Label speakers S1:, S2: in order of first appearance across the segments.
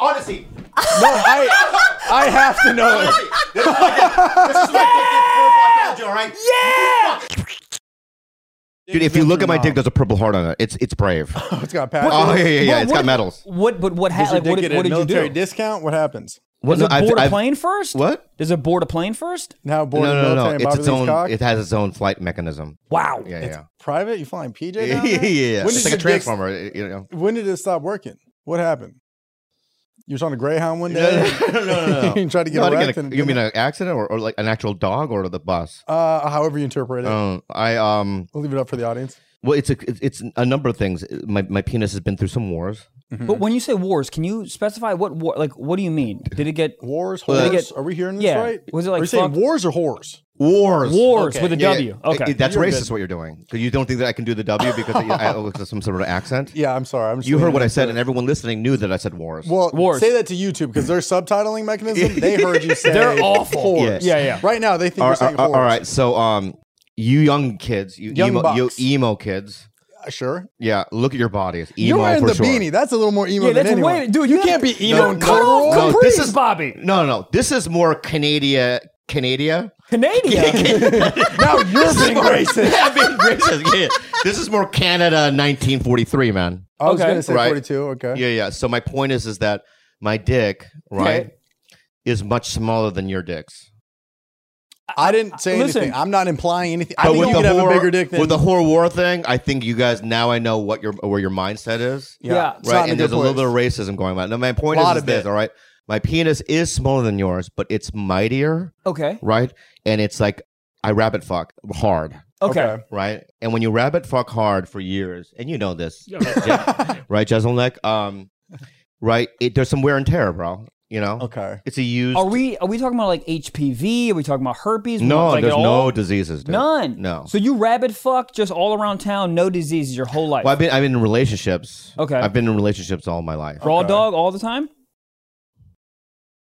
S1: Honestly,
S2: No, I I have to know it.
S1: this is like a- this is like a- Joe, right?
S3: Dude, if you look at my dick, there's a purple heart on it. It's it's brave.
S2: It's got patches.
S3: Oh yeah, yeah, yeah.
S4: But
S3: It's
S4: what-
S3: got medals.
S4: What? But what? Ha-
S2: Does your
S4: like,
S2: dick
S4: what,
S2: get
S4: did- what
S2: a
S4: did you
S2: military
S4: do?
S2: discount? What happens?
S3: What?
S4: Does
S3: No,
S4: it
S3: I've-
S4: board a
S3: I've-
S4: plane first?
S3: What?
S4: Does it board a plane first?
S2: Now
S3: No,
S2: board the
S3: no, no,
S2: military
S3: no.
S2: and
S3: It's
S2: Bobby
S3: its
S2: Lee's
S3: own.
S2: cock?
S3: It has its own flight mechanism.
S4: Wow.
S3: Yeah,
S2: It's
S3: yeah.
S2: private. You flying PJ?
S3: Yeah,
S2: down
S3: yeah,
S2: there?
S3: yeah.
S2: When
S3: It's
S2: did
S3: like a
S2: your dick-
S3: transformer. it- You know.
S2: When did it stop working? What happened? You was on a Greyhound one
S3: No,
S2: day.
S3: no, no, no, no.
S2: you tried to get
S3: No, I didn't get
S2: erect.
S3: a-
S2: and it
S3: you mean
S2: didn't-
S3: an accident or, or like an actual dog or the bus?
S2: uh, however you interpret it?
S3: Um, I um.
S2: we'll leave it up for the audience.
S3: Well, it's a it's- it's a number of things. My my penis has been through some wars.
S4: But when you say wars, can you specify what war? Like, what do you mean? Did it get
S2: Wars,
S3: Well,
S2: whores.
S4: they get-
S2: Are we hearing this
S4: yeah.
S2: right?
S4: Was it like
S2: Are you saying
S4: fuck-
S2: wars or whores?
S3: Wars.
S4: wars
S2: Okay.
S4: with a
S3: Yeah,
S4: W?
S3: yeah.
S4: Okay.
S3: It- that's
S2: You're
S3: racist.
S2: good.
S3: What you're doing because you don't think that I can do the W because I, I look at some sort of accent.
S2: Yeah, I'm sorry. I'm just
S3: You heard
S2: leaving
S3: what
S2: it
S3: I
S2: up
S3: said,
S2: to-
S3: and everyone listening knew that I said wars.
S2: Well,
S4: Wars.
S2: say that to YouTube because their subtitling mechanism, they heard you say
S4: They're awful.
S2: Whores.
S3: Yeah.
S4: Yeah, yeah.
S2: Right now, they think
S3: all
S2: you're
S3: right,
S2: saying
S3: all-
S2: whores.
S3: all right. So, um, you young kids, you
S2: Young
S3: emo, you
S2: bucks.
S3: emo kids,
S2: Uh, Sure.
S3: yeah, look at your bodies. Emo
S2: You're wearing
S3: for
S2: the
S3: sure.
S2: beanie. That's a little more emo
S4: Yeah,
S2: than
S4: that's
S2: anyone.
S4: way- dude,
S2: you
S4: you-
S2: can't be emo
S4: No,
S2: and
S4: no,
S2: colorful.
S4: no. Capris,
S3: this is
S4: Bobby.
S3: No, no, no. This is more Canada, Canada.
S4: Canadian.
S2: Now you're being racist.
S3: Yeah, I'm being racist. Yeah. This is more Canada, 1943, man.
S2: I was
S4: Okay.
S2: going to say
S3: Right.
S2: 42. Okay.
S3: Yeah, yeah. So my point is, is that my dick, right,
S4: Okay.
S3: is much smaller than your dicks.
S2: I didn't say
S4: Listen.
S2: anything. I'm not implying anything. I think you could have a
S3: whore-
S2: bigger dick than
S3: with the whore war thing, I think you guys now I know what your where your mindset is.
S4: Yeah.
S2: It's not
S3: right.
S2: in a
S3: And there's a
S2: good
S3: little bit
S2: place.
S3: of racism going on. Now my point
S2: Lot
S3: is, is
S2: of
S3: this,
S2: it.
S3: all right? My penis is smaller than yours, but it's mightier,
S4: okay.
S3: right? And it's like I rabbit fuck hard,
S4: Okay.
S3: right? And when you rabbit fuck hard for years, and you know this, Je- right, Jezelnik? Um, right? It, there's some wear and tear, bro. You know,
S2: Okay.
S3: it's a used.
S4: Are we are we talking about like HPV? Are we talking about herpes?
S3: no,
S4: Like,
S3: there's
S4: all-
S3: no diseases. Dude.
S4: None.
S3: No.
S4: So you rabid fuck just all around town, no diseases your whole life.
S3: Well, I've been I've been in relationships.
S4: Okay.
S3: I've been in relationships all my life.
S4: raw
S2: Okay.
S4: dog all the time?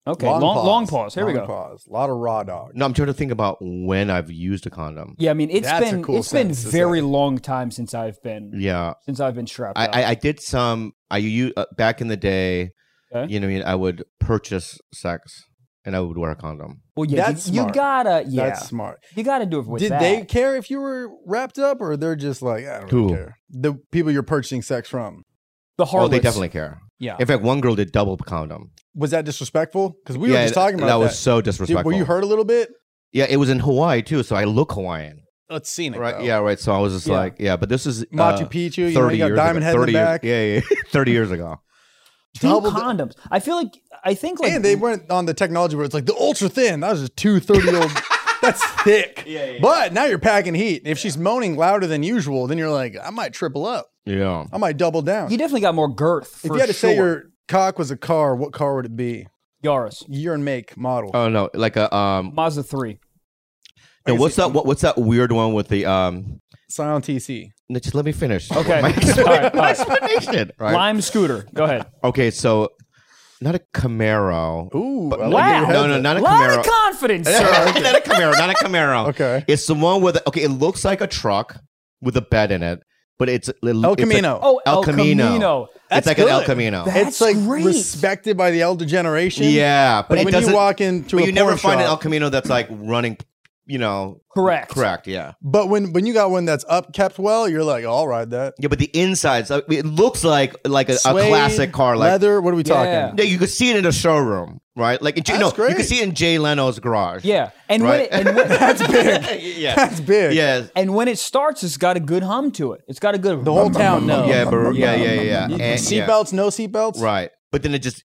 S4: Okay. Long, long, pause. Here we
S2: Long
S4: go.
S2: Pause. A lot of raw dog.
S3: No, I'm trying to think about when I've used a condom.
S4: Yeah, I mean it's
S2: That's a
S4: been
S2: cool
S4: it's been
S2: sentence to
S4: very
S2: say.
S4: long time since I've been
S3: Yeah,
S4: since I've been strapped.
S3: I,
S4: up.
S3: I I did some. I you uh, back in the day,
S4: Okay.
S3: you know, what I mean, I would purchase sex and I would wear a condom.
S4: well, yeah,
S2: That's
S4: you, you
S2: smart.
S4: gotta yeah,
S2: That's smart.
S4: you gotta do it with
S2: Did
S4: that.
S2: they care if you were wrapped up, or they're just like, I don't really
S3: Who?
S2: care. The people you're purchasing sex from.
S4: the harlots?
S3: Oh, they definitely care.
S4: yeah.
S3: In fact, one girl did double condom.
S2: Was that disrespectful? Because we
S3: Yeah,
S2: were just talking about
S3: that
S2: that.
S3: was so
S2: Dude,
S3: disrespectful.
S2: were you hurt a little bit?
S3: Yeah, it was in Hawaii too, so I look Hawaiian.
S2: Let's see it.
S3: Right? Yeah, right. So I was just
S4: Yeah.
S3: like, yeah, but this is uh,
S2: Machu Picchu. You, know, you got
S3: years
S2: diamond
S3: ago,
S2: head in the
S3: years,
S2: back.
S3: Yeah, yeah, yeah. thirty years ago.
S4: Two
S2: Double the-
S4: condoms. I feel like I think like
S2: and they went on the technology where it's like the ultra thin. That was just two 30 year old. That's thick. But now you're packing heat. If she's moaning louder than usual, then you're like, I might triple up.
S3: Yeah.
S2: I might double down.
S4: you definitely got more girth.
S2: if
S4: for
S2: you had to say
S4: sure.
S2: your cock was a car, what car would it be?
S4: Yaris
S2: Year and make, model.
S3: Oh no, like a um.
S4: Mazda three.
S3: No, what's that? What, what's that weird one with the um?
S2: Scion TC.
S3: No, just let me finish.
S4: Okay.
S3: My,
S4: All right, all right.
S3: explanation. Right?
S4: Lime scooter. Go ahead.
S3: Okay, so not a Camaro.
S2: Ooh,
S3: But-
S2: I like
S4: Wow.
S2: your
S3: No, no,
S2: headset.
S3: not a
S4: lot
S3: Camaro.
S4: of confidence, sir.
S3: not a Camaro. Not a Camaro.
S2: Okay.
S3: It's the one with okay. It looks like a truck with a bed in it, but it's it,
S2: El
S3: it's a-
S2: Camino.
S4: Oh, El,
S3: El Camino.
S4: Camino.
S3: it's
S2: That's
S3: like an El
S2: good.
S3: Camino.
S4: That-
S2: it's
S4: That's
S2: like
S4: great.
S2: respected by the elder generation.
S3: yeah, but
S2: but
S3: it
S2: when
S3: doesn't.
S2: you walk into
S3: but
S2: a
S3: you never
S2: porn
S3: find an El
S2: shop-
S3: Camino that's like running. You know,
S4: Correct.
S3: correct. Yeah,
S2: but when when you got one that's up kept well, you're like, oh, I'll ride that.
S3: yeah, but the insides. I mean, It looks like like a, a
S2: Suede,
S3: classic car, like
S2: leather. What are we talking?
S4: Yeah.
S3: Yeah, you could see it in a showroom, right? Like, you
S2: That's
S3: know, you
S2: great.
S3: could see it in Jay Leno's garage.
S4: Yeah. And
S3: Right.
S4: when it, and when,
S2: That's big.
S3: yeah,
S2: That's big.
S3: yeah,
S4: and when it starts, it's got a good hum to it. It's got a good. The
S2: whole town knows.
S3: yeah, but, yeah, yeah, yeah, yeah. And- yeah.
S2: Seatbelts, no seatbelts.
S3: right? But then it just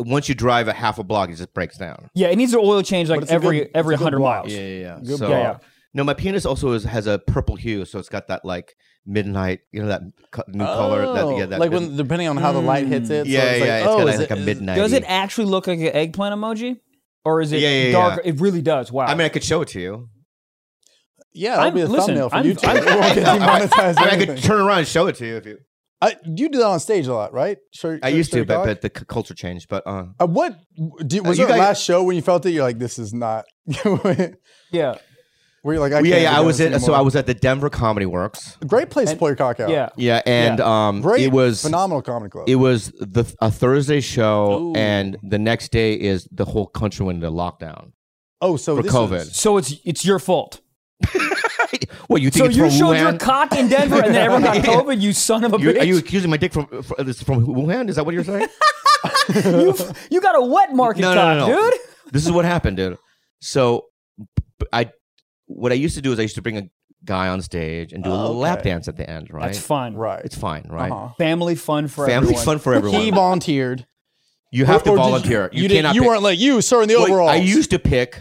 S3: once you drive a half a block, it just breaks down.
S4: Yeah, it needs an oil change
S2: But
S4: like
S2: it's a
S4: every
S2: good-
S4: every
S2: it's a good
S4: hundred
S2: walk.
S4: miles.
S3: Yeah, yeah, yeah.
S2: Good
S3: So,
S2: block.
S4: Yeah, yeah.
S3: no, my penis also is, has a purple hue, so it's got that like midnight, you know, that co- new color. That, yeah, that
S2: Oh, like
S3: mid-
S2: when depending on how the light hits it.
S3: yeah,
S2: so it's
S3: yeah,
S2: like,
S3: it's
S2: oh,
S3: got
S2: is
S3: like
S2: it-
S3: a
S2: is-
S3: midnight.
S4: Does it actually look like an eggplant emoji, or is it
S3: Yeah, yeah, yeah.
S4: dark? It really does. Wow.
S3: I mean, I could show it to you.
S2: Yeah, that'll
S4: I'm-
S2: be a
S4: listen,
S2: thumbnail for
S4: I'm-
S2: YouTube.
S4: I'm-
S2: It won't get demonetized or
S3: I, mean, I could
S2: anything.
S3: turn around and show it to you if you.
S2: I- You do that on stage a lot, right? Show-
S3: I
S2: show-
S3: used
S2: show
S3: to,
S2: your
S3: but,
S2: cock?
S3: but the c- culture changed. But uh,
S2: Uh, what do, was
S3: you
S2: your
S3: guys-
S2: last show when you felt it? You're like, this is not.
S4: yeah.
S2: Where you're like, I
S3: yeah,
S2: can't
S3: yeah.
S2: do
S3: I was
S2: this
S3: in. So
S2: anymore.
S3: I was at the Denver Comedy Works.
S2: Great place to pull your cock out.
S4: Yeah.
S3: Yeah, and um,
S2: Great.
S3: it was
S2: phenomenal comedy club.
S3: it was the a Thursday show, and the next day is the whole country went into lockdown.
S2: oh, so
S3: for
S2: this
S3: COVID.
S2: is-
S4: So it's it's your fault.
S3: What you
S4: So
S3: think?
S4: you
S3: it's from
S4: showed your
S3: Wuhan?
S4: cock in Denver and then everyone got COVID. You son of a
S3: You-
S4: bitch.
S3: are you
S4: You,
S3: accusing my dick from from, this- from Wuhan? Is that what you're saying?
S4: got a wet market
S3: No, no,
S4: cock,
S3: no, no.
S4: dude.
S3: this is what happened, dude. So b- I what I used to do is I used to bring a guy on stage and do a little lap
S2: Okay.
S3: dance at the end, right?
S4: Oh, That's fun.
S2: right.
S3: It's fine, right?
S2: Uh-huh.
S4: Family fun for
S3: Family
S4: everyone.
S3: fun for everyone.
S2: He volunteered.
S3: you have to
S2: Or did
S3: volunteer.
S2: You,
S3: You,
S2: didn't-
S3: cannot.
S2: You
S3: pick.
S2: weren't like you, sir, in the
S3: Well,
S2: overall.
S3: I used to pick,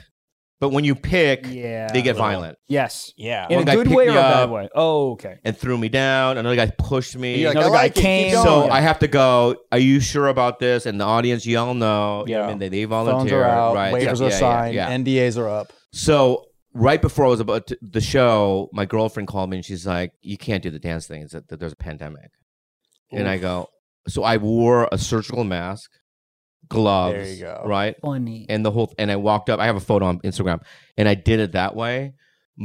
S3: but when you pick,
S4: Yeah.
S3: they get violent
S4: yes.
S2: Yeah.
S4: In
S3: One
S4: a
S3: guy
S4: good
S3: picked
S4: way
S3: me
S4: or a bad
S3: up.
S4: way. Oh, okay.
S3: and threw me down. Another guy pushed me.
S2: You're like, "Oh,
S4: Another
S2: I
S4: guy
S2: like it. Keep
S4: came.
S2: going.
S3: so
S4: Yeah.
S3: I have to go. Are you sure about this? And the audience, y'all know. Yeah.
S2: Yeah.
S3: I mean, they, they
S2: Phones
S3: volunteer.
S2: are out.
S3: right.
S2: Waivers
S3: yeah,
S2: are
S3: yeah, yeah,
S2: signed.
S3: yeah.
S2: NDAs are up.
S3: So right before I was about to, the show, my girlfriend called me and she's like, "You can't do the dance thing. It's that that there's a pandemic." And I go, so I wore a surgical mask, gloves,
S2: There you go.
S3: right,
S4: Funny.
S3: and the whole. And I walked up. I have a photo on Instagram, and I did it that way.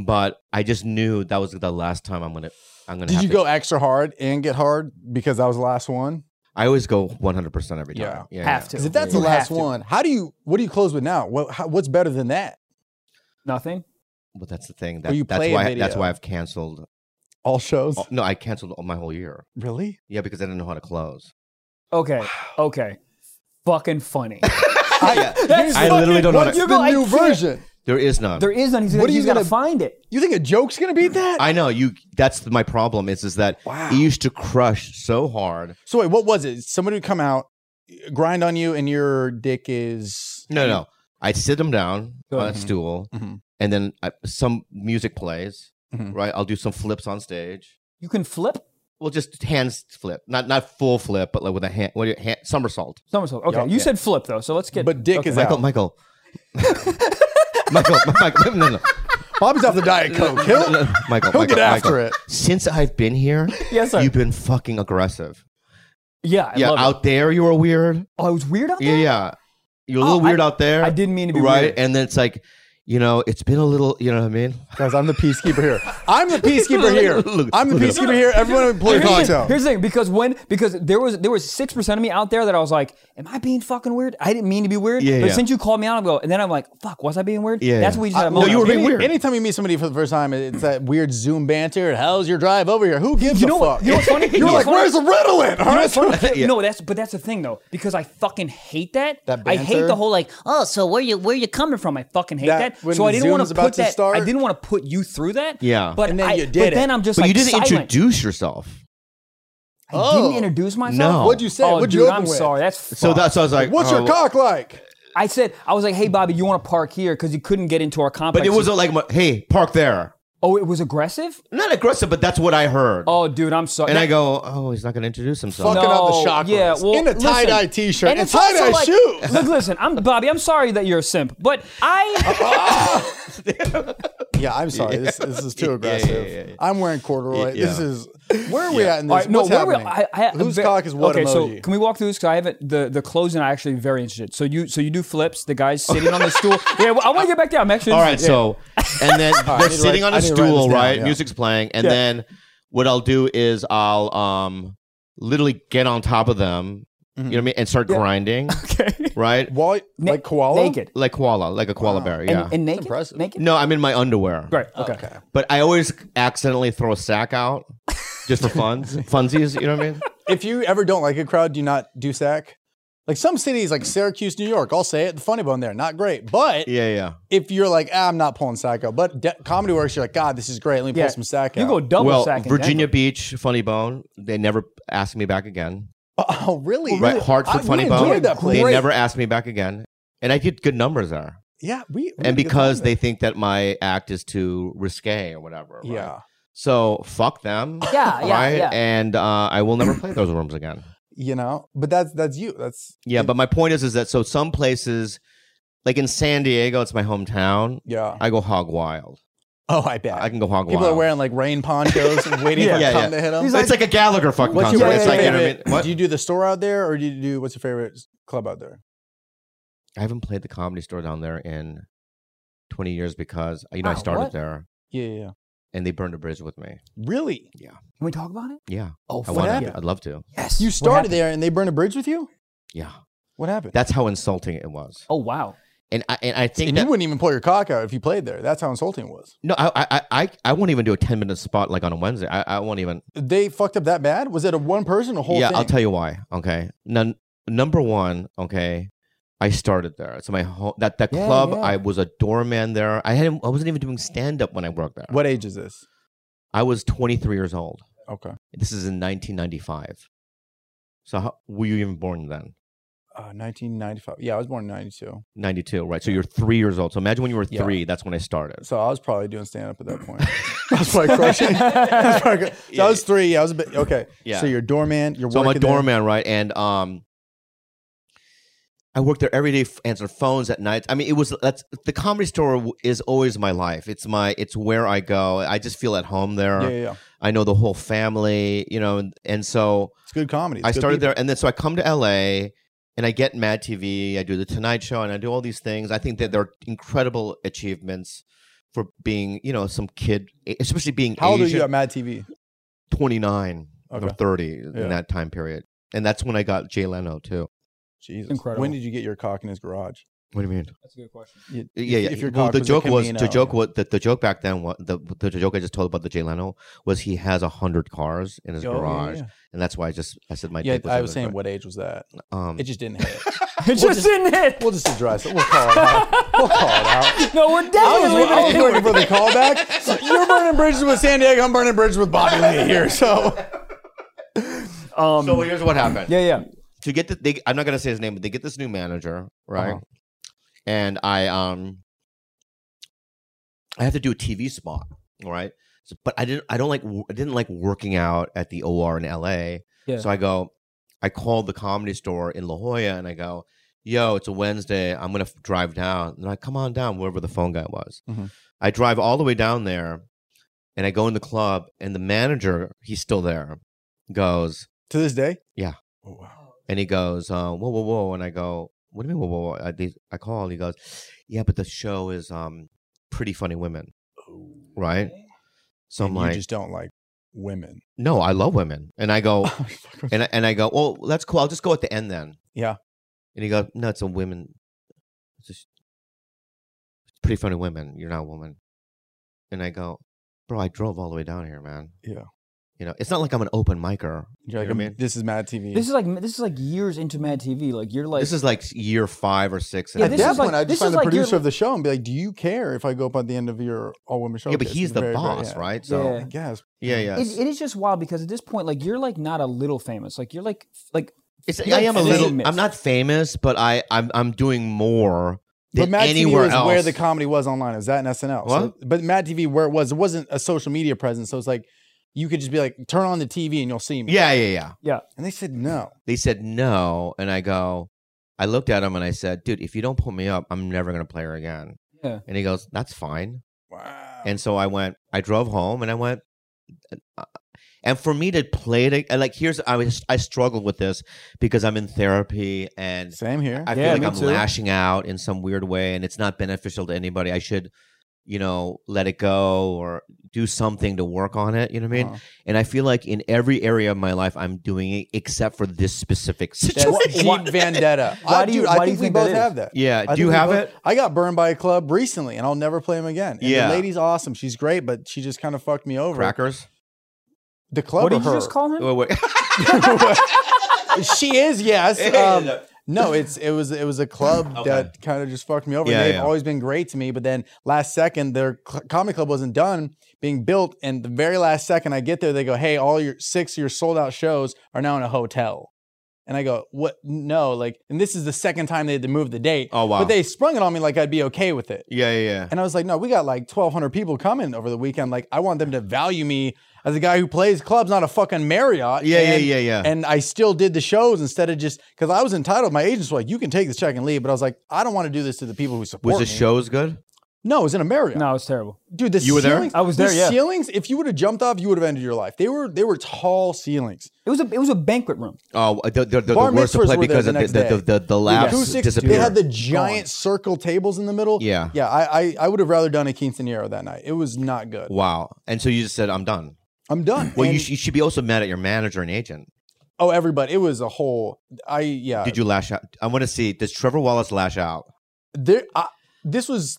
S3: But I just knew that was the last time I'm gonna. I'm gonna.
S2: Did
S3: have
S2: you
S3: to-
S2: go extra hard and get hard because I was the last one?
S3: I always go 100 percent every
S2: Yeah.
S3: time. Yeah,
S4: Have
S3: yeah.
S2: Because
S4: to.
S2: if that's the
S4: You
S2: last
S4: have to.
S2: one, how do you? What do you close with now? What, how, what's better than that?
S4: Nothing.
S3: But that's the thing.
S2: Or
S3: That,
S2: you
S3: that's
S2: play a
S3: why. That's
S2: video.
S3: why I've canceled.
S2: All shows?
S3: oh, no, I canceled all my whole year.
S2: Really?
S3: Yeah, because I didn't know how to close.
S4: Okay. Okay. Fucking funny.
S2: I,
S4: That's
S3: I literally don't know
S2: What's
S3: what
S4: you
S2: the
S4: go, I
S2: new
S4: can't-
S2: version?
S3: There is none.
S4: There is none. He's,
S2: What
S4: what
S2: are you
S4: he's got to
S2: gonna-
S4: find it.
S2: You think a joke's gonna beat that?
S3: I know you. That's my problem. Is is that
S2: Wow.
S3: it used to crush so hard.
S2: so wait, what was it? Somebody would come out, grind on you, and your dick is
S3: No, no. I'd sit them down
S4: Go
S3: on a
S4: ahead.
S3: stool,
S2: Mhm.
S3: and then I, some music plays.
S2: Mhm.
S3: Right, I'll do some flips on stage.
S4: You can flip
S3: Well, just hands flip, not not full flip, but like with a hand, what do you, hand somersault.
S4: somersault. Okay.
S2: Yeah.
S4: You said flip though, so let's get.
S2: But dick
S4: okay.
S2: is
S3: Michael,
S2: out.
S3: Michael, Michael, Michael, no, no,
S2: Bobby's off the diet coke. He'll,
S3: no, Michael,
S2: he'll
S3: Michael,
S2: get after
S3: Michael.
S2: it.
S3: Since I've been here,
S4: Yes, sir.
S3: you've been fucking aggressive.
S4: yeah. I
S3: yeah,
S4: love it.
S3: out there you were weird.
S4: Oh, I was weird out
S3: Yeah,
S4: there.
S3: yeah. You're a
S4: Oh,
S3: little weird out there.
S4: I didn't mean to be
S3: right?
S4: weird.
S3: And then it's like, you know, it's been a little, you know what I mean?
S2: Guys, I'm the peacekeeper here. I'm the peacekeeper here.
S3: Look-
S2: I'm the
S3: look at
S2: peacekeeper here. Everyone would pull your
S4: Here's
S2: cocks
S4: the,
S2: out.
S4: here's the thing, because when because there was there was six percent of me out there that I was like, am I being fucking weird? I didn't mean to be weird.
S3: Yeah,
S4: but
S3: yeah.
S4: since you called me out, I go, and then I'm like, fuck, was I being weird?
S3: Yeah,
S4: That's
S3: yeah.
S4: what we just had a
S2: No,
S4: moment.
S3: you were
S4: of.
S3: being
S2: Any-
S3: weird.
S2: Anytime you meet somebody for the first time, it's that weird Zoom banter. How's your drive over here? Who gives
S4: You
S2: a
S4: know what-
S2: fuck?
S4: you know what's funny? You
S2: You're
S4: know
S2: like,
S4: what's funny?
S2: where's the riddle in? All right, so-
S3: Yeah.
S4: No, that's but that's the thing though, because I fucking hate that.
S2: That
S4: I hate
S2: banter?
S4: the whole like, oh, so where you where you coming from? I fucking hate
S2: That-
S4: that.
S2: when
S4: So I didn't want
S2: Zoom's
S4: to
S2: about
S4: put
S2: to
S4: that.
S2: start?
S4: I didn't want to put you through that.
S3: Yeah.
S4: but
S2: And then
S4: I,
S2: you did
S4: But
S2: it.
S4: then I'm just
S3: But
S4: like
S3: you didn't
S4: silent.
S3: introduce yourself.
S4: I
S2: Oh.
S4: didn't introduce myself.
S3: No.
S2: What'd you say?
S4: Oh,
S2: What'd
S4: dude,
S2: you open
S4: I'm
S2: with?
S4: sorry. That's uh,
S3: So
S4: fucked.
S3: that's, so I was like,
S2: What's
S3: oh,
S2: your cock like?
S4: I said I was like, hey Bobby, you want to park here because you couldn't get into our complex.
S3: But it wasn't like, my- hey, park there.
S4: Oh, it was aggressive.
S3: Not aggressive, but that's what I heard.
S4: Oh, dude, I'm sorry.
S3: and I
S4: That-
S3: go, oh, he's not going to introduce himself.
S2: Fucking
S4: No.
S2: up the chakras.
S4: yeah, well,
S2: in a
S4: listen.
S2: tie dye t shirt
S4: And
S2: and,
S4: it's
S2: tie dye
S4: also like-
S2: shoes.
S4: Look, listen, I'm Bobby. I'm sorry that you're a simp, but I
S2: Yeah, I'm sorry. This, this is too aggressive. I'm wearing corduroy.
S3: Yeah.
S2: This is where are we at in this?
S4: All right,
S2: What's
S4: where we-
S2: happening?
S4: I, I,
S2: Whose
S4: but-
S2: cock is what
S4: okay, so
S2: emoji?
S4: can we walk through this? Because I haven't the the closing. I actually very interested. So you so you do flips. The guy's sitting on the stool. Yeah, well, I want to get back there. I'm actually
S3: All right,
S4: interested.
S3: so, and then
S2: I
S3: they're
S2: need to
S3: sitting
S2: write-
S3: on
S2: I
S3: a
S2: need to write
S3: stool,
S2: this down,
S3: right?
S2: yeah.
S3: Music's playing. And
S4: Yeah.
S3: then what I'll do is I'll um literally get on top of them,
S2: Mm-hmm.
S3: you know what I mean? And start grinding,
S4: yeah. okay.
S3: right?
S2: Wall,
S4: Na-
S2: like koala?
S4: naked
S3: Like koala, like a koala bear. Yeah.
S4: and, and naked.
S2: impressive.
S4: Naked.
S3: no, I'm in my underwear.
S4: Right. Okay.
S3: But I always accidentally throw a sack out just for funs, funsies. You know what I mean?
S2: If you ever don't like a crowd, do not do sack. Like some cities, like Syracuse, New York, I'll say it. The funny bone there, not great. But
S3: Yeah, yeah.
S2: if you're like, ah, I'm not pulling sack out, but de- comedy works, you're like, God, this is great. Let me
S4: Yeah.
S2: pull some sack out.
S4: You go double
S3: well,
S4: sack. in
S3: Virginia
S4: Denver.
S3: Beach, Funny Bone, they never asked me back again.
S2: Oh, really?
S3: Right, Hartford,
S2: I-
S3: Funny
S2: we
S3: Bone,
S2: enjoyed that
S3: they
S2: place.
S3: never asked me back again, and I get good numbers there.
S2: Yeah, we. we
S3: And
S2: did
S3: because
S2: that.
S3: they think that my act is too risque or whatever. right?
S2: Yeah.
S3: So fuck them.
S4: Yeah, yeah,
S3: right?
S4: yeah.
S3: And uh, I will never play those rooms again.
S2: You know, but that's that's you. That's
S3: Yeah, but my point is, is that so some places, like in San Diego, it's my hometown.
S2: yeah.
S3: I go hog wild.
S2: Oh, I bet.
S3: I can go hog
S2: People
S3: wild.
S2: are wearing like rain ponchos, and waiting for
S3: Yeah,
S2: cum
S3: yeah.
S2: to hit them.
S3: it's like, a Gallagher fucking
S2: What's
S3: concert.
S2: your,
S4: Yeah,
S3: it's
S4: yeah,
S3: like,
S4: yeah,
S3: you know what I mean?
S2: favorite?
S3: What?
S2: Do you do the store out there, or do you do what's your favorite club out there?
S3: I haven't played the comedy store down there in 20 years because you know I
S2: Ah,
S4: Wow,
S3: started
S4: what?
S3: there
S2: Yeah, yeah.
S3: and they burned a bridge with me.
S2: Really?
S4: Can we talk about it?
S3: Yeah,
S4: Oh,
S3: I
S2: What
S3: want
S2: happened?
S3: to. I'd love to.
S4: Yes.
S2: You
S4: What
S2: started
S4: happened?
S2: there and they burned a bridge with you?
S3: Yeah,
S2: What happened?
S3: that's how insulting it was.
S4: Oh wow.
S3: And I and I think
S2: and
S3: that,
S2: you wouldn't even pull your cock out if you played there. That's how insulting it was.
S3: no, I, I I I won't even do a 10 minute spot like on a Wednesday. I, I won't even.
S2: They fucked up that bad? Was it a one person, a whole
S3: yeah,
S2: thing?
S3: I'll tell you why. Okay, Nun number one. Okay, I started there. So my home that that
S2: Yeah,
S3: club.
S2: yeah.
S3: I was a doorman there. I hadn't. I wasn't even doing stand up when I worked there.
S2: What age is this?
S3: I was 23 years old.
S2: Okay.
S3: This is in 1995. So how, were you even born then?
S2: Uh, 1995. Yeah, I was born in 92.
S3: 92, right? So you're three years old. So imagine when you were
S2: Yeah.
S3: three. That's when I started.
S2: So I was probably doing stand up at that point. I was probably crushing. I was, probably, cru- so I was three. Yeah, I was a bit. Okay.
S3: Yeah.
S2: So you're a doorman. You're
S3: So I'm a
S2: working there.
S3: doorman, right? And um, I worked there every day, f- answered phones at night. I mean, it was that's the comedy store w- is always my life. It's my it's where I go. I just feel at home there.
S2: Yeah, yeah, yeah.
S3: I know the whole family, you know, and, and so
S2: It's good comedy. It's
S3: I
S2: good
S3: started
S2: people.
S3: there, and then so I come to LA, and I get Mad TV, I do the Tonight Show, and I do all these things. I think that they're incredible achievements for being, you know, some kid, e, especially being
S2: How old are
S3: Asian,
S2: you at Mad TV?
S3: twenty nine or
S2: Okay.
S3: thirty
S2: Yeah.
S3: in that time period, and that's when I got Jay Leno too.
S2: Jesus.
S4: Incredible.
S2: When did you get your cock in his garage?
S3: What do you mean?
S4: That's a good question.
S2: You-
S3: Yeah, yeah.
S2: If your
S3: well,
S2: cock
S3: the
S2: was a
S3: joke was the
S2: Camino.
S3: joke was the, the joke back then was the, the joke I just told about the Jay Leno was he has a hundred cars in his
S2: Oh, yeah,
S3: garage,
S2: yeah.
S3: and that's why I just I said my
S2: Yeah,
S3: dick was
S2: I
S3: in
S2: was
S3: his
S2: saying,
S3: gar-
S2: what age was that?
S3: um,
S2: It just didn't hit.
S4: It just didn't hit.
S2: we'll just address it. We'll call it out. We'll call it out.
S4: No, we're
S2: I was,
S4: definitely leaving
S2: I was
S4: it. in.
S2: waiting for the callback. You're burning bridges with San Diego. I'm burning bridges with Bobby Lee here. So
S4: Um,
S3: so here's what happened.
S4: yeah, yeah.
S3: to get the they, I'm not gonna say his name, but they get this new manager, right?
S2: Uh-huh.
S3: And I um I have to do a TV spot, all right? So, but I didn't I don't like w- I didn't like working out at the OR in LA.
S4: Yeah.
S3: So I go I called the comedy store in La Jolla and I go, "Yo, it's a Wednesday. I'm going to drive down." And I come on down wherever the phone guy was.
S2: Mhm.
S3: I drive all the way down there and I go in the club and the manager, he's still there. Goes,
S2: to this day,
S3: Yeah.
S2: Oh, wow.
S3: and he goes, uh, whoa, whoa, whoa. And I go, what do you mean, whoa, whoa, whoa? I, they, I call. He goes, yeah, but the show is um, pretty funny women, right? So
S2: And
S3: I'm
S2: you
S3: like,
S2: just don't like women.
S3: no, I love women. And I go, and I, and I go, well, that's cool. I'll just go at the end then.
S2: Yeah.
S3: And he goes, no, it's a women. It's just it's pretty funny women. You're not a woman. And I go, bro, I drove all the way down here, man.
S2: Yeah.
S3: You know, it's not like I'm an open micer.
S2: You're like,
S3: You know what I mean?
S2: this is Mad TV.
S4: This is like this is like years into Mad TV. Like you're like
S3: this is like year five or six.
S4: Yeah,
S2: at
S3: and
S4: this
S2: that
S4: is
S2: point,
S4: like-
S2: I'd just
S4: this
S2: find
S4: is
S2: the
S4: like your-
S2: producer of the show and be like, "Do you care if I go up at the end of your all-women show?"
S3: yeah, but he's the boss, right? So
S2: I guess.
S3: yeah, yeah.
S4: it, it is just wild because at this point, like you're like not a little famous. Like you're like like
S3: It's,
S4: You're
S3: I am a little.
S4: famous.
S3: I'm not famous, but I I'm I'm doing more
S2: But
S3: than
S2: Mad
S3: anywhere
S2: TV was
S3: else.
S2: where the comedy was online. It was that and SNL. So, but Mad TV, where it was, it wasn't a social media presence. So it's like you could just be like, "Turn on the TV and you'll see me."
S3: yeah, yeah, yeah.
S2: And they said no.
S3: They said no, and I go. I looked at him and I said, "Dude, if you don't put me up, I'm never gonna play her again."
S4: Yeah.
S3: And he goes, "That's fine."
S2: Wow.
S3: And so I went. I drove home and I went. uh, And for me to play it, and like here's I was I struggled with this because I'm in therapy and
S2: Same here.
S3: I
S4: Yeah,
S3: feel
S4: me
S3: like I'm
S4: too.
S3: lashing out in some weird way and it's not beneficial to anybody. I should, you know, let it go or do something to work on it. You know what I mean?
S2: Uh-huh.
S3: And I feel like in every area of my life, I'm doing it except for this specific
S2: That's
S3: situation.
S2: Jeep Vendetta.
S4: Why
S2: I,
S4: do you-
S2: dude,
S4: why
S2: I
S4: do
S2: think
S4: you
S2: we
S4: think that
S2: both
S4: is?
S2: have that.
S3: yeah.
S2: I
S3: do you
S2: think we
S3: have
S2: both-
S3: it?
S2: I got burned by a club recently, and I'll never play him again. And
S3: Yeah.
S2: the lady's awesome. She's great, but she just kind of fucked me over.
S3: Crackers? Oh,
S2: The club.
S4: what
S2: or
S4: did you
S2: her?
S4: just call him?
S3: Wait, wait.
S2: she is yes. Um,
S3: Yeah.
S2: no, it's it was it was a club
S3: Okay.
S2: that kind of just fucked me over.
S3: Yeah,
S2: and they've
S3: yeah.
S2: always been great to me, but then last second their cl- comedy club wasn't done being built, and the very last second I get there, they go, "Hey, all your six of your sold out shows are now in a hotel." And I go, "What? No, like." And this is the second time they had to move the date.
S3: Oh, wow.
S2: But they sprung it on me like I'd be okay with it.
S3: yeah, yeah,
S2: And I was like, no, we got like 1,200 people coming over the weekend. Like, I want them to value me as a guy who plays clubs, not a fucking Marriott.
S3: Yeah, yeah,
S2: And-
S3: yeah, yeah.
S2: And I still did the shows instead of just because I was entitled. My agents were like, you can take this check and leave. But I was like, I don't want to do this to the people who support
S3: Was the
S2: me.
S3: shows good?
S2: No, it was in a Marriott.
S4: No, it's terrible.
S2: Dude, the
S3: You were there?
S2: ceilings.
S4: I was there,
S2: The
S4: yeah.
S2: ceilings. If you would have jumped off, you would have ended your life. They were they were tall ceilings.
S4: It was a it was a banquet room.
S3: Oh, the, the, the, the
S2: Bar
S3: worst to
S2: mitzvahs
S3: play
S2: were there
S3: because
S2: the
S3: of the,
S2: next
S3: the,
S2: day.
S3: the, the, the laughs
S2: Acoustics,
S3: disappeared.
S2: They had the giant circle tables in the middle.
S3: Yeah.
S2: yeah. I I, I would have rather done a quinceanero that night. It was not good.
S3: wow. And so you just said, I'm done.
S2: I'm done.
S3: Well, you,
S2: And-
S3: sh- you should be also mad at your manager and agent.
S2: oh, everybody. It was a whole. I yeah.
S3: Did you lash out? I want to see. Does Trevor Wallace lash out?
S2: there I, this was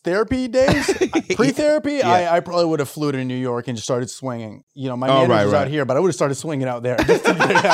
S2: therapy days pre-therapy I, I probably would have flew to new york and just started swinging you know my
S3: Oh,
S2: manager
S3: right,
S2: was
S3: right.
S2: out here but i would have started swinging out there just to get it out.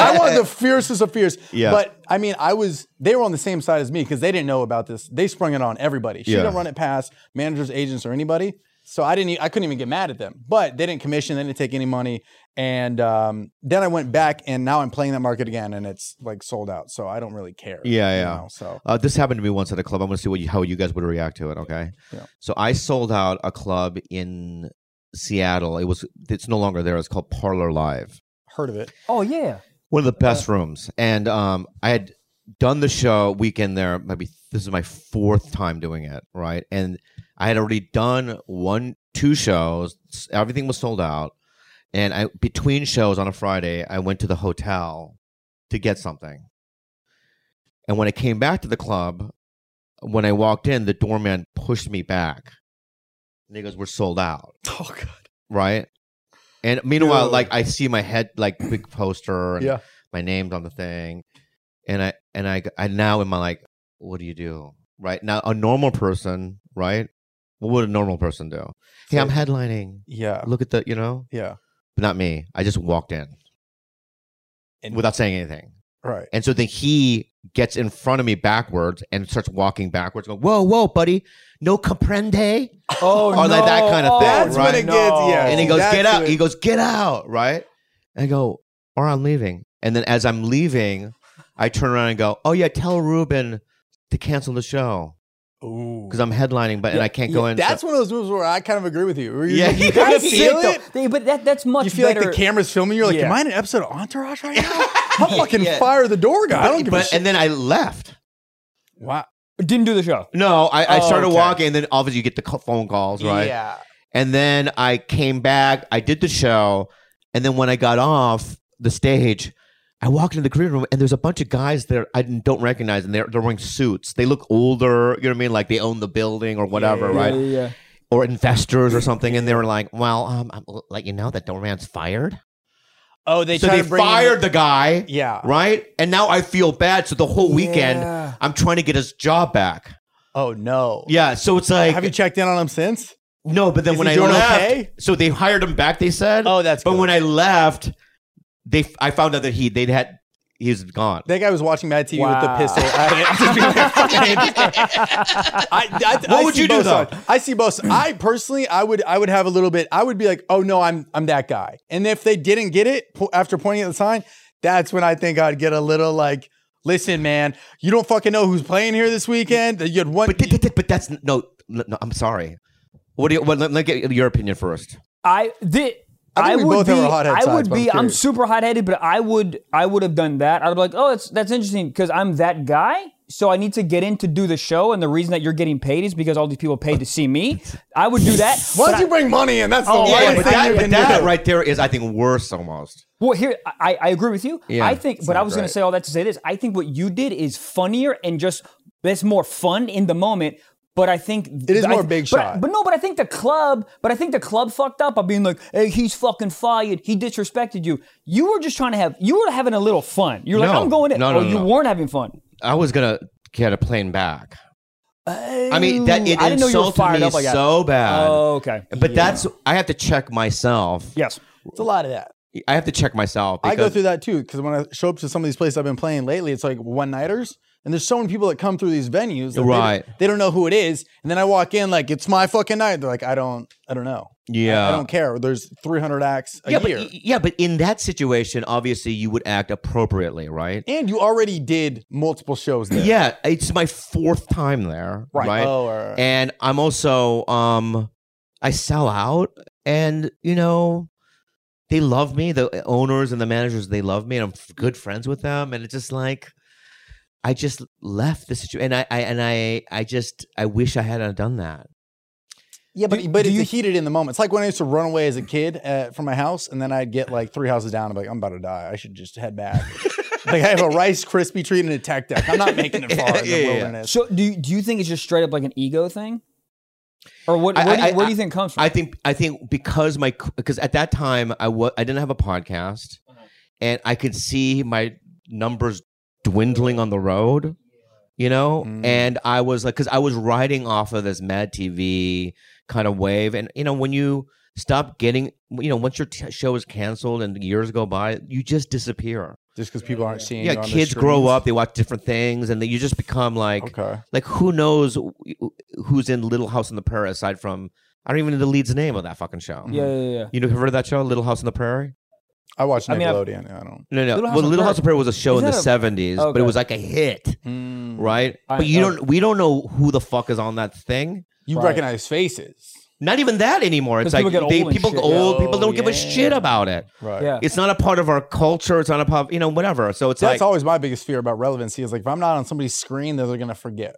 S2: i wanted the fiercest of fierce
S3: Yeah.
S2: but i mean i was they were on the same side as me because they didn't know about this they sprung it on everybody she
S3: Yeah.
S2: didn't run it past managers agents or anybody so i didn't e- i couldn't even get mad at them but they didn't commission they didn't take any money and um, then i went back and now i'm playing that market again and it's like sold out so i don't really care
S3: Yeah,
S2: you
S3: yeah.
S2: know, so
S3: Uh, this happened to me once at a club. I'm going to see what you, how you guys would react to it. Okay.
S2: Yeah.
S3: So I sold out a club in Seattle. It was. It's no longer there. It's called Parlor Live.
S2: heard of it
S4: Oh yeah.
S3: One of the best rooms. And um, I had done the show weekend there. Maybe this is my fourth time doing it. Right. And I had already done one, two shows. S- Everything was sold out. And I between shows on a Friday, I went to the hotel to get something. And when I came back to the club, when I walked in, the doorman pushed me back. And he goes, "We're sold out."
S2: oh god
S3: right? And meanwhile,
S2: Dude.
S3: like I see my head, like big poster, and
S2: Yeah.
S3: my name's on the thing, and I and I I now am I like, what do you do? Right now, a normal person, right? What would a normal person do? Hey, I'm headlining.
S2: Yeah.
S3: Look at the, you know,
S2: Yeah.
S3: but not me. I just walked in
S2: And-
S3: without saying anything,
S2: Right.
S3: and so then he gets in front of me backwards and starts walking backwards, going, "Whoa, whoa, buddy, no comprende."
S4: Oh
S3: Or
S4: no.
S3: like that kind of
S4: Oh,
S3: thing,
S2: That's
S3: right?
S2: when it gets.
S4: No.
S2: Oh, Yeah.
S3: and he
S2: see,
S3: goes,
S2: that's
S3: "Get out!"
S2: when
S3: He
S2: it-
S3: goes, "Get out!" Right? And I go, "Or I'm leaving." And then as I'm leaving, I turn around and go, "Oh yeah, tell Ruben to cancel the show
S2: Ooh.
S3: because I'm headlining, but and I can't go
S2: Yeah,
S3: in."
S2: That's
S3: so-
S2: one of those moves where I kind of agree with you. Where you
S3: Yeah,
S2: you
S3: yeah.
S2: kind
S4: I
S2: of feel
S4: though.
S2: it.
S4: They- But that that's much
S2: You feel like
S4: better.
S2: the camera's filming. You're like,
S4: Yeah.
S2: am I in an episode of Entourage right now? I'll fucking
S3: yeah.
S2: fire the door guy. I don't give a
S3: but,
S2: shit.
S3: and then I left.
S2: wow.
S4: Didn't do the show.
S3: No, I, I
S4: Oh,
S3: started
S4: okay.
S3: walking, and then obviously you get the co- phone calls, right?
S2: Yeah.
S3: And then I came back, I did the show, and then when I got off the stage, I walked into the green room and there's a bunch of guys there I didn't- don't recognize, and they're, they're wearing suits. They look older, you know what I mean? Like they own the building or whatever,
S4: Yeah,
S3: right?
S4: yeah, yeah.
S3: Or investors or something. And they were like, well, um, I'll let you know that Doran's fired.
S2: Oh, they
S3: so
S2: try
S3: they
S2: to bring in-
S3: fired the guy,
S2: Yeah.
S3: right? And now I feel bad. So the whole weekend,
S4: Yeah.
S3: I'm trying to get his job back.
S2: Oh no.
S3: Yeah. So it's like,
S2: Have you checked in on him since?
S3: no, but then
S2: Is
S3: when
S2: he
S3: I
S2: doing
S3: left,
S2: okay?
S3: so they hired him back, they said.
S2: Oh, that's.
S3: But
S2: good.
S3: when I left, they I found out that he they'd had he was gone.
S2: that guy was watching Mad TV with the
S4: Wow.
S2: pistol. I, I, I,
S3: What would
S2: see
S3: you do,
S2: both
S3: though?
S2: sides. I see both. sides. I personally, I would, I would have a little bit. I would be like, oh no, I'm, I'm that guy. And if they didn't get it po- after pointing at the sign, that's when I think I'd get a little like, listen, man, you don't fucking know who's playing here this weekend. You had one.
S3: But th- th- th- but that's no, no I'm sorry. What do you well, let, let me get your opinion first.
S4: I did.
S2: I think we
S4: I, would
S2: both
S4: be.
S2: have our hot head
S4: I
S2: sides,
S4: would
S2: but I'm
S4: be. I'm,
S2: curious.
S4: super hot headed, but I would. I would have done that. I would be like, oh, that's that's interesting because I'm that guy. So I need to get in to do the show, and the reason that you're getting paid is because all these people paid to see me. I would do that.
S2: Why
S4: but
S2: don't you bring money in? That's the
S4: Oh,
S2: oh,
S4: yeah,
S2: yeah,
S3: but
S2: thing
S3: that,
S2: you
S3: but
S2: can
S3: that
S2: do.
S3: right there is I think worse almost.
S4: Well, here I, I agree with you.
S3: Yeah,
S4: I think,
S3: it's
S4: but I
S3: not
S4: was going
S3: great.
S4: to say all that to say this. I think what you did is funnier and just that's more fun in the moment. But I think
S2: It is
S4: I-
S2: more big
S4: but-
S2: shot.
S4: But no, but I think the club. But I think the club fucked up by being like, "Hey, he's fucking fired. He disrespected you." You were just trying to have. You were having a little fun. You're like,
S3: No.
S4: "I'm going in."
S3: No, no,
S4: oh,
S3: no,
S4: you
S3: no.
S4: weren't having fun.
S3: I was gonna get a plane back. I mean that it
S4: I didn't know you were
S3: insulted
S4: fired
S3: me
S4: up like that.
S3: so bad.
S4: Oh, okay.
S3: but that's I have to check myself.
S4: Yes.
S2: It's a lot of that.
S3: I have to check myself.
S2: I go
S3: because-
S2: through that too because when I show up to some of these places I've been playing lately, it's like one nighters, and there's so many people that come through these venues, that they-
S3: Right.
S2: They, don't know who it is, and then I walk in like it's my fucking night. They're like, I don't, I don't know,
S3: yeah.
S2: I don't care. There's 300 acts a
S3: yeah,
S2: year,
S3: but yeah, but in that situation, obviously you would act appropriately, right?
S2: and you already did multiple shows there.
S3: Yeah, it's my fourth time there, right?
S2: Oh, all right.
S3: And I'm also um I sell out and you know they love me, the owners and the managers, they love me and I'm f- good friends with them and it's just like I just left the situation and I, I and I I just I wish I hadn't done that.
S2: Yeah, but
S4: Do-
S2: but
S4: do
S2: it's
S4: you-
S2: heated in the moment. It's like when I used to run away as a kid uh, from my house, and then I'd get like three houses down. I'm like, I'm about to die. I should just head back. like I have a Rice Krispie treat and a tech deck. I'm not making it far in the
S3: Yeah, yeah, yeah.
S2: wilderness.
S4: So do you, do you think it's just straight up like an ego thing, or what?
S3: I-
S4: Where, do,
S3: I-
S4: you, where do
S3: I-
S4: you think it comes from?
S3: I think I think because my because at that time I was I didn't have a podcast,
S2: Uh-huh.
S3: and I could see my numbers dwindling on the road, you know,
S2: Mm.
S3: and I was like because I was riding off of this Mad TV kind of wave, and you know when you stop getting you know once your t- show is canceled and years go by you just disappear
S2: Just because people aren't seeing.
S3: yeah
S2: you on their
S3: kids grow
S2: screens.
S3: up they watch different things and then you just become like
S2: Okay.
S3: like who knows who's in little house on the prairie aside from i don't even know the lead's name of that fucking show
S4: yeah, yeah, yeah.
S3: you know, have heard of that show, Little House on the Prairie?
S2: I watch
S4: I mean, I've-
S2: Nickelodeon. I, don't.
S3: No, no.
S4: Little House
S3: well,
S4: on
S3: Little
S4: Prairie-
S3: House on the Prairie was a show
S4: Is
S3: in the
S4: that a-
S3: '70s, but
S4: Okay.
S3: it was like a hit,
S2: Hmm.
S3: right?
S4: I-
S3: but you
S4: oh.
S3: don't. We don't know who the fuck is on that thing.
S2: You
S4: Right.
S2: recognize faces,
S3: Not even that anymore. It's
S4: 'Cause
S3: like
S4: people get
S3: they,
S4: old and
S3: people
S4: shit.
S3: get old. people
S2: Oh,
S3: don't give a
S2: yeah.
S3: shit about it.
S2: right?
S4: Yeah.
S3: It's not a part of our culture. It's not a part. of- You know, whatever. So it's
S2: That's
S3: like,
S2: always my biggest fear about relevancy is like if I'm not on somebody's screen, they're gonna forget.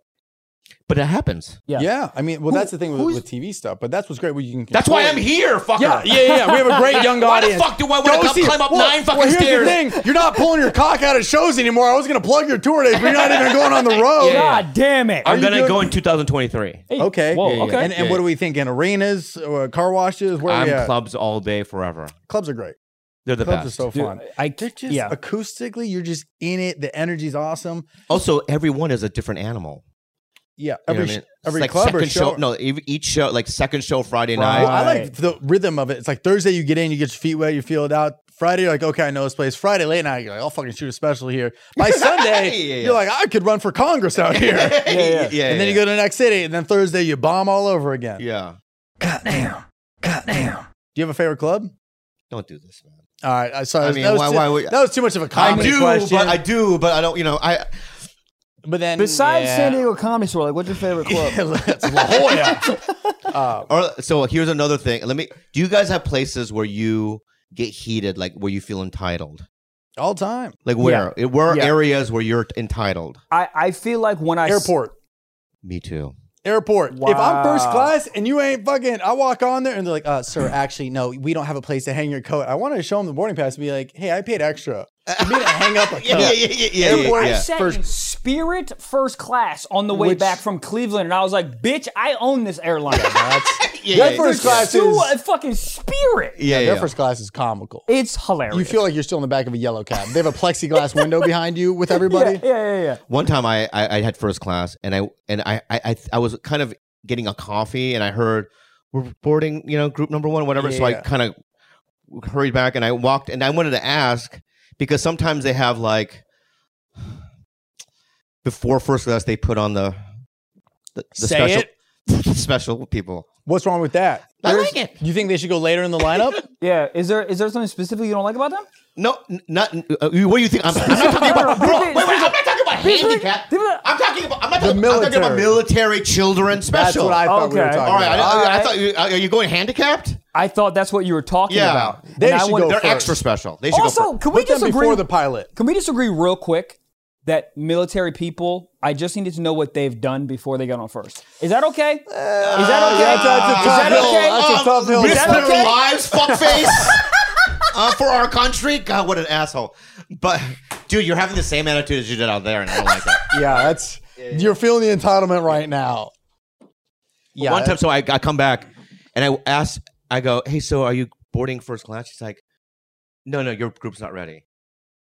S3: but it happens.
S4: Yeah.
S2: Yeah, I mean, well,
S3: Who-
S2: that's the thing with,
S3: who's-
S2: with TV stuff, but that's what's great. Where you can
S3: That's why I'm here, fucker.
S2: Yeah, yeah, yeah, yeah. We have a great young
S3: Why
S2: audience.
S3: the fuck do I
S2: Go
S3: want to
S2: see it.
S3: climb up
S2: Well-
S3: nine fucking
S2: well, here's
S3: stairs?
S2: The thing. You're not pulling your cock out of shows anymore. I was going to plug your tour days, but you're not even going on the road.
S3: Yeah.
S4: Oh, God damn it!
S3: I'm
S2: you
S3: gonna
S2: doing-
S3: go in 2023.
S4: Hey,
S2: Okay.
S4: Whoa.
S3: Yeah, yeah,
S4: okay.
S2: And, and what do we think? In arenas, or car washes? Where are
S3: I'm
S2: we at?
S3: clubs all day forever.
S2: Clubs are great.
S3: They're the
S2: Clubs
S3: best.
S2: are so
S4: Dude,
S2: fun.
S4: I
S2: They're just
S4: yeah.
S2: acoustically, you're just in it. The energy's awesome.
S3: Also, everyone is a different animal. You
S2: Yeah.
S3: know what
S2: Every
S3: I mean?
S2: sh-
S3: It's
S2: every
S3: like
S2: club or
S3: second
S2: show.
S3: No, ev- each show like second show Friday
S2: Well,
S3: night.
S2: I
S4: Right.
S2: like the rhythm of it. It's like Thursday, you get in, you get your feet wet, you feel it out. Friday, you're like, okay, I know this place. Friday late night, you're like, I'll fucking shoot a special here. By Sunday,
S3: Yeah, yeah, yeah.
S2: you're like, I could run for Congress out here.
S3: yeah, yeah, yeah,
S2: and then you go to the next city, and then Thursday you bomb all over again.
S3: Yeah,
S2: Do you have a favorite club?
S3: don't do this, man.
S2: All right, I sorry.
S3: I
S2: that
S3: mean,
S2: was
S3: why-
S2: too,
S3: why would-
S2: that was too much of a comedy
S3: I do,
S2: question.
S3: but I do, but I don't. You know, I
S2: But then
S4: Besides
S2: yeah.
S4: San Diego Comedy Store, like, what's your favorite club?
S2: That's La Jolla. Uh,
S3: or so here's another thing. Let me. Do you guys have places where you get heated, like where you feel entitled?
S2: all time
S3: Like where? It, where are
S4: Yeah.
S3: areas where you're entitled?
S4: I, I feel like when I s-
S2: airport.
S3: Me too.
S2: Airport. If I'm first
S4: Wow.
S2: class and you ain't fucking, I walk on there and they're like, uh, sir, actually, no, we don't have a place to hang your coat. I wanted to show them the boarding pass and be like, hey, I paid extra. For me to hang up a coat.
S3: Yeah, yeah, yeah, yeah, yeah, yeah,
S4: I
S3: yeah.
S4: sat
S2: First-
S4: in Spirit first class on the way
S2: Which-
S4: back from Cleveland, and I was like, "Bitch, I own this airline."
S3: Yeah,
S2: Their
S3: yeah,
S2: first
S3: yeah.
S2: class
S4: Sue
S2: is
S4: a fucking Spirit.
S3: Yeah,
S2: their
S3: yeah.
S2: first class is comical.
S4: It's hilarious.
S2: You feel like you're still in the back of a yellow cab. They have a plexiglass window behind you with everybody.
S4: yeah, yeah, yeah, yeah.
S3: One time I, I I had first class and I and I I I- I was kind of getting a coffee and I heard we're boarding you know group number one whatever so I
S2: Yeah.
S3: kind of hurried back and I walked and I wanted to ask because sometimes they have like before first class they put on the the, the
S2: Say
S3: special special people
S2: What's wrong with that?
S3: I like it
S2: You think they should go later in the lineup?
S4: Yeah, is there is there something specific you don't like about them?
S3: no n- not uh, you- what do you think I'm, I'm not talking about bro, wait, wait, I'm not talking about handicap I'm talking about I'm not talking, I'm talking about
S2: military.
S3: military children special
S2: That's what I thought we were
S4: Okay.
S2: talking
S3: All right, I,
S2: about.
S3: I- I
S4: Alright.
S3: thought you, are you going handicapped?
S4: I thought that's what you were talking
S3: Yeah.
S4: about.
S2: They
S4: And I
S2: should
S4: wanted-
S2: go
S3: They're
S2: first.
S3: extra special. They should go
S4: Also,
S3: first.
S4: can we
S2: Put them
S4: just agree?
S2: before the pilot.
S4: Can we disagree real quick that military people? I just needed to know what they've done before they got on first. Is that okay? is that okay?
S3: Uh,
S2: that's- that's a
S4: is that
S2: tough hill.
S4: okay?
S2: That's a
S3: Um,
S2: tough hill.
S3: risk
S2: Is that
S3: their
S4: okay?
S3: lives, fuckface, uh, for our country. God, what an asshole! But dude, you're having the same attitude as you did out there, and I don't like it.
S2: Yeah, that's you're feeling the entitlement right now. Yeah,
S3: One time, so I, I come back and I ask, I go, "Hey, so are you boarding first class?" She's like, "No, no, your group's not ready."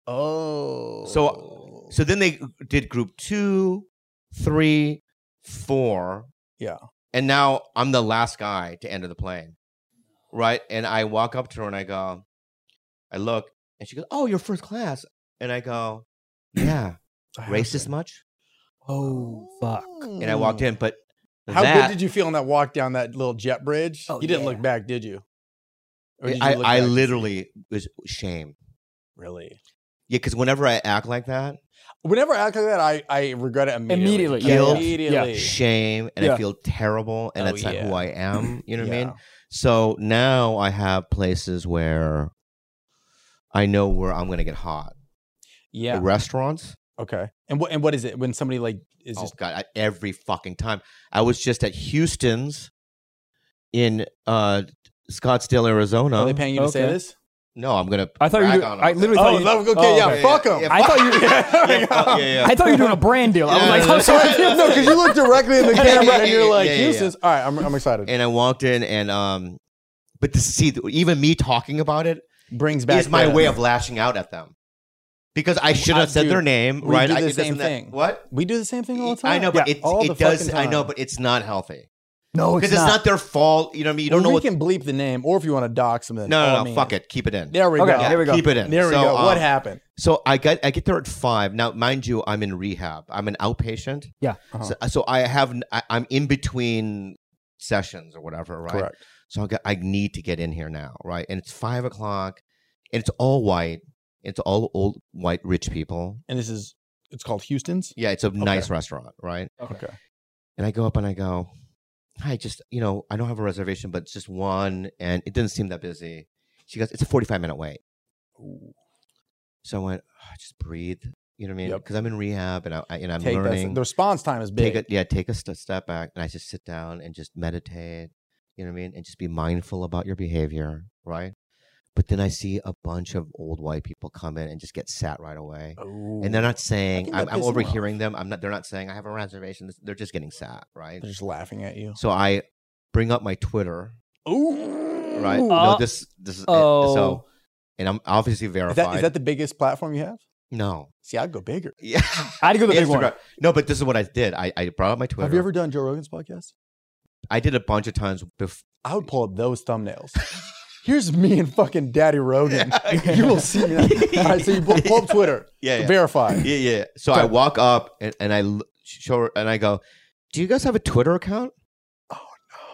S2: Oh,
S3: So- So then they did group two, three, four.
S2: Yeah.
S3: And now I'm the last guy to enter the plane. Right. And I walk up to her and I go, I look and she goes, Oh, you're first class. And I go, Yeah. racist much?
S4: Oh fuck!
S3: And I walked in, but
S2: How
S3: that,
S2: good did you feel on that walk down that little jet bridge?
S4: Oh,
S2: you didn't
S4: yeah.
S2: look back, did you? Or did you
S3: I,
S2: look
S3: I
S2: back?
S3: literally was shame.
S2: really.
S3: Yeah, because whenever I act like that,
S2: Whenever I act like that, I, I regret it immediately.
S4: Immediately,
S3: yeah, yeah.
S2: Immediately.
S3: shame and I
S4: Yeah.
S3: feel terrible and
S2: Oh,
S3: it's not
S2: yeah.
S3: who I am. You know what I mean?
S2: Yeah.
S3: So now I have places where I know where I'm gonna get hot.
S2: Yeah.
S3: Restaurants.
S2: Okay. And what and what is it when somebody like is
S3: oh
S2: just
S3: god, I, every fucking time. I was just at Houston's in uh, Scottsdale, Arizona.
S2: Are they paying you to say
S4: Okay.
S2: this?
S3: No, I'm gonna.
S4: I thought you.
S3: brag
S4: Were,
S3: on
S4: I
S3: them.
S4: literally
S2: Oh,
S4: thought. You,
S2: love- okay, yeah,
S1: yeah,
S2: fuck them.
S1: yeah,
S4: I thought you.
S3: Yeah, fuck, yeah, yeah.
S4: I thought you were doing a brand deal. I was
S3: Yeah,
S4: like,
S3: no,
S4: Oh I'm
S3: no.
S4: sorry.
S2: no, because you look directly in the
S3: Yeah, yeah,
S2: camera
S3: yeah,
S2: and you're
S3: yeah,
S2: like,
S3: yeah, yeah, yeah.
S2: Houston's. All right, I'm, I'm excited.
S3: and I walked in, and um, but to see even me talking about it
S2: Brings back
S3: is my
S2: the-
S3: way of lashing out at them because I should
S2: I-
S3: have said their
S2: dude,
S3: name,
S2: we
S3: right?
S2: do
S3: I did
S2: the
S3: this
S2: same
S3: and that.
S2: thing.
S3: What?
S2: We do the same thing all the time.
S3: I know, but
S4: Yeah,
S3: it's,
S2: all the
S3: it does.
S2: fucking
S3: I know,
S2: time.
S3: but it's not healthy
S4: No,
S3: because it's, not their fault. You know what I mean? You don't
S2: Well,
S3: know
S2: we
S3: what.
S2: can bleep the name, or if you want to dox them, then
S3: no, no,
S2: all
S3: no.
S2: means.
S3: Fuck it. Keep it in.
S2: There we
S4: Okay,
S2: go.
S4: here we go.
S3: Keep it in.
S2: There we
S3: So,
S2: go. what
S3: um,
S2: happened?
S3: So I got I get there at five. Now, mind you, I'm in rehab. I'm an outpatient.
S4: Yeah.
S2: Oh.
S4: Uh-huh.
S3: So, so I have n- I, am in between sessions or whatever, right?
S2: Correct.
S3: So I got I need to get in here now, right? And it's five o'clock, and it's all white. It's all old white rich people.
S2: And this is it's called Houston's.
S3: Yeah, it's a nice restaurant, right?
S2: Okay.
S3: And I go up and I go, hi, just you know, I don't have a reservation, but it's just one, and it didn't seem that busy. She goes, it's a forty-five minute wait. So I went, "Ah, just breathe. You know what I mean?
S2: Yep.
S3: Because I'm in rehab and I I- and I'm
S2: Take that.
S3: learning.
S2: The response time is
S3: take
S2: big.
S3: a, yeah, take a st- step back, and I just sit down and just meditate. You know what I mean? And just be mindful about your behavior, right? But then I see a bunch of old white people come in and just get sat right away. And they're not saying
S2: think
S3: I'm,
S2: that
S3: I'm
S2: pissed me off.
S3: overhearing them. I'm not. They're not saying I have a reservation. This- They're just getting sat, right?
S2: They're just laughing at you.
S3: So I bring up my Twitter,
S2: Ooh.
S3: right?
S4: Uh,
S3: no, this this is it.
S4: Oh.
S3: so, and I'm obviously verified.
S2: Is that is that the biggest platform you have?
S3: no?
S2: See, I'd go bigger.
S3: Yeah,
S4: I'd go the big one.
S3: Instagram. No, but this is what I did. I, I brought up my Twitter.
S2: Have you ever done Joe Rogan's podcast?
S3: I did a bunch of times before.
S2: I would pull up those thumbnails. Here's me and fucking Daddy Rogan. you will see me. All right, so you pull, pull up Twitter.
S3: Yeah, yeah.
S2: Verify.
S3: yeah, yeah. So I walk up and, and I l- show her and I go, "Do you guys have a Twitter account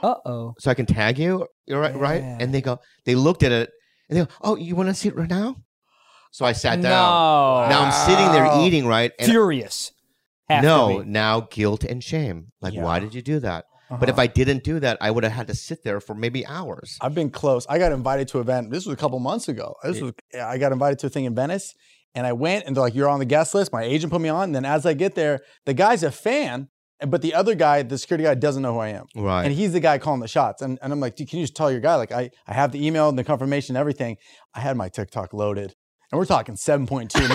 S4: Uh oh.
S3: so I can tag you?" You're right, right?
S4: Yeah.
S3: And they go, they looked at it and they go, "Oh, you want to see it right now?" So I sat down.
S4: No.
S3: Now I'm sitting there
S4: Wow.
S3: eating, right? And
S4: Furious. Have to
S3: no,
S4: be.
S3: now guilt and shame. Like,
S2: Yeah.
S3: why did you do that? But if I didn't do that, I would have had to sit there for maybe hours.
S2: I've been close. I got invited to an event. This was a couple months ago. This was I got invited to a thing in Venice, and I went, and they're like, "You're on the guest list." My agent put me on. And then as I get there, the guy's a fan, but the other guy, the security guy, doesn't know who I am,
S3: Right.
S2: and he's the guy calling the shots. And, and I'm like, "Dude, can you just tell your guy? Like, I I have the email and the confirmation, and everything. I had my TikTok loaded, and we're talking 7.2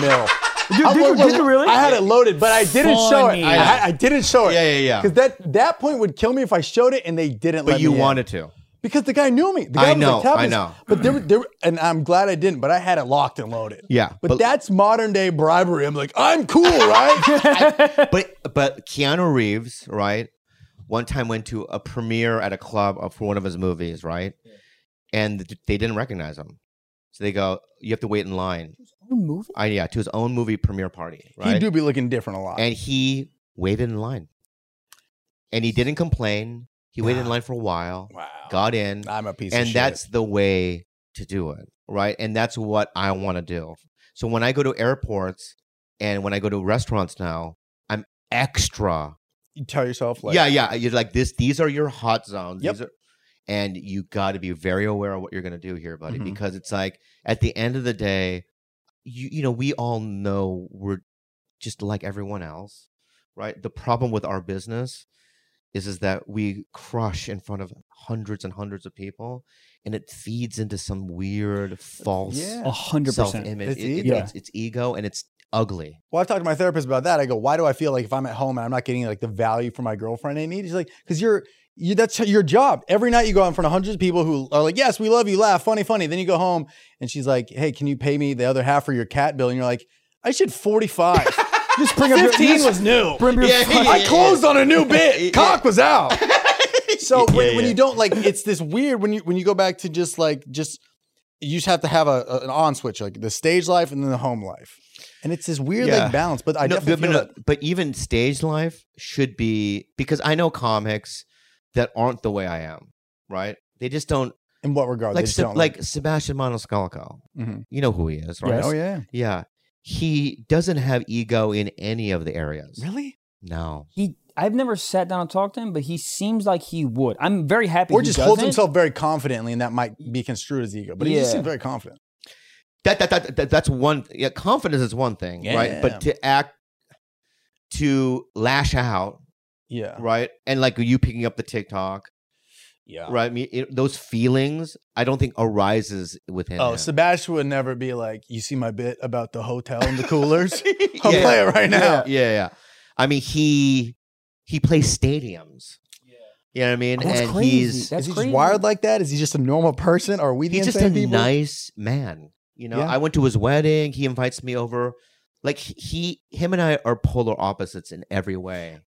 S2: mil.
S4: Dude,
S2: I-
S4: did, you,
S2: look,
S4: did you really?
S2: I had it loaded, but I didn't show it.
S4: Funny.
S2: I, had- I didn't show it.
S3: Yeah, yeah, yeah.
S2: Because that that point would kill me if I showed it and they didn't.
S3: but
S2: let
S3: you
S2: me in
S3: wanted to.
S2: because the guy knew me. The guy
S3: I
S2: was
S3: know,
S2: like, "Tap
S3: I
S2: this."
S3: know.
S2: But there, were- there, were- and I'm glad I didn't. But I had it locked and loaded.
S3: Yeah,
S2: But,
S3: but-
S2: that's modern day bribery. I'm like, I'm cool, right?
S3: but but Keanu Reeves, right? One time went to a premiere at a club of- for one of his movies, right? And th- they didn't recognize him, so they go, "You have to wait in line."
S4: movie?
S3: I yeah, to his own movie premiere party, right?
S2: You do be looking different a lot.
S3: and he waited in line, and he didn't complain. He waited in line for a while,
S2: wow.
S3: got in,
S2: I'm a piece of
S3: and
S2: shit.
S3: that's the way to do it, right? And that's what I want to do. So when I go to airports and when I go to restaurants now, I'm extra
S2: you tell yourself like,
S3: yeah, yeah. You're like this. These are your hot zones.
S2: Yep.
S3: These are, and you got to be very aware of what you're going to do here, buddy,
S2: Mhm.
S3: because it's like at the end of the day, you you know we all know we're just like everyone else, right? The problem with our business is is that we crush in front of hundreds and hundreds of people, and it feeds into some weird false
S2: Uh, Yeah.
S4: A hundred
S3: self
S4: percent.
S3: image.
S2: It's e-,
S3: It- it-
S2: ego.
S3: it's, it's ego, and it's ugly.
S2: Well, I've talked to my therapist about that. I go, why do I feel like if I'm at home and I'm not getting like the value for my girlfriend I need? She's like, because you're you, that's your job. Every night you go out in front of hundreds of people who are like, yes, we love you, laugh, funny, funny. Then you go home and she's like, hey, can you pay me the other half for your cat bill? And you're like, I should 45.
S4: Just bring up your- just
S2: new.
S4: bring your
S3: Yeah,
S4: fucking-
S3: yeah,
S2: I closed on a new bit. Cock was out. So
S3: Yeah,
S2: when, when
S3: yeah.
S2: you don't like, it's this weird when you when you go back to just like just you just have to have a, a- an on switch like the stage life and then the home life, and it's this weird
S3: Yeah.
S2: like balance. But I
S3: No,
S2: definitely
S3: but, but
S2: feel
S3: no, but even stage life should be because I know comics that aren't the way I am, right? They just don't
S2: that in what regard
S3: like
S2: they just
S3: Seb-
S2: don't
S3: like, Sebastian Maniscalco.
S2: Mhm.
S3: You know who he is, right?
S4: Yes.
S2: Oh yeah,
S3: Yeah, he doesn't have ego in any of the areas.
S2: really?
S3: No,
S4: He, I've never sat down and talked to him, but he seems like he would. I'm very happy.
S2: Or
S4: he
S2: just holds
S4: doesn't.
S2: himself very confidently, and that might be construed as ego. But he just
S4: Yeah.
S2: seems very confident.
S3: that that that, that that's one. Yeah, confidence is one thing, right?
S2: Yeah.
S3: But to act, to lash out,
S2: Yeah,
S3: right, and like you picking up the TikTok.
S2: Yeah.
S3: right? I mean, it, those feelings I don't think arises with him.
S2: Oh,
S3: now.
S2: Sebastian would never be like, "You see my bit about the hotel and the coolers?
S3: yeah,
S2: I'll play it right now."
S3: yeah, yeah. I mean, he he plays stadiums. You know what I
S2: Oh,
S3: mean?
S4: That's
S3: and
S4: crazy.
S3: he's
S4: That's
S2: Is he
S4: crazy.
S2: just wired like that? Is he just a normal person? Are we the
S3: he's just a
S2: insane people?
S3: nice man. You know,
S2: Yeah.
S3: I went to his wedding. He invites me over. Like he, him, and I are polar opposites in every way.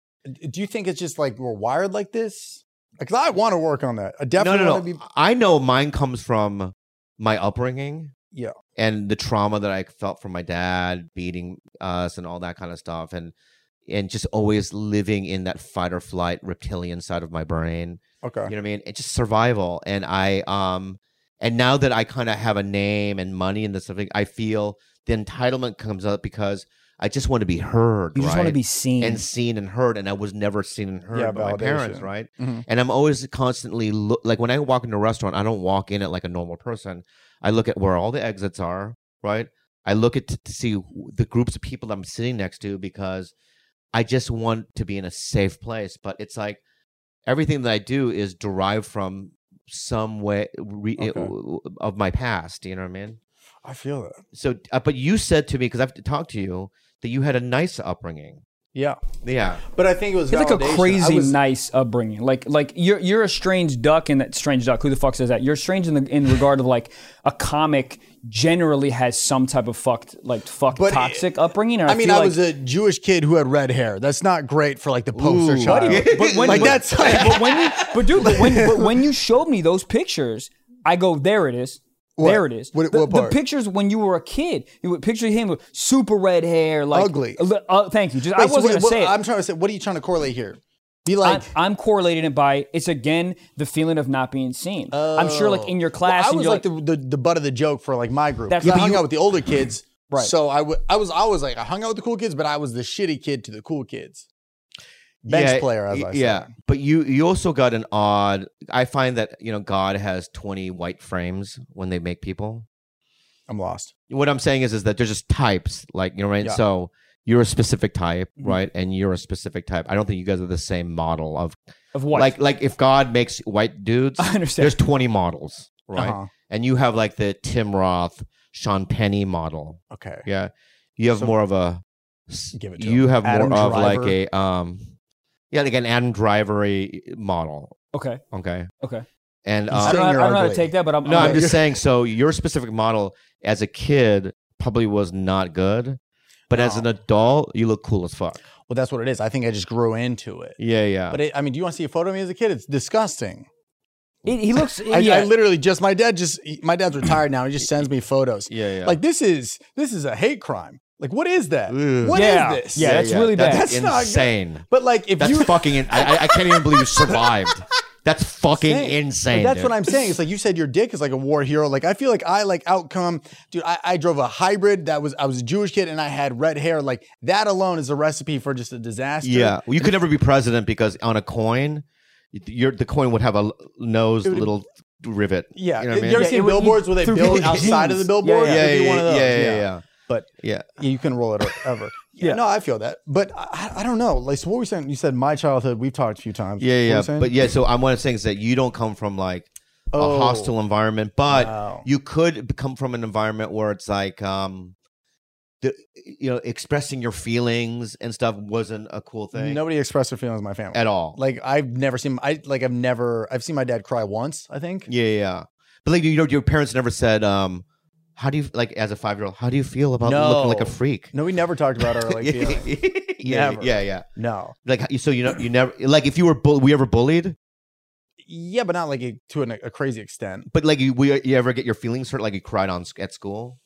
S2: Do you think it's just like we're wired like this? Because I want to work on that. I definitely
S3: no, no,
S2: want
S3: no.
S2: to be.
S3: I know mine comes from my upbringing.
S2: Yeah.
S3: And the trauma that I felt from my dad beating us and all that kind of stuff, and and just always living in that fight or flight reptilian side of my brain.
S2: Okay.
S3: You know what I mean? It's just survival. And I um and now that I kind of have a name and money and this sort of thing, I feel the entitlement comes up because I just want to be heard.
S4: You just want to
S3: right?
S4: be seen.
S3: and seen and heard, and I was never seen and heard
S2: Yeah,
S3: by my parents,
S2: validation.
S3: right?
S2: Mhm.
S3: And I'm always constantly look like when I walk into a restaurant, I don't walk in it like a normal person. I look at where all the exits are, right? I look at t- to see who- the groups of people I'm sitting next to because I just want to be in a safe place. But it's like everything that I do is derived from some way re-
S2: Okay.
S3: of my past. You know what I mean?
S2: I feel that.
S3: So, uh, but you said to me because I've talked to you that you had a nice upbringing.
S2: Yeah.
S3: Yeah.
S2: But I think it was
S4: It's like
S2: validation.
S4: a
S2: I
S4: crazy
S2: was-
S4: nice upbringing. Like like you're you're a strange duck in that strange duck. Who the fuck says that? You're strange in the in regard of like a comic generally has some type of fucked like fucked
S2: But it-
S4: toxic upbringing. And
S2: I mean,
S4: feel
S2: I
S4: like-
S2: was a Jewish kid who had red hair. That's not great for like the poster child.
S4: But when-
S2: like
S4: but-
S2: that's like,
S4: but when you, but dude, but when, but when you showed me those pictures, I go, there it is. There it is.
S2: What-
S4: the,
S2: what
S4: the
S2: part?
S4: pictures when you were a kid, you would picture him with super red hair, like
S2: Ugly.
S4: Uh, uh, thank you. Just I
S2: Wait, so
S4: wasn't
S2: what-
S4: gonna
S2: what-
S4: say it.
S2: I'm trying to say, what are you trying to correlate here? Be like,
S4: I'm, I'm correlating it by it's again the feeling of not being seen. I'm sure, like in your
S2: Oh. Well,
S4: class,
S2: I
S4: and
S2: was
S4: you're
S2: like, the, the the butt of the joke for like my group.
S4: That's-
S2: That's I
S4: Yeah, but
S2: hung
S4: you-
S2: out with the older kids,
S4: Right.
S2: So I wa- I was always like I hung out with the cool kids, but I was the shitty kid to the cool kids. Bench player, as
S3: y-
S2: I
S3: yeah.
S2: say.
S3: But you you also got an odd. I find that you know God has twenty white frames when they make people.
S2: I'm lost.
S3: What I'm saying is is that they're just types, like you know, right?
S2: Yeah. Mm-hmm.
S3: So you're a specific type,
S4: Mhm.
S3: right? And you're a specific type. I don't think you guys are the same model of
S4: of what?
S3: like like if God makes white dudes,
S4: I understand.
S3: there's twenty models, right?
S2: Uh-huh.
S3: And you have like the Tim Roth, Sean Penny model.
S2: Okay.
S3: Yeah, you have
S2: So-
S3: more of a. s-
S2: Give it to
S3: You have
S2: Adam
S3: more of like
S2: Driver.
S3: a um, yeah, like an Adam Drivery uh, model,
S4: okay,
S3: Okay.
S4: Okay.
S3: And
S2: You
S4: I
S3: uh,
S2: said-
S4: don't, know- I
S2: Saying you're
S4: don't know how to
S2: ugly.
S4: take that, but I'm,
S3: no,
S4: I'm
S3: I'm
S4: like-
S3: just saying. So your specific model as a kid probably was not good, but as
S2: No.
S3: an adult, you look cool as fuck.
S2: Well, that's what it is. I think I just grew into it.
S3: Yeah, yeah.
S2: But it, I mean, do you want to see a photo of me as a kid? It's disgusting.
S4: he, he looks.
S2: I,
S4: yeah,
S2: I literally just my dad just he- my dad's retired now. He just sends me photos.
S3: yeah, yeah.
S2: Like this is this is a hate crime. Like what is that?
S3: Ugh.
S2: What is
S4: yeah,
S2: this?
S4: yeah, that's
S3: yeah.
S4: really bad.
S2: That's not good.
S3: insane.
S2: But like if
S3: That's
S2: you
S3: fucking. In- I, I- I can't even believe you survived. That's fucking
S2: Insane. But
S3: insane.
S2: that's
S3: dude.
S2: what I'm saying. It's like you said, your dick is like a war hero. Like I feel like I like outcome, dude. I, I drove a hybrid that was I was a Jewish kid and I had red hair. Like that alone is a recipe for just a disaster.
S3: Yeah, Well, you could never be president because on a coin, your the coin would have a l- nose
S2: It would-
S3: little rivet. You
S2: yeah. You,
S3: know what I mean?
S2: ever
S4: Yeah,
S2: seen
S4: it would-
S2: billboards where they
S4: through
S2: build
S4: the
S2: outside of the
S4: jeans.
S2: billboard?
S4: Yeah,
S2: It'd be one of those.
S3: yeah, yeah, yeah.
S2: But
S3: yeah.
S2: yeah, you can roll it over.
S4: Yeah.
S2: yeah, no, I feel that. But I, I don't know. Like so what were you saying? You said my childhood. We've talked a few times.
S3: Yeah, yeah.
S2: What were you
S3: But
S2: saying?
S3: yeah, so I'm one of the things that you don't come from like a
S2: Oh.
S3: hostile environment, but
S2: Wow.
S3: you could come from an environment where it's like um the you know, expressing your feelings and stuff wasn't a cool thing
S2: nobody expressed their feelings in my family
S3: at all.
S2: Like I've never seen. I like I've never. I've seen my dad cry once. I think.
S3: yeah, yeah, yeah. But like you know, your parents never said, um, how do you like as a five year old, how do you feel about looking like a
S2: No.
S3: freak?
S2: No, we never talked about our like
S3: yeah,
S2: feelings.
S3: yeah,
S2: Never.
S3: yeah, yeah.
S2: No.
S3: Like so, you know, you never like if you were bull- we ever bullied,
S2: Yeah, but not like a, to an, a crazy extent.
S3: but like you, we you ever get your feelings hurt, like you cried on sc- at school.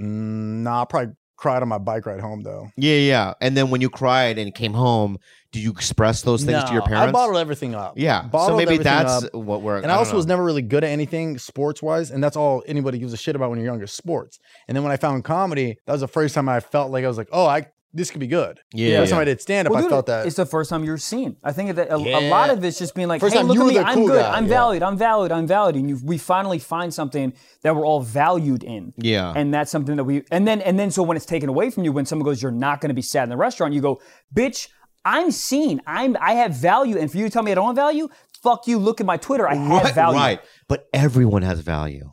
S2: Mm, nah, I probably cried on my bike ride home though.
S3: Yeah, yeah. And then when you cried and came home, do you express those things to your
S2: No,
S3: parents?
S2: I bottled everything up.
S3: yeah. So
S2: bottled
S3: maybe
S2: everything
S3: that's
S2: up.
S3: what we're.
S2: And I, also was never really good at anything sports wise, and that's all anybody gives a shit about when you're younger, sports. And then when I found comedy, that was the first time I felt like I was like, oh, I this could be good.
S3: Yeah,
S2: First
S3: yeah.
S2: time I did stand up,
S4: Well,
S2: I
S4: dude,
S2: felt that.
S4: It's the first time you're seen. I think that a, a
S2: Yeah.
S4: lot of it's just being like,
S2: First
S4: hey,
S2: time
S4: look
S2: you
S4: at
S2: were
S4: me.
S2: the
S4: I'm
S2: cool
S4: good.
S2: guy,
S4: I'm
S2: yeah.
S4: valued. I'm valued. I'm valued. And you, we finally find something that we're all valued in.
S3: Yeah.
S4: And that's something that we, and then, and then, so when it's taken away from you, when someone goes, you're not going to be sad in the restaurant, you go, bitch, I'm seen. I'm, I have value. And for you to tell me I don't have value, fuck you, look at my Twitter. I have
S3: right,
S4: value.
S3: right. But everyone has value.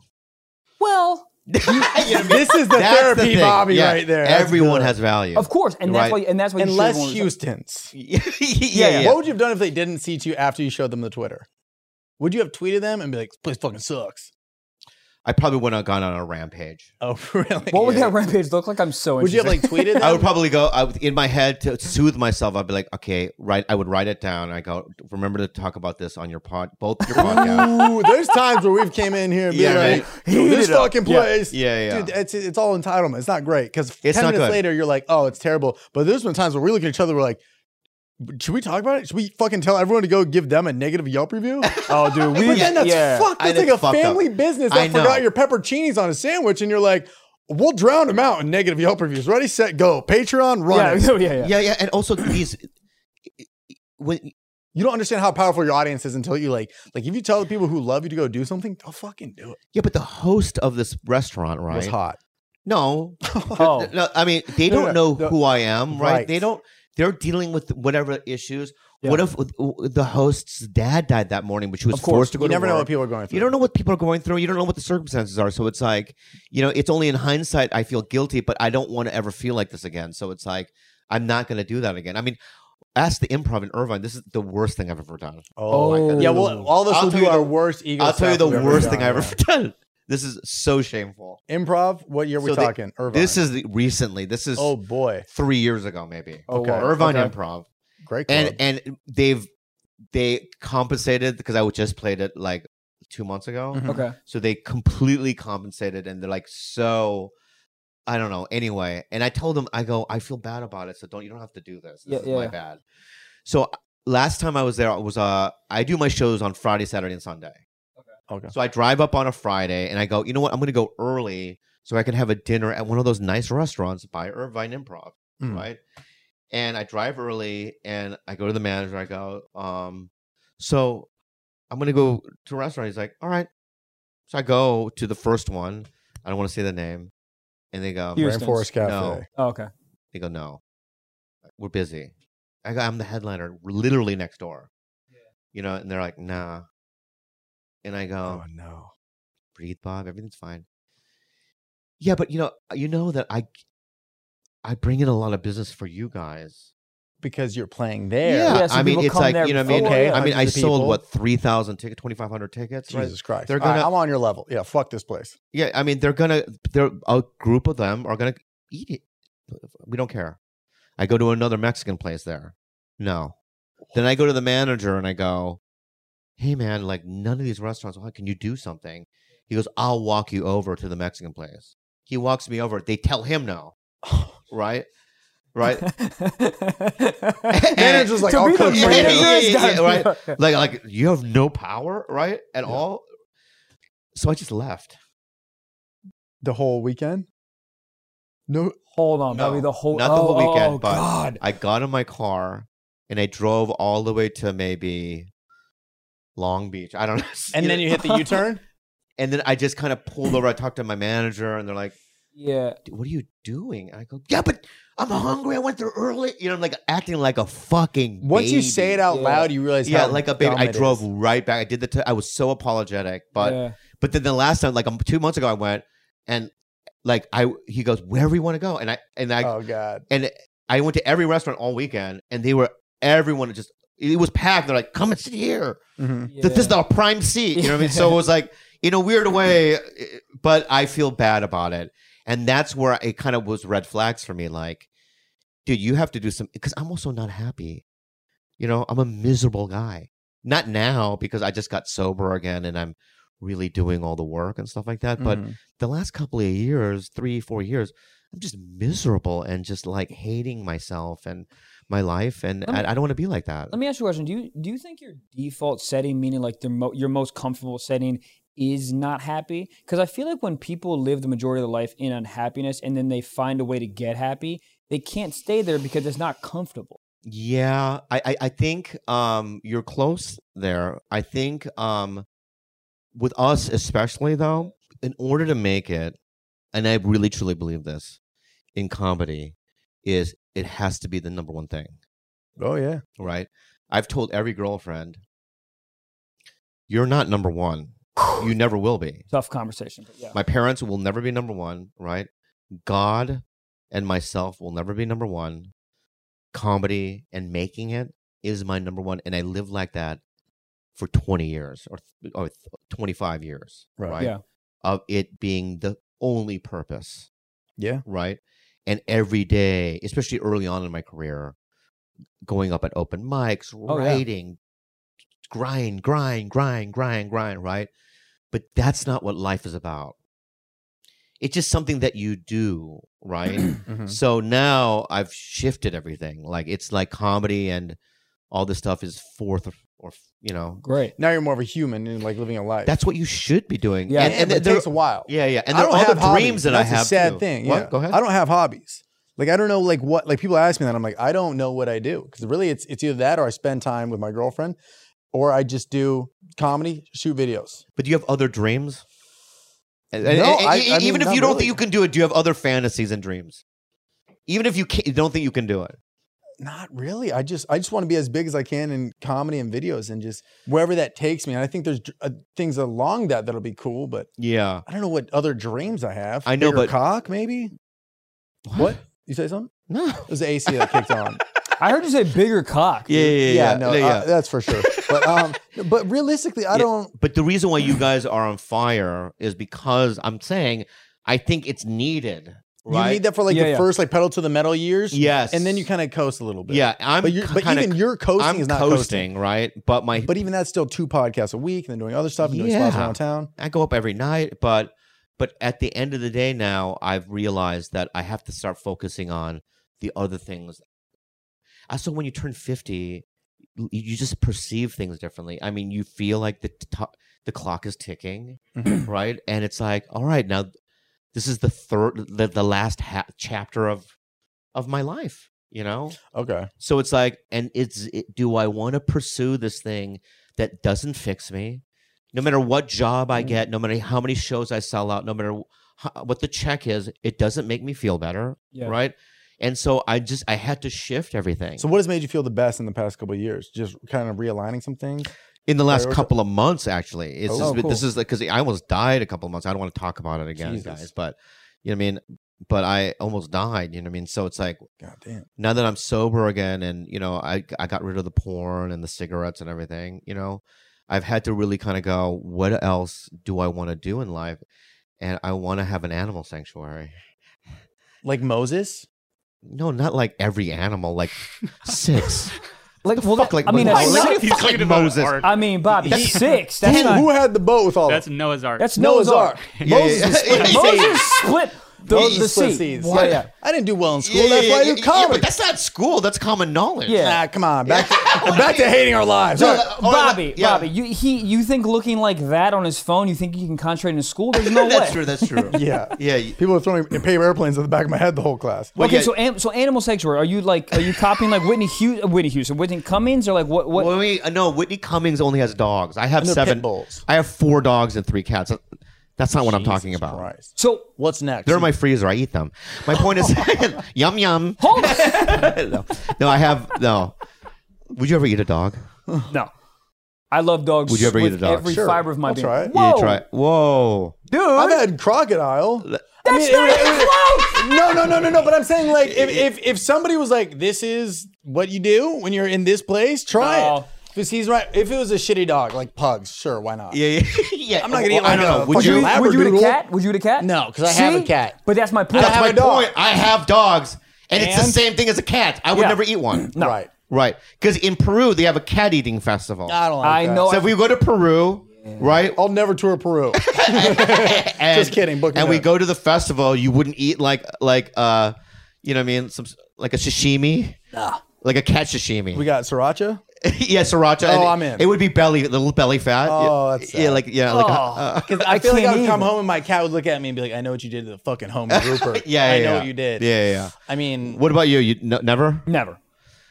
S4: Well,
S2: This is the
S3: That's the
S2: therapy,
S3: thing.
S2: Bobby,
S3: Yeah,
S2: right there. That's
S3: Everyone
S2: good.
S3: has value.
S4: of course, and that's
S3: Right.
S4: why and that's why you should
S2: Unless
S4: have won.
S2: Houston's.
S3: yeah,
S4: yeah.
S3: yeah, yeah.
S2: What would you have done if they didn't seat you after you showed them the Twitter? Would you have tweeted them and be like, "This "Place fucking sucks"?
S3: I probably would have gone on a rampage.
S2: Oh, really?
S4: What would
S3: Yeah.
S4: that rampage look like? I'm so
S2: would you
S4: interested.
S2: have like tweeted? Them?
S3: I would probably go I would, in my head to soothe myself. I'd be like, okay, right. I would write it down. I go, remember to talk about this on your pod, both your
S2: Oh,
S3: podcasts.
S2: Ooh, there's times where we've came in here and be
S3: Yeah,
S2: like, "Yo, this fucking place.
S3: Yeah, yeah.
S2: Dude, it's, it's all entitlement. It's not great because 10
S3: It's not
S2: minutes
S3: good.
S2: later, you're like, oh, it's terrible. But there's been times where we look at each other, we're like, should we talk about it? Should we fucking tell everyone to go give them a negative Yelp review?
S4: oh, dude, we
S2: but then that's
S4: yeah.
S2: fucked.
S3: I
S2: That's like
S3: know,
S2: a
S3: fucked up.
S2: family business
S3: I
S2: that
S3: know.
S2: forgot your pepperoncinis on a sandwich and you're like, we'll drown them out in negative Yelp reviews. Ready, set, go. Patreon, run
S4: Yeah,
S2: it.
S4: yeah, yeah, yeah.
S3: yeah, yeah. And also these when
S2: You don't understand how powerful your audience is until you like, like if you tell the people who love you to go do something, they'll fucking do it.
S3: yeah, but the host of this restaurant,
S2: It
S3: right?
S2: was hot.
S3: No,
S4: Oh,
S3: no. I mean, they
S2: No,
S3: don't
S2: no,
S3: know
S2: no.
S3: who I am, right?
S2: Right.
S3: They don't. They're dealing with whatever issues.
S4: Yeah.
S3: What if uh, the host's dad died that morning, but she was
S4: Of course.
S3: forced to go
S2: You
S3: to
S2: never know
S3: work?
S2: what people are going through.
S3: You don't know what people are going through. You don't know what the circumstances are. So it's like, you know, it's only in hindsight I feel guilty, but I don't want to ever feel like this again. So it's like, I'm not going to do that again. I mean, ask the improv in Irvine. This is the worst thing I've ever done.
S4: my goodness.
S2: yeah. Well, all of us
S3: I'll
S2: will
S3: tell
S2: do
S3: you
S2: our
S3: the-
S2: worst ego.
S3: I'll tell you
S2: stuff
S3: the
S2: we've
S3: worst thing
S2: done.
S3: I've ever done. This is so shameful.
S2: Improv. What year are we
S3: So the-
S2: talking? Irvine.
S3: This is the, recently. This is
S2: Oh boy.
S3: three years ago, maybe.
S2: Okay.
S4: wow.
S3: Irvine
S4: Okay.
S3: Improv,
S2: Great. Club.
S3: and and they've they compensated because I just played it like two months ago.
S2: Mhm.
S4: Okay.
S3: So they completely compensated and they're like so I don't know. Anyway, and I told them I go I feel bad about it so don't you don't have to do this. This
S4: Yeah,
S3: is
S4: yeah,
S3: my
S4: yeah.
S3: bad. So last time I was there I was uh I do my shows on Friday, Saturday and Sunday.
S2: Okay.
S3: So I drive up on a Friday and I go, you know what? I'm going to go early so I can have a dinner at one of those nice restaurants by Irvine Improv,
S2: Mm.
S3: right? And I drive early and I go to the manager. I go, um, so I'm going to go to a restaurant. He's like, all right. So I go to the first one. I don't want to say the name. And they go,
S4: Here-
S2: Rainforest Cafe.
S3: No.
S4: Oh, okay.
S3: they go, no, we're busy. I go, I'm the headliner, we're literally next door. You know, and they're like, nah. And I go,
S2: Oh no.
S3: breathe, Bob. Everything's fine. Yeah, but you know, you know that I, I bring in a lot of business for you guys.
S2: Because you're playing there.
S3: Yeah,
S4: Yeah, so
S3: I mean,
S4: people
S3: it's
S4: come
S3: like
S4: there
S3: you know, what I mean,
S2: before, yeah.
S3: I mean, I
S2: Hundreds of
S3: sold
S2: people.
S3: what three thousand tickets, twenty five hundred tickets. Right?
S2: Jesus Christ.
S3: They're
S2: All right,
S3: gonna-
S2: I'm on your level. Yeah. Fuck this place.
S3: Yeah, I mean, they're gonna, they're a group of them are gonna eat it. We don't care. I go to another Mexican place there. No, then I go to the manager and I go, "Hey, man, like none of these restaurants. Why can you do something?" He goes, "I'll walk you over to the Mexican place." He walks me over. They tell him no, right? Right?
S2: Manager's like,
S4: to
S2: I'll
S4: be the
S2: coach you.
S3: Yeah, yeah, yeah,
S4: manager's
S3: yeah,
S4: gotta
S3: right.
S4: be-
S3: like like you have no power, right? At all. So I just left.
S2: The whole weekend. No.
S4: Hold on,
S3: No,
S4: Bobby. The whole
S3: not the whole
S4: oh,
S3: weekend,
S4: Oh
S3: but-
S4: God.
S3: I got in my car and I drove all the way to maybe Long Beach. I don't know.
S2: And then you hit the U-turn.
S3: and then I just kind of pulled over. I talked to my manager and they're like,
S4: Yeah.
S3: "Dude, what are you doing? And I go, yeah, but I'm hungry. I went there early. You know, I'm like acting like a fucking.
S2: Once you say it
S3: baby.
S2: out
S4: Yeah.
S2: loud, you realize.
S3: Yeah,
S2: how
S3: like a baby.
S2: dumb
S3: I
S2: it
S3: drove
S2: is.
S3: right back. I did the. T- I was so apologetic, but
S4: yeah.
S3: But then the last time, like um, two months ago, I went and like I he goes wherever you want to go, and I and I
S2: oh God.
S3: and I went to every restaurant all weekend, and they were everyone just it was packed. They're like, come and sit here.
S2: Mhm.
S4: yeah.
S3: This is the prime seat. You know what I mean? So it was like in a weird way, eh, but I feel bad about it, and that's where it kind of was red flags for me. Like, dude, you have to do some because I'm also not happy. You know, I'm a miserable guy. Not now because I just got sober again and I'm really doing all the work and stuff like that. But
S2: Mhm.
S3: the last couple of years, three, four years, I'm just miserable and just like hating myself and my life, and
S4: Let me-
S3: I, I don't want to be like that.
S4: Let me ask you a question. Do you do you think your default setting, meaning like the mo- your most comfortable setting, is not happy? Because I feel like when people live the majority of their life in unhappiness and then they find a way to get happy, they can't stay there because it's not comfortable.
S3: yeah, I, I, I think um, you're close there. I think um, with us, especially though, in order to make it, and I really truly believe this in comedy, is it has to be the number one thing.
S2: Oh yeah.
S3: right? I've told every girlfriend, You're not number one. You never will be.
S4: Tough conversation. But yeah.
S3: My parents will never be number one, right? God and myself will never be number one. Comedy and making it is my number one. And I lived like that for 20 years or, th- or th- 25 years,
S2: Right.
S3: right?
S4: Yeah.
S3: Of it being the only purpose
S2: Yeah.
S3: right? And every day, especially early on in my career, going up at open mics,
S4: Oh, yeah.
S3: writing, grind, grind, grind, grind, grind, right? But that's not what life is about. It's just something that you do, right?
S2: Mhm.
S3: so now I've shifted everything. Like it's like comedy and all this stuff is fourth or, or you know,
S4: Great.
S2: Now you're more of a human and like living a life.
S3: that's what you should be doing.
S4: Yeah.
S3: and,
S2: and,
S3: and
S2: but it
S3: there-
S2: takes a while.
S3: yeah, yeah, and
S2: I
S3: there
S2: don't
S3: are
S2: have
S3: other
S2: hobbies.
S3: dreams that
S2: That's
S3: I have.
S2: A sad
S3: too.
S2: thing.
S3: What?
S2: yeah.
S3: Go ahead.
S2: I don't have hobbies. Like I don't know like what like people ask me that I'm like I don't know what I do because really it's it's either that or I spend time with my girlfriend or I just do comedy shoot videos.
S3: But do you have other dreams? And- and-
S2: No,
S3: and-
S2: I-
S3: e-
S2: I mean,
S3: even
S2: not
S3: if you don't
S2: really.
S3: think you can do it, do you have other fantasies and dreams? Even if you ca don't think you can do it,
S2: Not really. I just I just want to be as big as I can in comedy and videos and just wherever that takes me. And I think there's dr- uh, things along that that'll be cool, but
S3: yeah,
S2: I don't know what other dreams I have.
S3: I know,
S2: Bigger
S3: but-
S2: cock maybe. What you say something?
S3: no,
S2: It was the AC that kicked on.
S4: I heard you say bigger cock.
S3: yeah, yeah, yeah,
S2: yeah,
S3: yeah.
S2: no,
S3: yeah.
S2: uh, that's for sure. But um, but realistically, I
S3: Yeah.
S2: don't.
S3: but the reason why you guys are on fire is because I'm saying I think it's needed, right?
S2: You need that for like
S4: Yeah,
S2: the
S4: yeah.
S2: first like pedal to the metal years.
S3: yes,
S2: And then you kind of coast a little bit.
S3: yeah, I'm
S2: But, you're, but
S3: kind
S2: even
S3: of,
S2: your coasting
S3: I'm
S2: is not coasting.
S3: coasting, right? But my
S2: But even that's still two podcasts a week and then doing other stuff and doing spots
S3: Yeah.
S2: around town.
S3: I go up every night, but but at the end of the day now I've realized that I have to start focusing on the other things. Also when you turn 50, l- you just perceive things differently. I mean, you feel like the t- the clock is ticking,
S2: Mhm.
S3: right? And it's like, all right, now this is the third the, the last ha- chapter of of my life, you know?
S2: Okay.
S3: So it's like, and it's it, do I want to pursue this thing that doesn't fix me? No matter what job I get, no matter how many shows I sell out, no matter how, what the check is, it doesn't make me feel better,
S4: Yeah.
S3: right? And so I just I had to shift everything.
S2: So what has made you feel the best in the past couple of years? Just kind of realigning some things.
S3: in the last
S2: Prioritize-
S3: couple of months, actually, it's
S2: Oh,
S3: just,
S4: cool.
S3: this is like because I almost died a couple of months. I don't want to talk about it again,
S2: Jesus.
S3: guys, but you know what I mean. But I almost died, you know what I mean. So it's like
S2: God damn.
S3: now that I'm sober again and you know I I got rid of the porn and the cigarettes and everything, you know, I've had to really kind of go what else do I want to do in life? And I want to have an animal sanctuary.
S2: Like Moses.
S3: No, not like every animal, like six.
S4: Like, well,
S3: Fuck,
S4: that-
S3: like
S4: I mean,
S3: Moses? Like,
S4: that's not-
S3: Fuck
S5: He's thinking about
S3: Moses.
S5: art.
S4: I mean, Bobby,
S3: That's-
S4: six. That's
S2: who,
S4: not.
S2: who had the boat
S6: Oh.
S2: with all
S5: That's
S2: of them?
S5: Noah's Ark.
S4: that's
S2: Noah's
S4: Noah's
S2: Ark.
S4: Ark.
S5: Yeah,
S2: Moses
S3: yeah,
S2: is split.
S3: yeah.
S4: Moses split the,
S2: Moses
S4: the
S2: split
S4: sea.
S2: seas.
S4: Yeah, yeah.
S2: I didn't do well in school. that's why I do
S3: but
S2: comedy.
S3: that's not school. That's common knowledge.
S4: Yeah.
S2: Nah, come on. Back to, back to hating our lives.
S3: No,
S2: All right.
S3: that- or that-
S4: Bobby,
S3: yeah.
S4: Bobby, you he you think looking like that on his phone, you think you can concentrate in school? There's no
S3: that's
S4: way.
S3: true. That's true.
S2: Yeah.
S3: yeah. y-
S2: People are throwing paper airplanes at the back of my head the whole class.
S3: Well,
S4: okay,
S3: yeah,
S4: so an, so animal sanctuary. Are you like are you copying like Whitney Hughes, Whitney Houston, Whitney Cummings, or like what what?
S3: Well, we, uh, no, Whitney Cummings only has dogs. I have
S2: And they're
S3: seven
S2: pit bulls.
S3: I have four dogs and three cats. That's not what I'm talking about.
S2: Christ.
S4: so
S2: What's next?
S3: They're in my freezer. I eat them. My point is, yum yum.
S4: hold on.
S3: no. no, I have no. Would you ever eat a dog?
S4: no, I love dogs.
S3: Would you ever eat
S4: with
S3: a dog?
S4: Every
S2: Sure,
S4: fiber of my
S2: I'll
S4: being.
S2: try it. You
S4: Whoa,
S3: You try. Whoa.
S4: dude,
S2: I've had crocodile. That's
S4: that's not even close.
S2: no, no, no, no, no. But I'm saying, like, if, if if somebody was like, "This is what you do when you're in this place," try it.
S4: No.
S2: Because he's right. If it was a shitty dog, like pugs, sure, why not?
S3: Yeah, yeah, yeah.
S2: I'm not gonna eat
S3: I
S2: like
S3: don't know.
S2: a
S3: Would
S2: fucking
S3: you?
S2: lab-
S4: Would you eat
S2: Labradoodle?
S4: a cat? Would you eat a cat?
S2: No, 'cause I have a
S4: See?
S2: cat.
S4: But that's my point.
S3: That's my
S2: a dog.
S3: point. I have dogs, and, it's the
S2: And-
S3: same thing as a cat. I would
S4: Yeah.
S3: never eat one.
S4: No.
S2: Right.
S3: Right. Because in Peru they have a cat eating festival.
S2: I don't like
S4: I
S2: that.
S4: know.
S3: so if we go to Peru, right?
S2: I'll never tour Peru.
S3: and,
S2: Just kidding, book me
S3: and we
S2: up.
S3: go to the festival. You wouldn't eat like like uh, you know what I mean? Some like a sashimi. Like a cat sashimi.
S2: we got sriracha.
S3: yeah, sriracha.
S2: Oh,
S3: and
S2: I'm in.
S3: It would be belly, little belly fat.
S2: Oh,
S3: yeah,
S2: that's
S3: yeah,
S2: sad.
S3: like yeah, like
S4: Oh.
S3: uh,
S2: Because I, feel like
S4: can't
S2: I would come
S4: even.
S2: home and my cat would look at me and be like, "I know what you did to the fucking home grouper.
S3: yeah, yeah.
S2: I know
S3: yeah.
S2: what you did.
S3: Yeah, yeah, yeah.
S2: I mean,
S3: What about you? You n- never,
S4: never,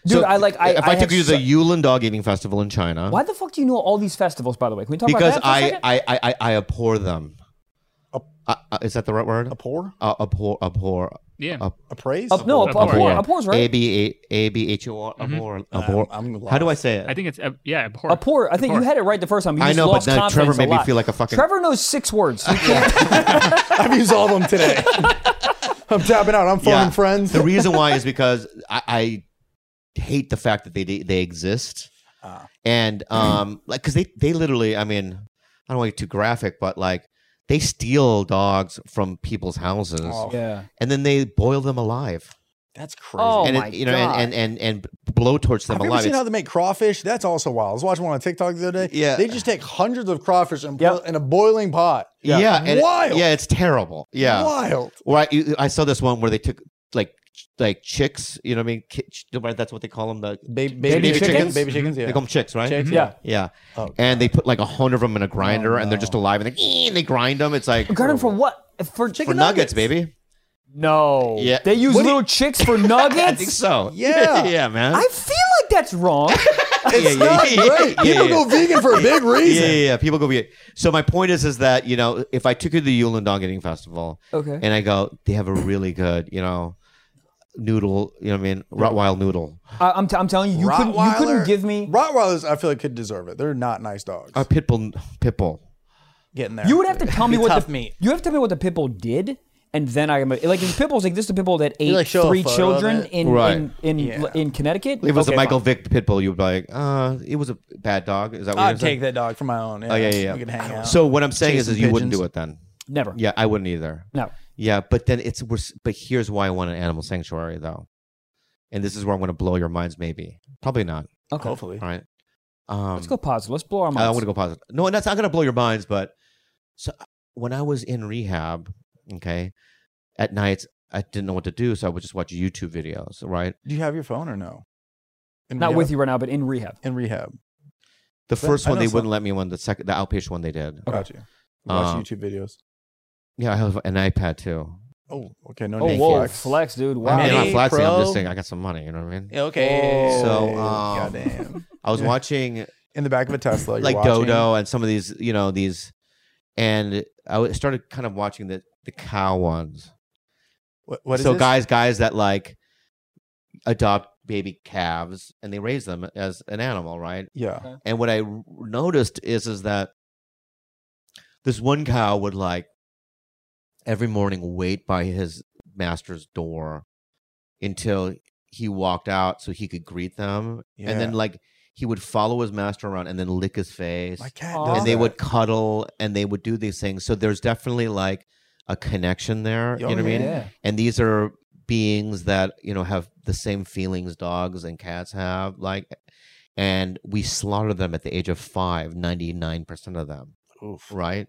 S4: dude. I like. I,
S3: if I,
S4: have
S3: took you to the
S4: so-
S3: Yulin Dog Eating Festival in China,
S4: Why the fuck do you know all these festivals? By the way, can we talk
S3: Because
S4: about that? for a
S3: I,
S4: second?
S3: I, I, I, I abhor them. Uh, uh, is that the right word?
S2: poor.
S3: Uh, abhor, abhor.
S5: Yeah.
S3: Uh,
S2: Appraise?
S4: Up, no, up,
S5: Abhor.
S4: abhor,
S3: Yeah.
S4: abhor's
S3: A
S4: right.
S3: B A A B H O R abhor abhor.
S2: Mm-hmm. Um, I'm, I'm
S3: How do I
S2: lost.
S3: say it?
S5: I think it's ab- yeah. Abhor.
S4: Abhor. I think you
S5: Abhor.
S4: had it right the first time. You
S3: I
S4: just
S3: know, but
S4: lost
S3: now
S4: confidence
S3: Trevor
S4: a
S3: made me
S4: lot.
S3: feel like a fucking-
S4: Trevor knows six words. You can't-
S2: I've used all of them today. I'm tapping out. I'm phoning
S3: Yeah.
S2: friends.
S3: the reason why is because I, I hate the fact that they they exist,
S2: Ah.
S3: and um, like because they they literally, I mean, I don't want to get too graphic, but like they steal dogs from people's houses
S2: Oh,
S4: yeah.
S3: and then they boil them alive,
S2: That's crazy.
S4: Oh
S3: and
S4: my
S3: it, you know,
S4: god.
S3: and and and, and blowtorch them
S2: Have you ever
S3: alive.
S2: seen
S3: It's-
S2: how they make crawfish? That's also wild. I was watching one on TikTok the other day.
S3: Yeah.
S2: They just take hundreds of crawfish and put
S4: Yep.
S2: in a boiling pot.
S3: yeah, and it-
S2: wild.
S3: yeah, it's terrible. Yeah,
S2: Wild.
S3: Or I, you- I saw this one where they took like ch- like chicks. You know what I mean? Ki- ch- That's what they call them. The
S2: Ba- baby,
S4: Baby
S2: chickens?
S3: chickens?
S2: Baby chickens, yeah.
S3: They call them chicks, right?
S2: Chicks,
S4: Yeah.
S3: Yeah.
S2: Oh,
S3: and they put like a hundred of them in a grinder, and they're
S2: no.
S3: just alive, and they, and they grind them. It's like
S4: Garden for what? For chicken
S3: for nuggets, baby.
S4: No.
S3: Yeah.
S4: They use
S3: What do you-
S4: little chicks for
S3: I
S4: nuggets.
S3: think so.
S2: Yeah.
S3: yeah, man.
S4: I feel like that's wrong.
S3: it's yeah,
S2: Not great.
S3: Yeah,
S2: People
S3: yeah.
S2: go vegan for a big
S3: Yeah,
S2: reason.
S3: yeah, yeah. People go be. So my point is, is that you know, if I took you to the Yulin Dog Eating Festival,
S4: Okay.
S3: and I go, they have a really good, you know, noodle. You know what I mean? Rottweil noodle.
S4: I, I'm, t- I'm telling you, you couldn't, you couldn't
S2: Rottweiler-
S4: give me.
S2: Rottweilers, I feel like could deserve it. They're not nice dogs.
S3: A pitbull. Pitbull.
S2: Getting there.
S4: You would have to tell me
S2: Be
S4: what
S2: tough
S4: the
S2: meat.
S4: You have to tell me what the pitbull did, and then I am like if pitbull's like this is the pitbull that ate
S2: like, show a
S4: three
S2: photo of
S4: children
S2: it.
S4: in
S3: Right.
S4: in in,
S2: Yeah.
S4: in Connecticut.
S3: If it was a
S4: Okay,
S3: Michael
S4: fine.
S3: Vick pitbull, you'd be like, uh, it was a bad dog. Is that what
S2: I'd
S3: you're saying?
S2: take that dog for my own.
S3: Oh yeah, yeah.
S2: We could
S3: yeah.
S2: hang out.
S3: So what I'm saying is,
S2: Chasing
S3: is you wouldn't
S2: pigeons.
S3: do it then.
S4: never.
S3: Yeah, I wouldn't either.
S4: No.
S3: Yeah, but then it's we're, s- but here's why I want an animal sanctuary though, and this is where I'm going to blow your minds. Maybe, probably not.
S4: Okay.
S2: hopefully.
S3: All right. Um,
S4: Let's go positive. Let's blow our
S3: I
S4: minds.
S3: want to go positive. No, and that's not going to blow your minds. But so when I was in rehab, okay, at nights I didn't know what to do, so I would just watch YouTube videos. Right.
S2: Do you have your phone or no? In
S4: Not
S2: rehab?
S4: with you right now, but in rehab.
S2: In rehab.
S3: The
S2: That-
S3: first
S2: I
S3: one
S2: know
S3: they
S2: some-
S3: wouldn't let me on. The second, the outpatient one they did.
S2: Got you. Watch
S3: Um,
S2: YouTube videos.
S3: Yeah, I have an iPad too.
S2: Oh, okay. No
S4: Oh,
S2: need
S4: whoa,
S2: for
S4: flex,
S2: flex.
S4: dude! Wow.
S3: I mean, I'm
S2: Hey,
S3: not flexing. I'm
S2: bro.
S3: just saying I got some money. You know what I mean?
S2: Okay.
S3: So, um,
S2: goddamn.
S3: I was watching
S2: In the back of a Tesla, you're
S3: like
S2: watching.
S3: Dodo and some of these, you know, these, and I w- started kind of watching the the cow ones.
S2: What, what is
S3: so
S2: this?
S3: guys, guys that like adopt baby calves and they raise them as an animal, right?
S2: Yeah.
S3: And what I r- noticed is is that this one cow would like every morning wait by his master's door until he walked out so he could greet them, and then
S2: Yeah.
S3: like he would follow his master around and then lick his face
S2: My cat
S4: And
S2: does
S3: and they
S2: that.
S3: would cuddle and they would do these things. So there's definitely like a connection there.
S2: Oh,
S3: you know what I mean?
S4: Yeah.
S3: And these are beings that, you know, have the same feelings dogs and cats have. Like, and we slaughter them at the age of five, 99% of them.
S2: Oof.
S3: Right.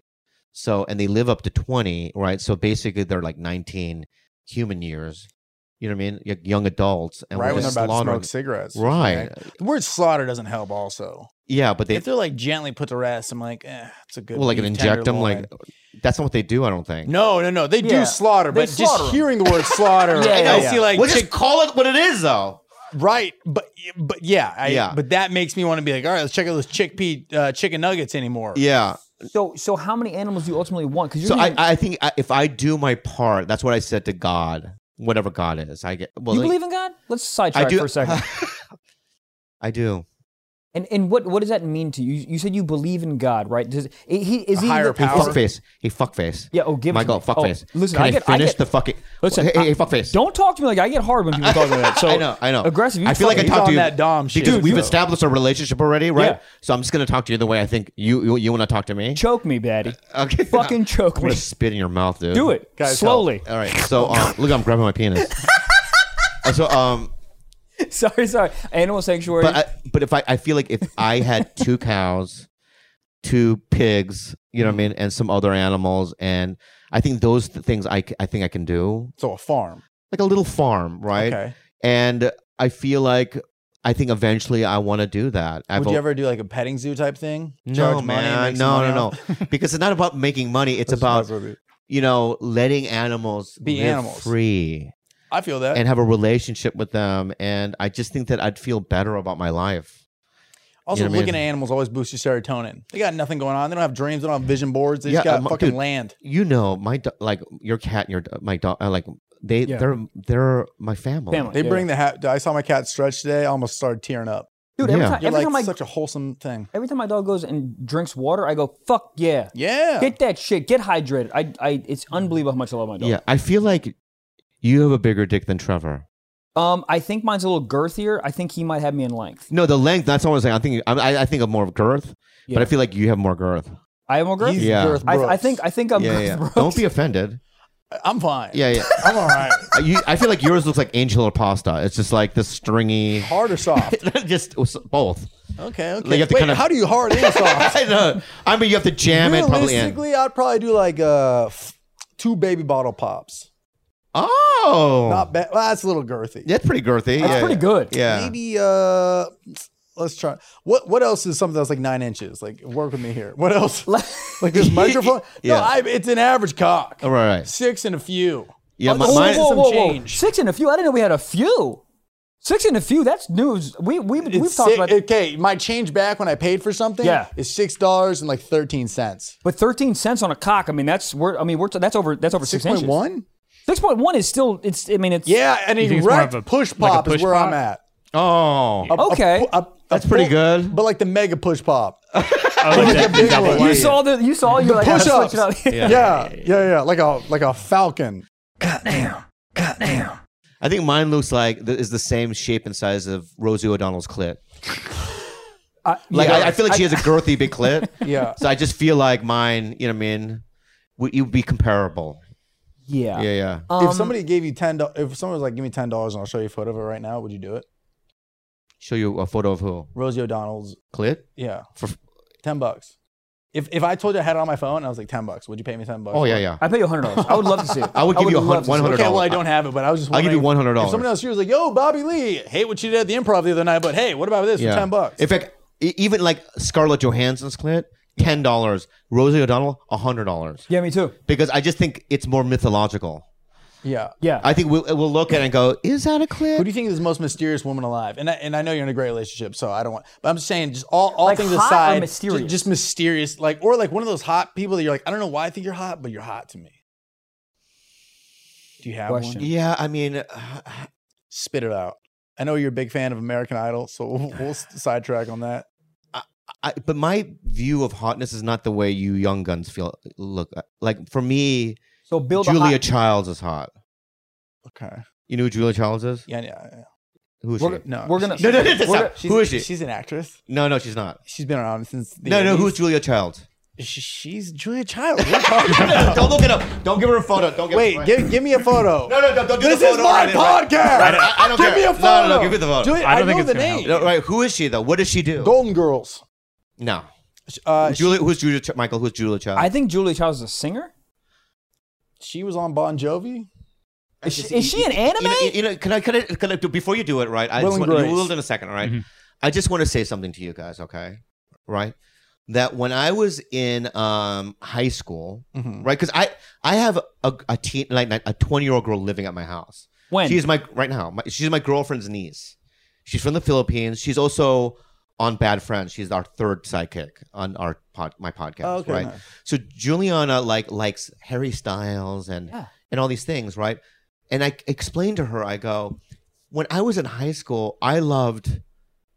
S3: So, and they live up to 20. Right. So basically they're like 19 human years. You know what I mean? Y- Young adults. And
S2: Right
S3: we're
S2: when they're
S3: just
S2: about to
S3: slaughtering-
S2: smoke cigarettes.
S3: Right.
S2: The word slaughter doesn't help. Also,
S3: Yeah. But they,
S2: if they're like gently put to rest, I'm like, eh, it's a good.
S3: well, like an
S2: beef
S3: inject them.
S2: tenderloin.
S3: Like, that's not what they do, I don't think.
S2: no, no, no. They
S4: Yeah.
S2: do slaughter,
S4: They
S2: but
S4: slaughter 'em.
S2: just hearing the word slaughter,
S4: Yeah, yeah,
S2: I
S4: yeah.
S2: see like
S3: Well,
S2: chick-
S3: just call it what it is, though.
S2: Right, but but yeah, I,
S3: Yeah.
S2: But that makes me want to be like, all right, let's check out those chickpea uh, chicken nuggets anymore.
S3: Yeah.
S4: So, so how many animals do you ultimately want? Because
S3: So
S4: you're
S3: I,
S4: gonna-
S3: I think I, if I do my part, that's what I said to God, whatever God is. I get. Well,
S4: you
S3: like,
S4: believe in God? Let's sidetrack
S3: do-
S4: for a second.
S3: I do.
S4: And and what what does that mean to you? You, you said you believe in God, right? Does he is he
S2: higher
S4: the-
S2: power.
S3: Fuck face. Hey, fuck face.
S4: Yeah, oh, give it to
S3: Michael,
S4: me.
S3: fuck
S4: Oh,
S3: face.
S4: listen,
S3: Can
S4: I
S3: I,
S4: get- I
S3: finish
S4: get-
S3: the fucking. Listen,
S4: Listen,
S3: hey,
S4: I-
S3: hey, hey, fuck face.
S4: Don't talk to me like I get hard when people talk like that. So
S3: I know. I know.
S4: aggressive. You
S3: I feel like I
S4: fucking-
S2: He's
S3: talked to
S2: on
S3: you
S2: that dom shit,
S3: because we've
S2: so.
S3: established a relationship already, right?
S4: Yeah.
S3: So I'm just gonna talk to you the way I think you you, you want to talk to me.
S4: choke me, baddie.
S3: Okay.
S4: Fucking choke
S3: I'm gonna
S4: me.
S3: spit in your mouth, dude.
S4: Do it
S2: Guys,
S4: slowly.
S3: All right. So um, look, I'm grabbing my penis. And so um.
S4: sorry, sorry. Animal sanctuary.
S3: But I, but if I, I feel like if I had two cows, two pigs, you know what I mean, and some other animals, and I think those th- things I, c- I think I can do
S2: So a farm.
S3: like a little farm, right?
S2: Okay.
S3: And I feel like I think eventually I want to do that. I've
S2: Would you
S3: al-
S2: ever do like a petting zoo type thing?
S3: No,
S2: Charge money and
S3: man.
S2: make some
S3: No,
S2: money
S3: no,
S2: off?
S3: no. because it's not about making money. It's
S2: That's
S3: about
S2: just what I was-
S3: you know letting animals
S2: Be
S3: live
S2: animals.
S3: free
S2: I feel that.
S3: and have a relationship with them. And I just think that I'd feel better about my life.
S2: also,
S3: you know what I
S2: looking
S3: mean?
S2: at animals always boosts your serotonin. They got nothing going on. They don't have dreams. They don't have vision boards. They just
S3: Yeah,
S2: got
S3: um,
S2: fucking
S3: dude.
S2: land.
S3: you know my do- like your cat and your do- my dog uh, like They
S4: Yeah.
S3: they're they're my family.
S4: Family.
S2: They
S4: Yeah.
S2: bring the hat. I saw my cat stretch today. I almost started tearing up.
S4: dude. Every
S3: Yeah.
S4: time,
S2: You're
S4: every
S2: like
S4: time I,
S2: such a wholesome thing.
S4: every time my dog goes and drinks water, I go, "Fuck yeah,
S2: Yeah.
S4: get that shit, get hydrated." I, I, it's unbelievable how much I love my dog.
S3: Yeah, I feel like you have a bigger dick than Trevor.
S4: Um, I think mine's a little girthier. I think he might have me in length.
S3: No, the length. That's what I was saying. I'm thinking. I, I think of more of girth,
S4: Yeah.
S3: but I feel like you have more girth.
S4: I have more girth.
S2: He's
S3: Yeah.
S2: Garth
S4: I, I
S2: Brooks.
S4: think I think I'm
S3: yeah,
S4: girth,
S3: yeah.
S4: Brooks.
S3: Don't be offended.
S2: I'm fine.
S3: Yeah, yeah.
S2: I'm all right.
S3: Uh, you, I feel like yours looks like angel or pasta. It's just like this stringy.
S2: Hard or soft?
S3: just both.
S2: Okay. Okay.
S3: Like, you have to
S2: Wait,
S3: kind of-
S2: how do you hard and soft?
S3: I know. I mean, you have to jam it probably in.
S2: Realistically, I'd probably do like uh, f- two baby bottle pops.
S3: Oh,
S2: Not bad. Well, that's a little girthy.
S3: that's pretty girthy.
S4: That's
S3: yeah,
S4: pretty
S3: yeah.
S4: good.
S3: Yeah.
S2: Maybe uh, let's try. What What else is something that's like nine inches? Like work with me here. What else? like this microphone?
S3: Yeah.
S2: No, I, it's an average cock.
S3: All right. right.
S2: Six and a few.
S3: Yeah, my,
S4: Oh, Whoa,
S3: mine,
S4: whoa,
S2: some
S4: whoa, whoa.
S2: change.
S4: Six and a few. I didn't know we had a few. Six and a few. That's news. We we
S2: It's
S4: we've talked
S2: si-
S4: about.
S2: okay, my change back when I paid for something
S4: Yeah.
S2: is six dollars and like thirteen cents.
S4: But thirteen cents on a cock. I mean, that's we're. I mean, we're. That's over. That's over six,
S2: Six point
S4: inches.
S2: one?
S4: Six point one is still. It's. I mean, it's.
S2: Yeah, and
S5: think it's more
S2: erect
S5: of a-
S2: push
S5: like a
S2: pop
S5: push
S2: is where
S5: pop?
S2: I'm at.
S3: oh,
S2: A- a
S4: Okay.
S2: pu- a- a
S3: That's pretty
S2: full-
S3: good.
S2: But like the mega push pop.
S5: Oh, like that
S2: big
S5: double
S2: one.
S4: You
S5: whammy.
S4: saw the. You saw. You're like. I gotta
S2: push-ups.
S4: switch it up.
S2: Yeah, yeah, yeah, Like a like a falcon.
S3: I think mine looks like th- is the same shape and size of Rosie O'Donnell's clit.
S4: I-
S3: Like
S4: yeah.
S3: I, I feel like she has a girthy big clit.
S2: Yeah.
S3: So I just feel like mine. You know what I mean? Would you be comparable?
S4: Yeah.
S3: Yeah, yeah.
S4: Um,
S2: if somebody gave you ten, do- if someone was like, "Give me ten dollars and I'll show you a photo of it right now," would you do it?
S3: Show you a photo of who
S2: Rosie O'Donnell's,
S3: clit.
S2: yeah,
S3: For,
S2: ten bucks. If if I told you I had it on my phone, and I was like, ten bucks. Would you pay me ten bucks?
S3: oh yeah, yeah.
S4: I pay you hundred dollars. I would love to see it.
S3: I would give you a hun-
S4: love to see it.
S3: $100.
S2: Okay, well I don't have it, but I was just.
S3: I'll give you
S2: wondering
S3: $100.
S2: If someone else here was like, "Yo, Bobby Lee, hate what you did at the improv the other night, but hey, what about this
S3: yeah.
S2: for ten bucks?"
S3: In fact, e- even like Scarlett Johansson's clit, ten dollars. Rosie O'Donnell, hundred dollars.
S4: Yeah, me too.
S3: Because I just think it's more mythological.
S2: yeah.
S4: Yeah.
S3: I think we'll, we'll look at it and go, "Is that a clit?"
S2: Who do you think is the most mysterious woman alive? And I, and I know you're in a great relationship, so I don't want. But I'm just saying, just all, all
S4: Like
S2: things
S4: hot or
S2: aside, ju-
S4: mysterious?
S2: Just, mysterious, like or like one of those hot people that you're like, I don't know why I think you're hot, but you're hot to me. Do you have
S4: Question.
S2: one?
S3: yeah, I mean, uh,
S2: Spit it out. I know you're a big fan of American Idol, so we'll, we'll s- sidetrack on that.
S3: I, but my view of hotness is not the way you young guns feel. Look, like for me,
S4: so build
S3: Julia
S4: a hot,
S3: Childs is hot.
S2: Okay.
S3: You know who Julia Childs is?
S2: Yeah. yeah,
S3: Who is
S4: We're-
S3: she?
S2: yeah.
S4: We're gonna-
S3: No, no, no,
S4: We're
S3: stop.
S4: gonna-
S2: she's-
S3: Who is she?
S2: She's an actress.
S3: no, no, she's not.
S2: She's been around since. The
S3: No, no,
S2: 80s.
S3: who's Julia Childs?
S2: Sh- She's Julia Child. What are you talking about?
S3: don't look it up. Don't give her a photo. Don't give
S2: Wait, give, give me a photo.
S3: No, no, don't, don't do
S2: This
S3: the
S2: is
S3: photo.
S2: my
S3: right, right.
S2: podcast.
S3: I don't- I don't
S2: give
S3: care.
S2: me a
S3: No, no,
S2: photo.
S3: no, give me the photo.
S2: Julia,
S5: I
S2: I,
S5: don't
S2: know
S5: think it's
S2: the
S5: gonna
S2: name.
S3: No, right, who is she though? What does she do?
S2: Golden Girls.
S3: No,
S2: Uh, she,
S3: Julia. Who's Julia? Ch- Michael. Who's Julia Childs?
S4: I think Julia Childs is a singer.
S2: she was on Bon Jovi.
S4: Is she, is she an anime?
S3: You know, you know, can I, can I, can I do, before you do it, right? I
S2: Will
S3: just
S2: and
S3: want, you
S2: Grace. Mm-hmm.
S3: will in a second, all right? I just want to say something to you guys, okay? Right? That when I was in um, high school,
S2: Mm-hmm.
S3: right? Because I, I have a, a teen, like a 20 year old girl living at my house.
S4: when
S3: She's my, right now, my, she's my girlfriend's niece. She's from the Philippines. She's also on Bad Friends. She's our third sidekick on our pod, my podcast,
S2: Oh, okay,
S3: right?
S2: nice.
S3: So Juliana like likes Harry Styles and
S4: Yeah.
S3: and all these things, right? And I explained to her, I go, when I was in high school, I loved,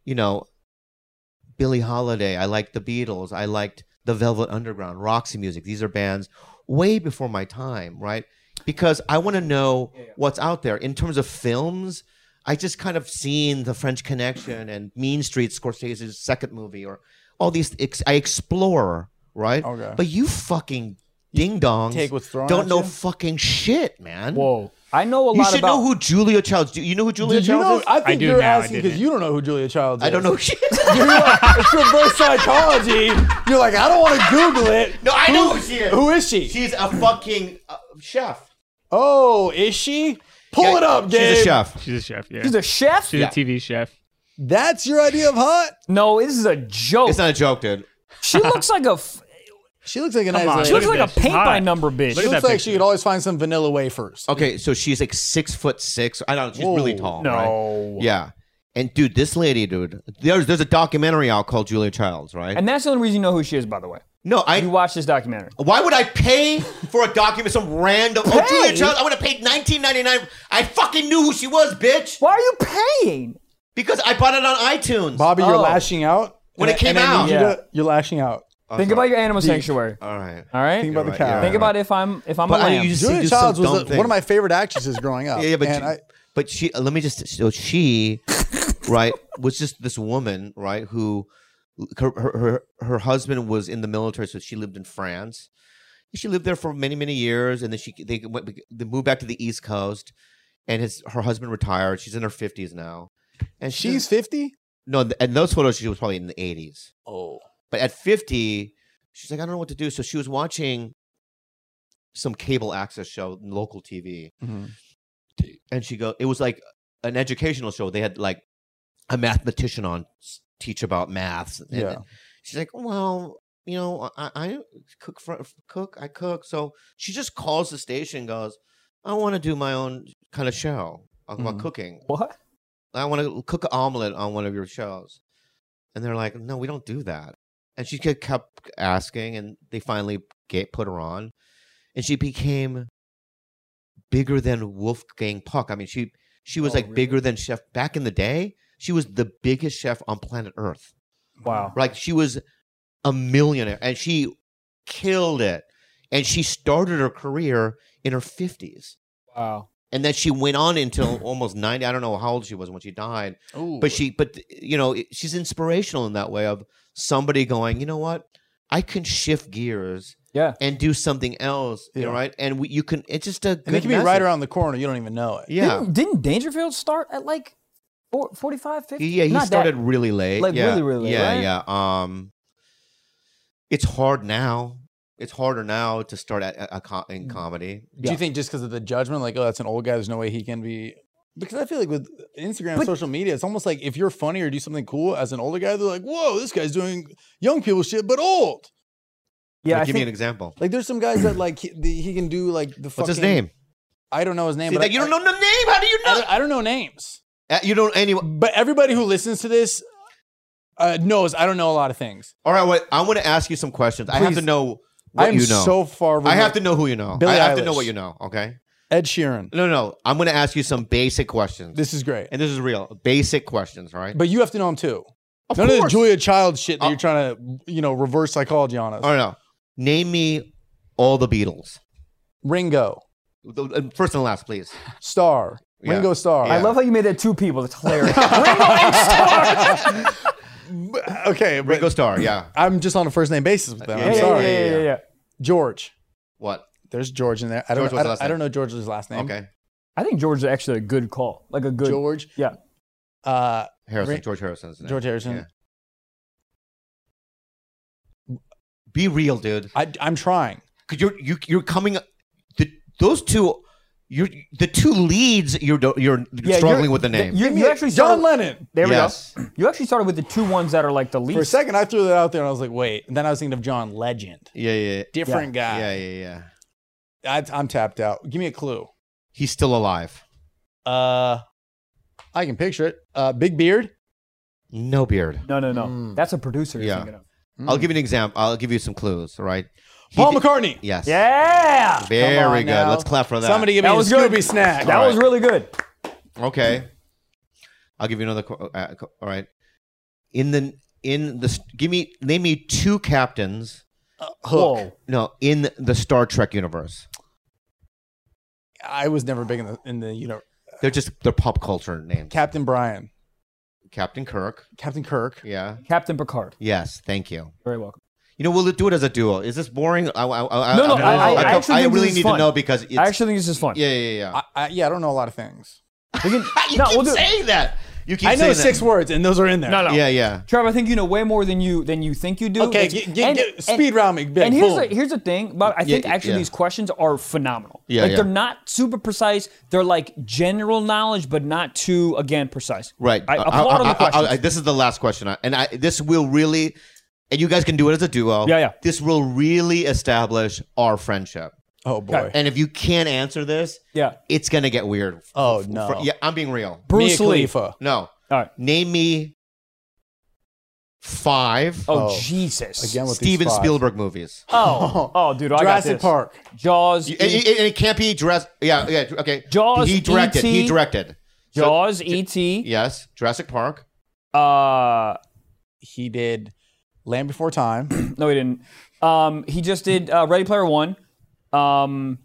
S3: you know, Billie Holiday. I liked the Beatles. I liked the Velvet Underground, Roxy Music. These are bands way before my time, right? Because I want to know what's out there in terms of films. I just kind of seen the French Connection and Mean Streets, Scorsese's second movie, or all these. Ex- I explore, right?
S2: Okay.
S3: But you fucking ding dongs
S2: take what's thrown
S3: don't
S2: at
S3: know
S2: you?
S3: fucking shit, man.
S4: whoa. I know a
S3: You
S4: lot
S3: should
S4: about.
S3: know who Julia Childs. Do you know who Julia
S2: Did you
S3: Childs
S2: know?
S3: is?
S2: I think
S5: do
S2: you're
S5: now, I
S2: asking because
S5: didn't.
S2: you don't know who Julia Childs is.
S3: I don't know. who she is.
S2: You're like, it's reverse psychology. You're like, I don't want to Google it.
S3: no, I know who she is.
S2: Who is she?
S3: She's a fucking uh, chef.
S2: Oh, is she? Pull
S3: Yeah,
S2: it up, Dave.
S3: She's a chef.
S5: She's a chef. Yeah.
S4: She's a chef.
S5: She's
S3: Yeah.
S5: a TV chef.
S2: That's your idea of hot.
S4: No, this is a joke.
S3: It's not a joke, dude.
S4: she looks like a. F-
S2: She looks like a
S5: on,
S2: nice
S4: she
S5: look
S4: looks
S2: lady.
S5: at
S4: like
S5: this.
S4: a
S5: She's
S4: paint
S5: hot.
S4: by number bitch.
S5: Look
S2: She
S5: at that
S2: looks like she
S5: picture.
S2: could always find some vanilla wafers.
S3: Okay, so she's like six foot six. I don't. She's really tall.
S2: Whoa.
S3: right?
S4: No.
S3: Yeah. And dude, this lady, dude, there's there's a documentary out called Julia Childs, right?
S4: And that's the only reason you know who she is, by the way.
S3: No, I.
S4: You watch this documentary.
S3: Why would I pay for a document? Some random. Oh, Julia Child. I would have paid nineteen ninety nine. I fucking knew who she was, bitch.
S4: Why are you paying?
S3: Because I bought it on iTunes.
S2: Bobby, you're
S4: Oh.
S2: lashing out.
S3: When
S2: and
S3: it
S2: I- and
S3: came
S2: I need
S4: out.
S2: you
S4: Yeah.
S2: to- you're lashing out.
S3: Oh,
S4: Think
S3: sorry.
S4: about your animal sanctuary.
S3: All right.
S4: All right.
S2: Think about the
S3: You're
S2: cow.
S3: right,
S4: Think
S3: you're
S4: about if I'm if I'm a
S3: But I-
S4: lamb.
S3: you just-
S2: Julia
S3: do some
S2: Childs was
S3: dumb
S2: a-
S3: thing.
S2: one of my favorite actresses growing up.
S3: Yeah, yeah, but
S2: and
S3: she,
S2: I,
S3: but she. uh, Let me just. So she, right, was just this woman, right, who, her, her her her husband was in the military, so she lived in France. She lived there for many many years, and then she they went they moved back to the East Coast, and his her husband retired. She's in her fifties now, and
S2: she's fifty.
S3: no, th- and those photos she was probably in the eighties.
S2: Oh,
S3: But at 50, she's like, I don't know what to do. So she was watching some cable access show, local TV.
S2: Mhm.
S3: And she go, it was like an educational show. They had like a mathematician on s- teach about maths. And
S2: Yeah.
S3: She's like, well, you know, I, I cook, for, cook, I cook. So she just calls the station, and goes, I want to do my own kind of show about
S2: Mhm.
S3: cooking.
S4: what?
S3: I want to cook an omelet on one of your shows. And they're like, no, we don't do that. And she kept- kept asking, and they finally get, put her on. And she became bigger than Wolfgang Puck. I mean, she, she was
S4: Oh,
S3: like
S4: really?
S3: bigger than Chef back in the day. She was the biggest chef on planet Earth.
S4: Wow.
S3: Like, she was a millionaire and she killed it. And she started her career in her 50s.
S4: Wow.
S3: And then she went on until almost 90. I don't know how old she was when she died
S2: Ooh.
S3: but she but you know it- she's inspirational in that way of somebody going you know what i can shift gears
S4: Yeah.
S3: and do something else you know
S2: Yeah.
S3: right and we, you can it's just a good
S2: and it can be right
S3: message.
S2: around the corner. You don't even know it.
S3: yeah
S4: Didn't, didn't Dangerfield start at like four, 45, 50?
S3: yeah he
S4: Not that-
S3: started really late
S4: like,
S3: yeah
S4: really, really late,
S3: yeah
S4: right?
S3: yeah um it's hard now it's harder now to start at, at, co- in comedy
S2: Do
S4: Yeah.
S2: you think just because of the judgment, like, oh, that's an old guy, there's no way he can be? Because I feel like with Instagram,
S4: But-
S2: social media, it's almost like if you're funny or do something cool as an older guy, they're like, whoa, this guy's doing young people shit, but old.
S4: yeah.
S3: Like,
S4: I
S3: give me an
S4: think,
S3: example
S2: Like, there's some guys that like he, the, he can do like the.
S3: what's his
S2: fucking-
S3: name
S2: I don't know his name.
S3: See,
S2: but
S3: that-
S2: I-
S3: you don't know the name how do you
S2: I, I
S3: know
S2: don't, I don't know names.
S3: Uh, you don't anyway
S2: But everybody who listens to this uh, knows I don't know a lot of things.
S3: all right wait, i want to ask you some questions i have to
S2: Please.
S3: know what
S2: I'm
S3: you know
S2: so far.
S3: I have
S2: removed.
S3: to know who you know.
S2: Billie
S3: I have to know
S2: Eilish.
S3: what you know. Okay.
S2: Ed Sheeran.
S3: No, no. I'm going to ask you some basic questions,
S2: This is great.
S3: and this is real. Basic questions, right?
S2: But you have to know him too.
S3: Of
S2: None of the
S3: course.
S2: Julia Child shit that
S3: Uh,
S2: you're trying to, you know, reverse psychology on us.
S3: All right. Oh, No. Name me all the Beatles.
S2: Ringo,
S3: The- uh, First and last, please.
S2: Star,
S3: Yeah.
S2: Ringo Star.
S4: I
S3: Yeah.
S4: love how you made that two people. That's hilarious.
S2: okay, but
S3: Ringo Starr. Yeah.
S2: I'm just on a first name basis with them.
S3: Yeah,
S2: I'm
S3: yeah,
S2: sorry,
S4: Yeah, yeah, yeah,
S3: Yeah.
S4: yeah.
S2: George.
S3: What?
S2: There's George in there. I don't.
S3: George was
S2: I, don't
S3: last
S2: I don't know George's last name.
S3: Okay.
S4: I think George is actually a good call. Like a good.
S2: George.
S4: Yeah.
S2: Uh,
S3: Harrison.
S2: Ri-
S3: George Harrison's name.
S2: George Harrison.
S3: Yeah. Be real, dude.
S2: I, I'm trying.
S3: Cause you're you, you're coming. The, those two. You're the two leads. You're do- you're
S4: Yeah,
S3: struggling
S4: you're-
S3: with the name.
S4: You,
S2: Give me
S4: you
S2: a-
S4: actually
S2: John
S4: started,
S2: Lennon.
S4: There we
S3: Yes.
S4: go. You actually started with the two ones that are like the
S2: For a
S4: least.
S2: second, I threw that out there, and I was like, wait. And then I was thinking of John Legend.
S3: yeah, yeah,
S2: Different
S3: yeah,
S2: guy.
S3: yeah, yeah, yeah.
S2: I, I'm tapped out. Give me a clue.
S3: He's still alive.
S2: Uh, I can picture it. Uh, big beard.
S3: No beard.
S4: No, no, no.
S2: Mm.
S4: That's a producer you're
S3: Yeah.
S4: thinking of. Hmm.
S3: I'll give you an example. I'll give you some clues. all Right? He
S2: Paul
S3: did-
S2: McCartney.
S3: Yes.
S4: Yeah.
S2: Come
S3: Very
S2: on
S3: good.
S2: now.
S3: Let's clap for that.
S2: Somebody give
S4: That
S2: me a
S4: was good.
S2: Scooby snack.
S4: That
S3: All
S4: was
S3: right.
S4: really good.
S3: Okay. I'll give you another. qu- Uh, qu- all right. In the in the give me name me two captains.
S4: Whoa.
S3: No, in the Star Trek universe,
S2: I was never big in the in the you know
S3: they're just they're pop culture names.
S2: Captain Brian,
S3: Captain Kirk.
S2: Captain Kirk.
S3: Yeah.
S4: Captain Picard.
S3: Yes. Thank you.
S4: Very welcome.
S3: You know, we'll do it as a duo. Is this boring? I, I, I,
S4: No, no,
S3: I,
S4: I- I- I
S3: don't-
S4: actually think
S3: really
S4: this is
S3: need
S4: fun.
S3: to know because it's.
S4: I actually think this is fun.
S3: yeah, yeah, yeah.
S2: I, I, yeah, I don't know a lot of things.
S4: We can,
S3: you
S4: no,
S3: keep
S4: we'll do,
S3: saying that. You keep
S2: I know
S3: saying
S2: six
S3: That.
S2: words, and those are in there.
S4: no, no.
S3: Yeah, yeah.
S4: Trav, I think you know way more than you than you think you do.
S2: Okay,
S4: That's-
S2: g- g-
S4: and-
S2: g-
S4: and-
S2: speed round me. Big,
S4: And here's
S2: boom.
S4: the, here's the thing, Bob. I think
S3: yeah,
S4: actually
S3: yeah.
S4: these questions are phenomenal.
S3: Yeah,
S4: like
S3: yeah.
S4: they're not super precise. They're like general knowledge, but not too again precise.
S3: Right.
S4: I
S3: Uh,
S4: applaud on the questions.
S3: I- this is the last question, I- and I this will really, and you guys can do it as a duo.
S4: Yeah, yeah.
S3: This will really establish our friendship.
S2: oh boy.
S3: And if you can't answer this,
S4: yeah.
S3: it's gonna get weird.
S2: Oh,
S3: F-
S2: no.
S3: yeah, I'm being real.
S4: Bruce
S2: Mia
S4: Lee.
S2: Khalifa.
S3: No,
S4: All right.
S3: name me Five
S4: Oh,
S2: Oh.
S4: Jesus.
S2: Again with these
S3: Steven
S2: five.
S3: Spielberg movies.
S4: Oh, oh, dude, I got
S2: Jurassic
S4: this.
S2: Park.
S4: Jaws,
S3: You- And,
S4: E-
S3: and- and it can't be Jurassic. Yeah, yeah. Okay.
S4: Jaws, E
S3: He directed. He
S4: ET.
S3: directed. So-
S4: Jaws, E.T.,
S3: Yes. Jurassic Park.
S4: uh,
S2: He did Land Before Time.
S4: No, he didn't. Um, he just did uh, Ready Player One. Um,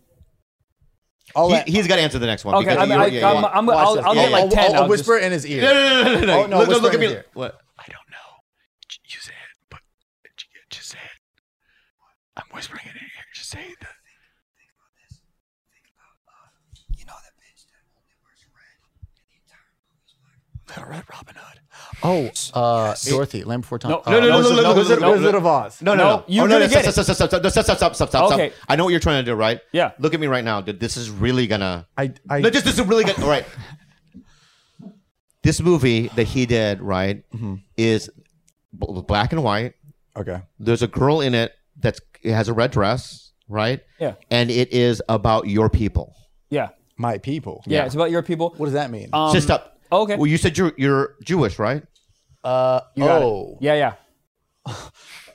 S2: I'll
S3: He,
S2: let-
S3: he's got to answer the next one.
S4: Oh, okay,
S3: because
S4: I'm,
S3: you-
S4: I,
S3: yeah,
S4: I'm,
S3: yeah.
S4: I'm,
S2: watch
S4: I'll,
S2: this.
S4: I'll
S2: Yeah,
S4: get like
S2: I'll-
S4: 10
S2: I'll,
S4: I'll just-
S2: whisper in his ear.
S3: No, no, no, no, no.
S2: Oh, no,
S3: look, look,
S2: whisper
S3: look at
S2: in his
S3: me.
S2: ear.
S3: What?
S6: I don't know. J- You say it, but j- yeah, just say it. I'm whispering it in your ear. Just say it. Little Red Robin Hood.
S2: Oh, uh, Dorothy, Land Before Time.
S4: No,
S2: Uh,
S4: no, no, no,
S2: Wizard-
S3: no, no,
S2: Wizard-
S3: no, no,
S2: Wizard of Oz.
S3: No, no,
S4: No,
S3: no.
S4: you're
S3: Oh, no,
S4: gonna
S3: no,
S4: get
S3: stop, stop, stop, stop, stop, stop, stop, stop, stop.
S4: Okay.
S3: I know what you're trying to do, right?
S4: Yeah.
S3: Look at me right now, dude. This is really gonna.
S2: I, I,
S3: no, just this is really gonna. All right. This movie that he did, right,
S4: Mm-hmm.
S3: is b- black and white.
S2: okay.
S3: There's a girl in it that has a red dress, right?
S4: Yeah.
S3: And it is about your people.
S4: Yeah.
S2: My people.
S4: yeah, it's about your people.
S2: What does that mean?
S4: Um,
S3: Just up.
S4: okay.
S3: Well, you said you're you're Jewish, right?
S2: uh,
S4: got it.
S2: oh.
S4: Yeah, yeah.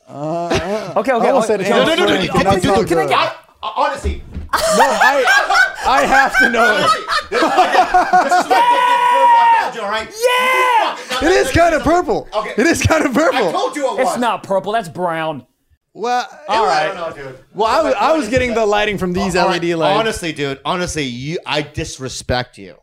S2: Uh,
S4: Okay, okay.
S2: I almost
S4: oh,
S2: said it.
S4: no,
S2: sounds
S4: no, no, no,
S2: funny,
S4: no,
S2: but
S4: no,
S2: not
S4: no,
S2: sound
S4: can I
S2: good.
S4: get-
S3: Honestly,
S2: No, I, I have to know it.
S3: yeah.
S2: It is kind of purple.
S3: Okay.
S2: It is kind of
S3: I
S2: purple.
S3: told you it was.
S4: It's not purple. That's brown.
S2: Well,
S3: All
S2: it-
S3: right. dude.
S2: Well, I was, I was getting the lighting from these
S3: All right,
S2: LED lights.
S3: Honestly, dude. Honestly, you. I disrespect you.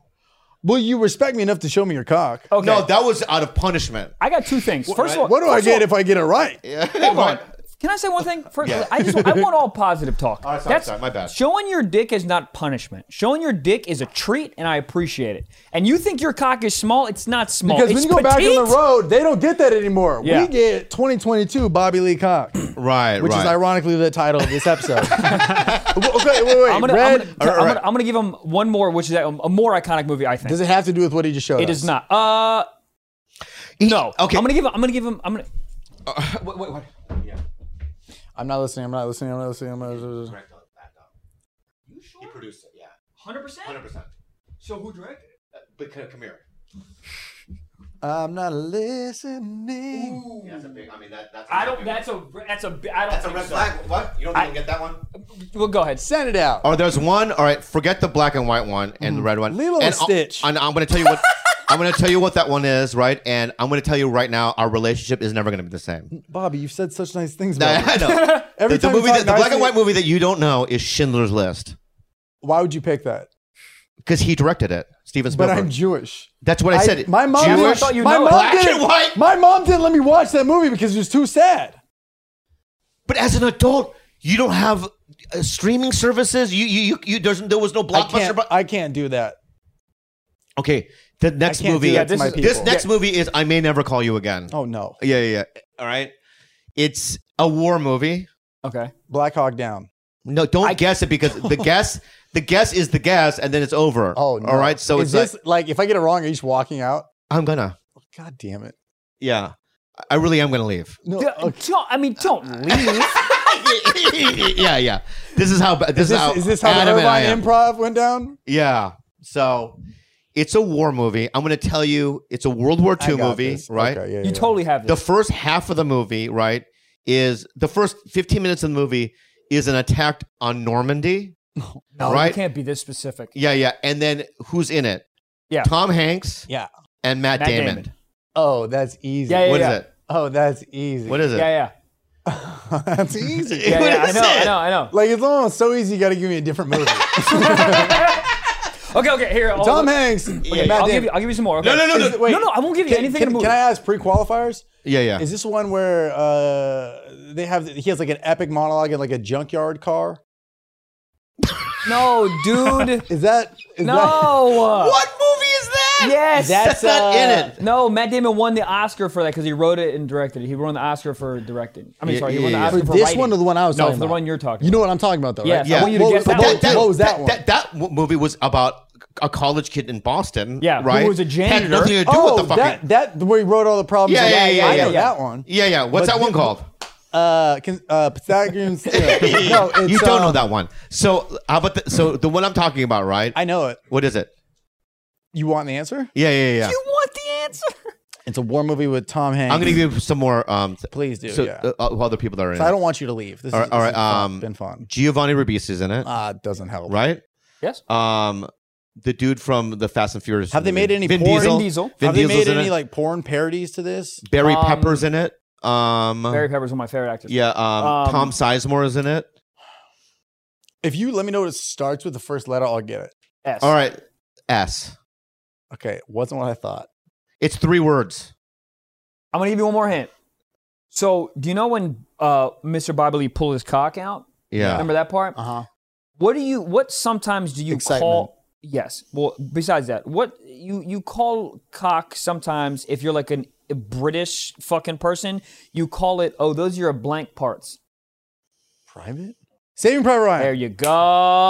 S2: Will you respect me enough to show me your cock?
S4: Okay.
S3: No, that was out of punishment.
S4: I got two things. First of all,
S2: What do I
S4: first of
S2: get
S4: all-
S2: if I get it right?
S3: Hold
S4: Hold on. Can I say one thing? First,
S3: Yeah.
S4: I just I want all positive talk.
S3: right, sorry, sorry, my bad.
S4: Showing your dick is not punishment. Showing your dick is a treat, and I appreciate it. And you think your cock is small? It's not small.
S2: Because
S4: it's
S2: when you go back
S4: petite.
S2: on the road, they don't get that anymore.
S4: Yeah.
S2: We get 2022 Bobby Lee Cock, which
S3: Right, right.
S2: is ironically the title of this episode. Well, okay, wait, wait.
S4: I'm gonna,
S2: Red,
S4: I'm, gonna, I'm, gonna, I'm gonna give him one more, which is a, a more iconic movie. I think
S2: does it have to do with what he just showed?
S4: it is not. Uh, no.
S3: okay.
S4: I'm gonna give him. I'm gonna give him. I'm gonna.
S2: I'm not listening. I'm not listening. I'm not listening. I'm not listening.
S4: You sure?
S3: Produced it, yeah,
S4: Hundred percent.
S3: hundred percent.
S4: So who directed it?
S3: But c- come here.
S2: I'm not listening.
S3: That's a big. I mean, that, that's.
S4: I don't. That's a. That's a. I don't.
S3: That's a
S4: think
S3: red
S4: so.
S3: flag. What? You don't,
S4: I-
S3: even get that one?
S4: Well, go ahead.
S2: Send it out.
S3: Or Oh, there's one. All right, forget the black and white one and the red one.
S2: Lilo and
S3: and I'll-
S2: Stitch.
S3: and I'm gonna tell you what. I'm gonna tell you what that one is, right? And I'm gonna tell you right now, our relationship is never gonna be the same.
S2: Bobby, you've said such nice things about me.
S3: I know.
S2: Every
S3: the, the
S2: time you
S3: movie,
S2: talk
S3: that, the black
S2: nicely-
S3: and white movie that you don't know is Schindler's List
S2: Why would you pick that?
S3: because he directed it. Steven
S2: But
S3: Spielberg.
S2: I'm Jewish.
S3: That's what I, said.
S2: my mom
S3: Jewish.
S2: didn't,
S4: I thought you
S2: my
S4: know it.
S2: mom
S3: Black
S2: didn't,
S3: and white.
S2: My mom didn't let me watch that movie because it was too sad.
S3: But as an adult, you don't have uh, streaming services. You you you, you there's, there was no
S2: I
S3: blockbuster.
S2: can't,
S3: But
S2: I can't do that.
S3: okay, the next
S2: can't do
S3: movie.
S2: that
S4: Yeah,
S2: to
S4: this
S2: my
S4: is-
S2: people.
S3: this next movie is I may never call you again.
S2: Oh no.
S3: Yeah, yeah, yeah. All right. It's a war movie.
S4: Okay.
S2: Black Hawk Down.
S3: No, don't guess it because the guess the guess is the guess, and then it's over.
S2: Oh no.
S3: All right. So it's
S2: is
S3: like,
S2: this like, if I get it wrong, are you just walking out?
S3: I'm gonna.
S2: God damn it.
S3: Yeah, I really am gonna leave.
S2: No.
S4: D-
S2: Oh, okay.
S4: don't- I mean, don't leave.
S3: yeah, yeah. This is how. This is,
S2: Is this,
S3: how.
S2: is this how the
S3: adamant I am.
S2: Irvine Improv went down?
S3: Yeah. So it's a war movie. I'm going to tell you, it's a World War
S2: I
S3: II
S2: got
S3: movie,
S2: this.
S3: right?
S2: Okay, yeah,
S4: You
S2: yeah.
S4: totally have
S3: The
S4: this.
S3: first half of the movie, right, is the first 15 minutes of the movie is an attack on Normandy.
S4: no, you
S3: right?
S4: can't be this specific.
S3: Yeah, yeah. And then who's in it?
S4: Yeah.
S3: Tom Hanks
S2: Yeah.
S3: and Matt,
S4: Matt
S3: Damon.
S4: Damon.
S2: Oh, that's easy.
S4: Yeah, yeah,
S3: What is
S4: yeah.
S3: it?
S2: Oh, that's easy.
S3: What is it?
S4: Yeah, yeah.
S2: that's easy.
S4: Yeah,
S3: What
S4: yeah, I
S3: is
S4: know,
S3: it?
S4: I know, I know.
S2: Like it's almost so easy. You got to give me a different movie.
S4: Okay, okay, here. I'll,
S2: Tom Hanks.
S3: yeah.
S2: Okay, Matt
S4: I'll
S2: Damon.
S4: give you. I'll give you some more. Okay.
S3: No, no, no, no.
S2: Is it- wait.
S4: no, no. I won't give you
S2: Can,
S4: anything
S2: can-
S4: in the movie.
S2: can I ask pre-qualifiers?
S3: Yeah, yeah.
S2: Is this one where uh, they have he has like an epic monologue in like a junkyard car?
S4: no, dude.
S2: Is that is that
S4: no.
S3: what movie is that?
S4: Yes.
S3: That's,
S2: That's,
S3: not
S2: uh,
S3: in it.
S4: No, Matt Damon won the Oscar for that because he wrote it and directed it. He won the Oscar for directing. I mean,
S3: Yeah,
S4: sorry, he
S3: yeah,
S4: won the
S3: yeah.
S4: Oscar for,
S2: for this
S4: writing.
S2: one or the one I was
S4: no,
S2: talking
S4: for the
S2: about?
S4: one you're talking.
S2: you know what I'm talking about though,
S4: Yeah,
S2: right?
S4: I want you to
S2: What
S4: guess
S2: was-
S4: that
S2: what was-
S4: one.
S2: what was that one?
S3: That, w- movie was about a college kid in Boston.
S4: Yeah, who
S3: right.
S4: was a
S3: Had
S4: janitor.
S3: nothing to do
S2: Oh,
S3: with the fucking.
S2: that that where he wrote all the problems.
S3: Yeah,
S2: of-
S3: yeah, yeah,
S2: I
S3: yeah,
S2: know
S4: yeah.
S2: that one.
S3: Yeah, yeah. What's
S2: But
S3: that one
S2: thi-
S3: called?
S2: Uh, can, uh, Pythagorean theorem. no, it's,
S3: you don't know
S2: um,
S3: that one. So how about the, so the one I'm talking about, right?
S2: I know it.
S3: what is it?
S2: You want the answer?
S3: Yeah, yeah, yeah.
S4: You want the answer?
S2: It's a war movie with Tom Hanks.
S3: I'm gonna give you some more. Um, th-
S2: Please do.
S3: so
S2: yeah.
S3: uh, uh, other people that are in.
S2: so I
S3: it.
S2: don't want you to leave. This
S3: All
S2: is,
S3: right, all
S2: this
S3: right,
S2: is fun.
S3: um,
S2: been fun.
S3: Giovanni Ribisi is in it,
S2: Ah, it doesn't help.
S3: right?
S4: Yes.
S3: Um, the dude from the Fast and Furious.
S2: Have they made
S3: movie.
S2: any
S3: Vin
S2: porn-
S3: Diesel?
S4: Vin Diesel.
S3: Vin
S2: Have they
S3: Diesel's
S2: made
S3: in
S2: any
S3: it.
S2: like porn parodies to this?
S3: Barry
S4: Um,
S3: Pepper's in it. Um,
S4: Barry Pepper's one of my favorite actors.
S3: yeah. Um,
S4: Um,
S3: Tom Sizemore is in it.
S2: If you let me know what it starts with the first letter, I'll get it.
S4: S.
S3: All right, S.
S2: Okay, wasn't what I thought.
S3: It's three words.
S4: I'm gonna give you one more hint. So, do you know when uh, Mr. Bobby Lee pulled his cock out?
S3: Yeah.
S4: Remember that part?
S2: Uh
S3: Uh-huh.
S2: huh.
S4: What do you? What sometimes do you
S2: Excitement.
S4: call? Yes. Well, besides that, what you you call cock sometimes if you're like an, a British fucking person, you call it. Oh, those are your blank parts.
S2: Private. Saving Private Ryan.
S4: There you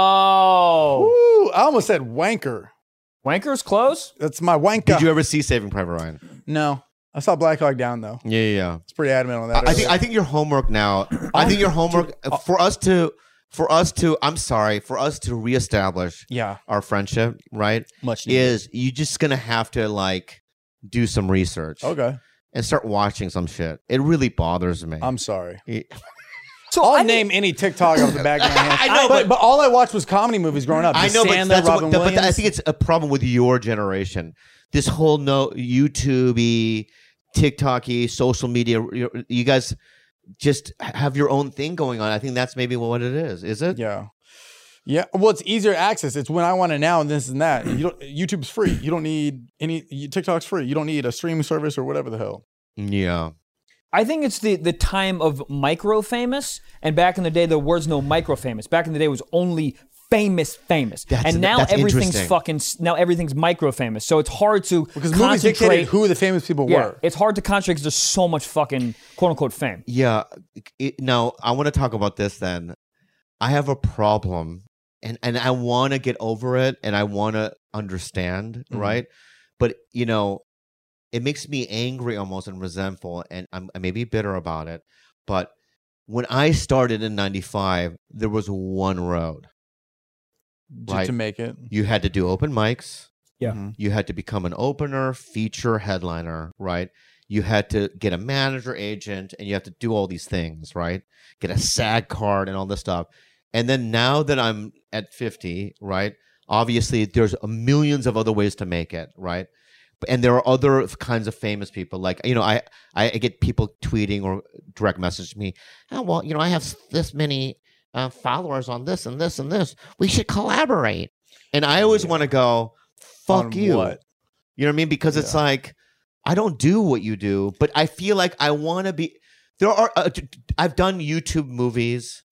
S4: go.
S2: Woo! I almost said wanker.
S4: Wanker's close.
S2: That's my wanker.
S3: Did you ever see Saving Private Ryan?
S2: no, I saw Black Hawk Down though.
S3: Yeah, yeah. yeah.
S2: It's pretty adamant on that.
S3: I I think I think your homework now. I think your homework for us to for us to. I'm sorry for us to reestablish
S2: yeah,
S3: our friendship. Right?
S2: much needed.
S3: Is you just gonna have to like do some research
S2: Okay,
S3: and start watching some shit. It really bothers me.
S2: I'm sorry.
S4: So
S2: I'll
S4: I
S2: name any TikTok off the back of my hand.
S3: I know,
S2: but, but all I watched was comedy movies growing up.
S3: I know, but
S2: Sandler,
S3: that's
S2: Robin
S3: what, that- but
S2: Williams.
S3: I think it's a problem with your generation. This whole no YouTube, TikToky, social media. you- You guys just have your own thing going on. I think that's maybe what it is. Is it?
S2: yeah, yeah. Well, it's easier access. It's when I want it now and this and that. You don't. YouTube's free. You don't need any. you- TikTok's free. You don't need a streaming service or whatever the hell.
S3: Yeah.
S4: I think it's the, the time of micro famous, and back in the day there was no micro famous. Back in the day it was only famous famous,
S3: That's-
S4: and now
S3: that's
S4: everything's
S3: interesting.
S4: fucking s- now everything's micro famous. So it's hard to
S2: Because movies
S4: concentrate.
S2: dictated who the famous people
S4: yeah,
S2: were.
S4: it's hard to concentrate because there's so much fucking quote unquote fame.
S3: Yeah. It- now I want to talk about this. Then I have a problem, and and I want to get over it, and I want to understand,
S2: Mhm.
S3: right? But you know, it makes me angry almost and resentful, and I'm I may be bitter about it. But when I started in '95, there was one road.
S2: Just
S3: Right.
S2: to make it.
S3: You had to do open mics.
S4: Yeah.
S2: Mhm.
S3: You had to become an opener, feature, headliner, right? You had to get a manager agent and you have to do all these things, right? Get a SAG card and all this stuff. And then now that I'm at 50, right? Obviously, there's a millions of other ways to make it, right? But- And there are other kinds of famous people. Like, you know, I, I get people tweeting or direct message me, oh, well, you know, I have this many uh, followers on this and this and this. We should collaborate. And I always
S2: Yeah.
S3: want to go, fuck
S2: On
S3: you.
S2: what?
S3: You know what I mean? Because it's like, I don't do what you do, but I feel like I want to be. There are, uh, d- d- I've done YouTube movies.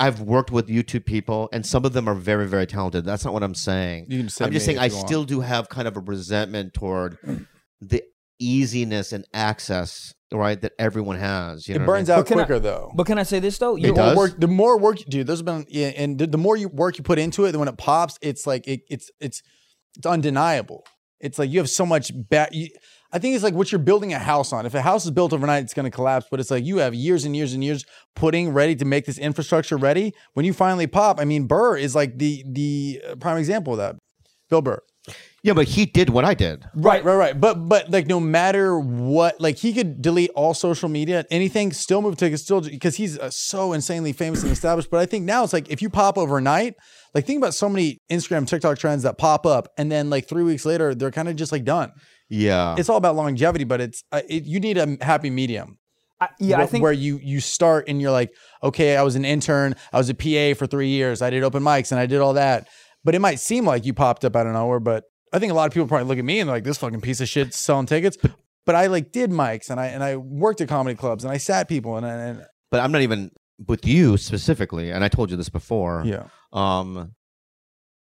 S3: I've worked with YouTube people, and some of them are very, very talented. That's not what I'm saying.
S2: You can send
S3: I'm just
S2: me
S3: saying
S2: if
S3: I
S2: you want.
S3: still do have kind of a resentment toward the easiness and access, right, that everyone has. You know
S2: it
S3: what I
S2: burns
S3: mean?
S2: out
S4: But can I-
S2: quicker though.
S4: But can I say this though?
S3: It
S2: the more
S3: does?
S2: work, the more work, dude. There's been, yeah, and the, the more you work you put into it, then when it pops, it's like it, it's it's it's undeniable. It's like you have so much back. I think it's like what you're building a house on. If a house is built overnight, it's going to collapse. But it's like you have years and years and years putting ready to make this infrastructure ready. When you finally pop, I mean, Burr is like the the uh, prime example of that. Bill Burr.
S3: Yeah, but he did what I did.
S2: Right, right, right. But but like no matter what, like he could delete all social media, anything, still move tickets, still because he's uh, so insanely famous and established. But I think now it's like if you pop overnight, like think about so many Instagram, TikTok trends that pop up, and then like three weeks later they're kind of just like done.
S3: Yeah.
S2: It's all about longevity, but it's uh, it, you need a happy medium.
S4: I, yeah,
S2: where,
S4: I think
S2: where you you start and you're like, okay, I was an intern, I was a PA for three years, I did open mics and I did all that. But it might seem like you popped up out of nowhere, but I think a lot of people probably look at me and they're like, this fucking piece of shit selling tickets. But I like did mics and I and I worked at comedy clubs and I sat people and, and,
S3: but I'm not even with you specifically, and I told you this before.
S2: and yeah.
S3: Um,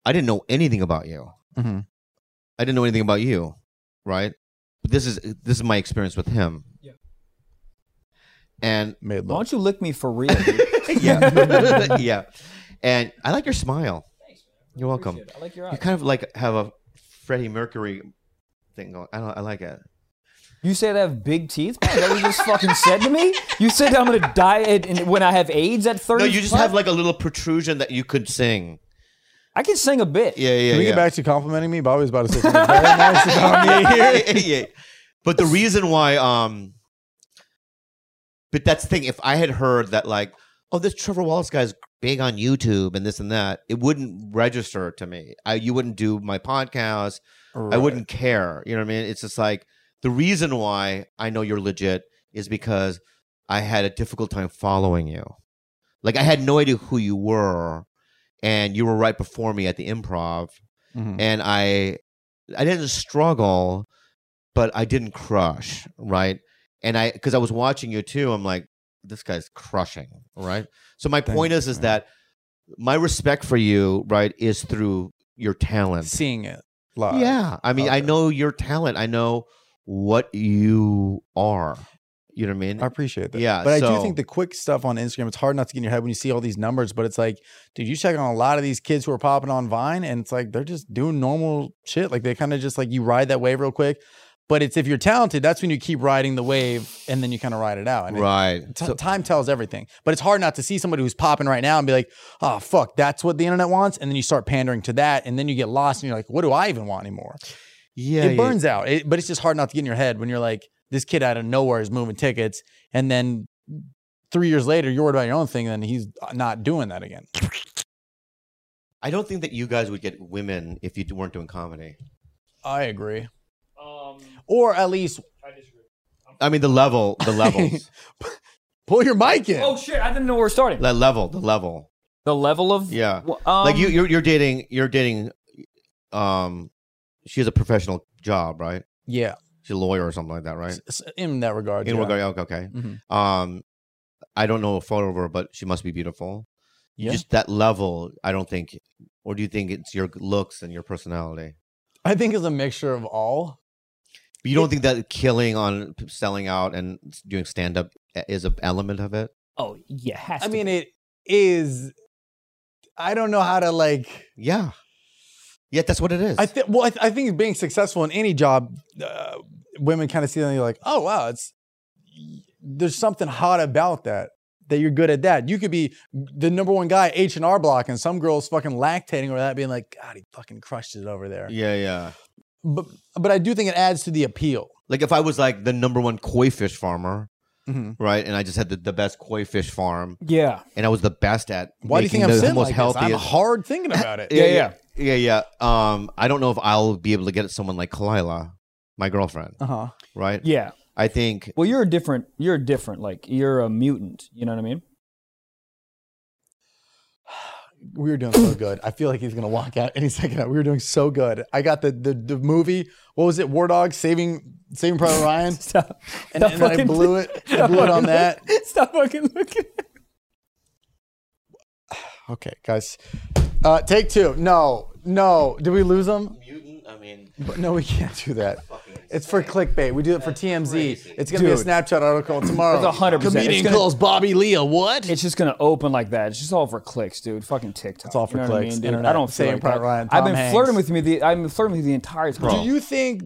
S3: I didn't know anything about you.
S2: Mhm.
S3: I didn't know anything about you, right? But this is this is my experience with him.
S4: Yeah.
S3: And
S2: Made
S4: why
S2: love.
S4: don't you lick me for real? dude?
S3: yeah, yeah. And I like your smile. You're welcome.
S4: Appreciate it. I like your
S3: You
S4: eyes.
S3: kind of like have a Freddie Mercury thing going. I don't. I like it.
S4: You said I have big teeth? Man, that what you just fucking said to me? You said I'm gonna die at, in, when I have AIDS at 30?
S3: No, you just have like a little protrusion that you could sing.
S4: I can sing a bit.
S3: Yeah, yeah.
S2: Can we
S3: yeah.
S2: get back to complimenting me? Bobby's about to say something very nice about me here.
S3: yeah. But the reason why, um, but that's the thing. If I had heard that, like, oh, this Trevor Wallace guy's big on YouTube and this and that, it wouldn't register to me. I you wouldn't do my podcast. I wouldn't care. You know what I mean? It's just like the reason why I know you're legit is because I had a difficult time following you. Like I had no idea who you were, and you were right before me at the improv,
S2: Mhm.
S3: and I I didn't struggle, but I didn't crush, right? And I because I was watching you too, I'm like, this guy's crushing, right? So my point
S2: Thanks,
S3: is is
S2: man.
S3: that my respect for you, right, is through your talent.
S2: Seeing it live.
S3: Yeah. I mean, I
S2: Okay.
S3: know your talent. I know what you are. You know what I mean?
S2: I appreciate that.
S3: Yeah,
S2: But I do
S3: so-
S2: think the quick stuff on Instagram, it's hard not to get in your head when you see all these numbers, but it's like, dude, you check on a lot of these kids who are popping on Vine and it's like they're just doing normal shit. Like they kind of just like you ride that wave real quick. But it's if you're talented, that's when you keep riding the wave and then you kind of ride it out. And it-
S3: right.
S2: t-
S3: So-
S2: time tells everything. But it's hard not to see somebody who's popping right now and be like, oh, fuck, that's what the internet wants. And then you start pandering to that. And then you get lost and you're like, what do I even want anymore?
S3: yeah.
S2: it
S3: yeah.
S2: burns out. It, but it's just hard not to get in your head when you're like, this kid out of nowhere is moving tickets, and then three years later, you're worried about your own thing, and he's not doing that again.
S3: I don't think that you guys would get women if you d- weren't doing comedy.
S2: I agree,
S4: Um,
S2: or at least
S4: I disagree.
S3: I mean, the level, the levels,
S2: pull your mic in.
S4: Oh shit! I didn't know we were starting.
S3: the level, the level.
S4: The level of
S3: Yeah.
S4: Well, um,
S3: like you, you're, you're dating, you're dating, um, she has a professional job, right?
S2: Yeah,
S3: She's a lawyer or something like that, right?
S2: s- s- in that regard.
S3: In
S2: yeah.
S3: regard, okay, okay.
S2: Mhm.
S3: Um, I don't know a photo of her, but she must be beautiful.
S2: Yeah.
S3: Just that level, I don't think. Or do you think it's your looks and your personality?
S2: I think it's a mixture of all.
S3: But you don't think that killing on p- selling out and s- doing stand up is an element of it?
S4: oh yeah, it has
S2: I
S4: to
S2: mean,
S4: be.
S2: it is. I don't know how to like.
S3: Yeah. Yeah, that's what it is.
S2: I think. Well, I, th- I think being successful in any job, uh, women kind of see that and you're like, oh wow, it's there's something hot about that. That you're good at that. You could be the number one guy H and R Block, and some girls fucking lactating over that, being like, God, he fucking crushed it over there.
S3: yeah, yeah.
S2: But but I do think it adds to the appeal.
S3: Like if I was like the number one koi fish farmer,
S2: Mhm.
S3: right? And I just had the, the best koi fish farm
S4: yeah.
S3: and I was the best at
S2: Why do you
S3: making
S2: think I'm
S3: the
S2: sitting
S3: most
S2: like this?
S3: healthy.
S2: I'm hard thinking about it.
S3: yeah. Yeah, yeah. yeah. Um, I don't know if I'll be able to get someone like Kalila, my girlfriend,
S2: Uh huh.
S3: right?
S4: Yeah.
S3: I think
S4: Well, you're a different. You're a different. Like you're a mutant. You know what I mean?
S2: we were doing so good. I feel like he's gonna walk out any second. We were doing so good. I got the the, the movie. What was it? War Dogs Saving Saving Private Ryan.
S4: Stop.
S2: And, and then I blew it. I blew it on that.
S4: Stop fucking looking.
S2: Okay, guys. Uh, take two. No, no. Did we lose them?
S3: mutant, I mean
S2: But no, we can't do that. It's for clickbait. We do it for TMZ. It's gonna be a
S4: Dude.
S2: Snapchat article tomorrow.
S4: It's 100%. It's
S2: Comedian
S4: gonna-
S2: calls Bobby Lee a what?
S4: It's just gonna open like that. It's just all for clicks, dude. Fucking TikTok. It's
S2: all for
S4: I,
S2: clicks,
S4: mean, dude?
S2: internet,
S4: I don't feel
S2: Saving
S4: like
S2: Private
S4: that.
S2: Ryan,
S4: I've
S2: Tom
S4: been
S2: Hanks.
S4: flirting with me. The I've been flirting with you the entire time.
S2: Do you think?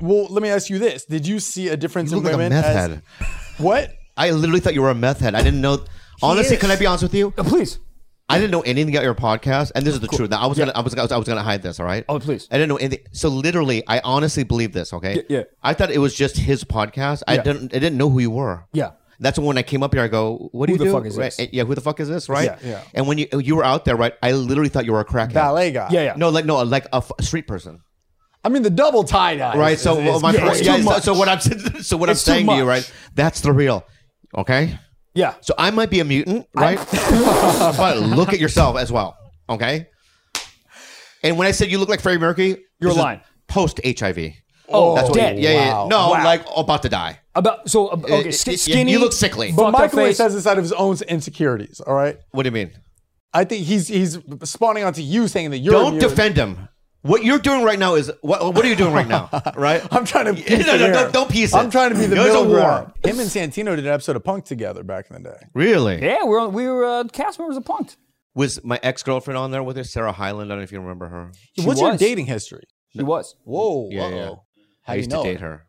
S2: Well, let me ask you this: Did you see a difference
S3: you
S2: in
S3: look like a
S2: women?
S3: meth
S2: as-
S3: head.
S2: What?
S3: I literally thought you were a meth head. I didn't know honestly,
S2: is.
S3: can I be honest with you?
S4: please.
S3: I didn't know anything about your podcast, and this is the truth. Now, I was gonna, I was, I was, I was gonna hide this. All right.
S4: Oh, please.
S3: I didn't know anything. So literally, I honestly believe this. Okay.
S4: yeah.
S3: I thought it was just his podcast. I didn't, I didn't know who you were.
S4: Yeah.
S3: That's when I came up here. I go, "What
S4: Who
S3: do you
S4: the
S3: do?
S4: fuck is
S3: Right,
S4: this?
S3: Yeah, who the fuck is this? Right?
S2: Yeah, yeah.
S3: And when you you were out there, right? I literally thought you were a crackhead.
S2: Ballet guy.
S4: Yeah, yeah.
S3: No, like no, like a f- street person.
S2: I mean, the double tie dye.
S3: Right. So well, my
S4: yeah,
S3: point-
S4: it's
S3: yeah,
S4: too
S3: so-
S4: much.
S3: so what I'm so what I'm
S4: It's too
S3: saying to you,
S4: much.
S3: right? That's the real. Okay.
S4: Yeah.
S3: So I might be a mutant, right? but look at yourself as well, okay? And when I said you look like Freddie Mercury,
S4: You're lying.
S3: Post HIV. Yeah,
S4: Oh,
S3: what
S4: dead.
S3: you- yeah, yeah.
S2: wow.
S3: No,
S4: Wow.
S3: like about to die.
S4: About so uh, okay,
S3: it-
S4: sk-
S3: it- you
S4: skinny.
S3: look sickly. But
S2: But
S4: fucked up
S2: Michael
S4: face.
S2: says this out of his own insecurities. All right.
S3: What do you mean?
S2: I think he's he's spawning onto you saying that you're.
S3: Don't
S2: immune.
S3: defend him. What you're doing right now is what? What are you doing right now? Right?
S2: I'm trying to.
S3: Yeah,
S2: Piece
S3: no,
S2: it
S3: no,
S2: here.
S3: don't- don't piece it.
S2: I'm trying to be the
S3: There's a
S2: middle
S3: war.
S2: ground. Him and Santino did an episode of Punk together back in the day.
S3: Really?
S4: yeah, we're on, we were uh, cast members of Punked.
S3: Was my ex girlfriend on there with her? Sarah Hyland. I don't know if you remember her.
S4: She
S2: What's your
S4: was.
S2: dating history?
S4: She was.
S2: Whoa.
S3: Yeah, yeah.
S2: uh-oh. How
S3: I
S2: do you
S3: used
S2: know?
S3: to date her.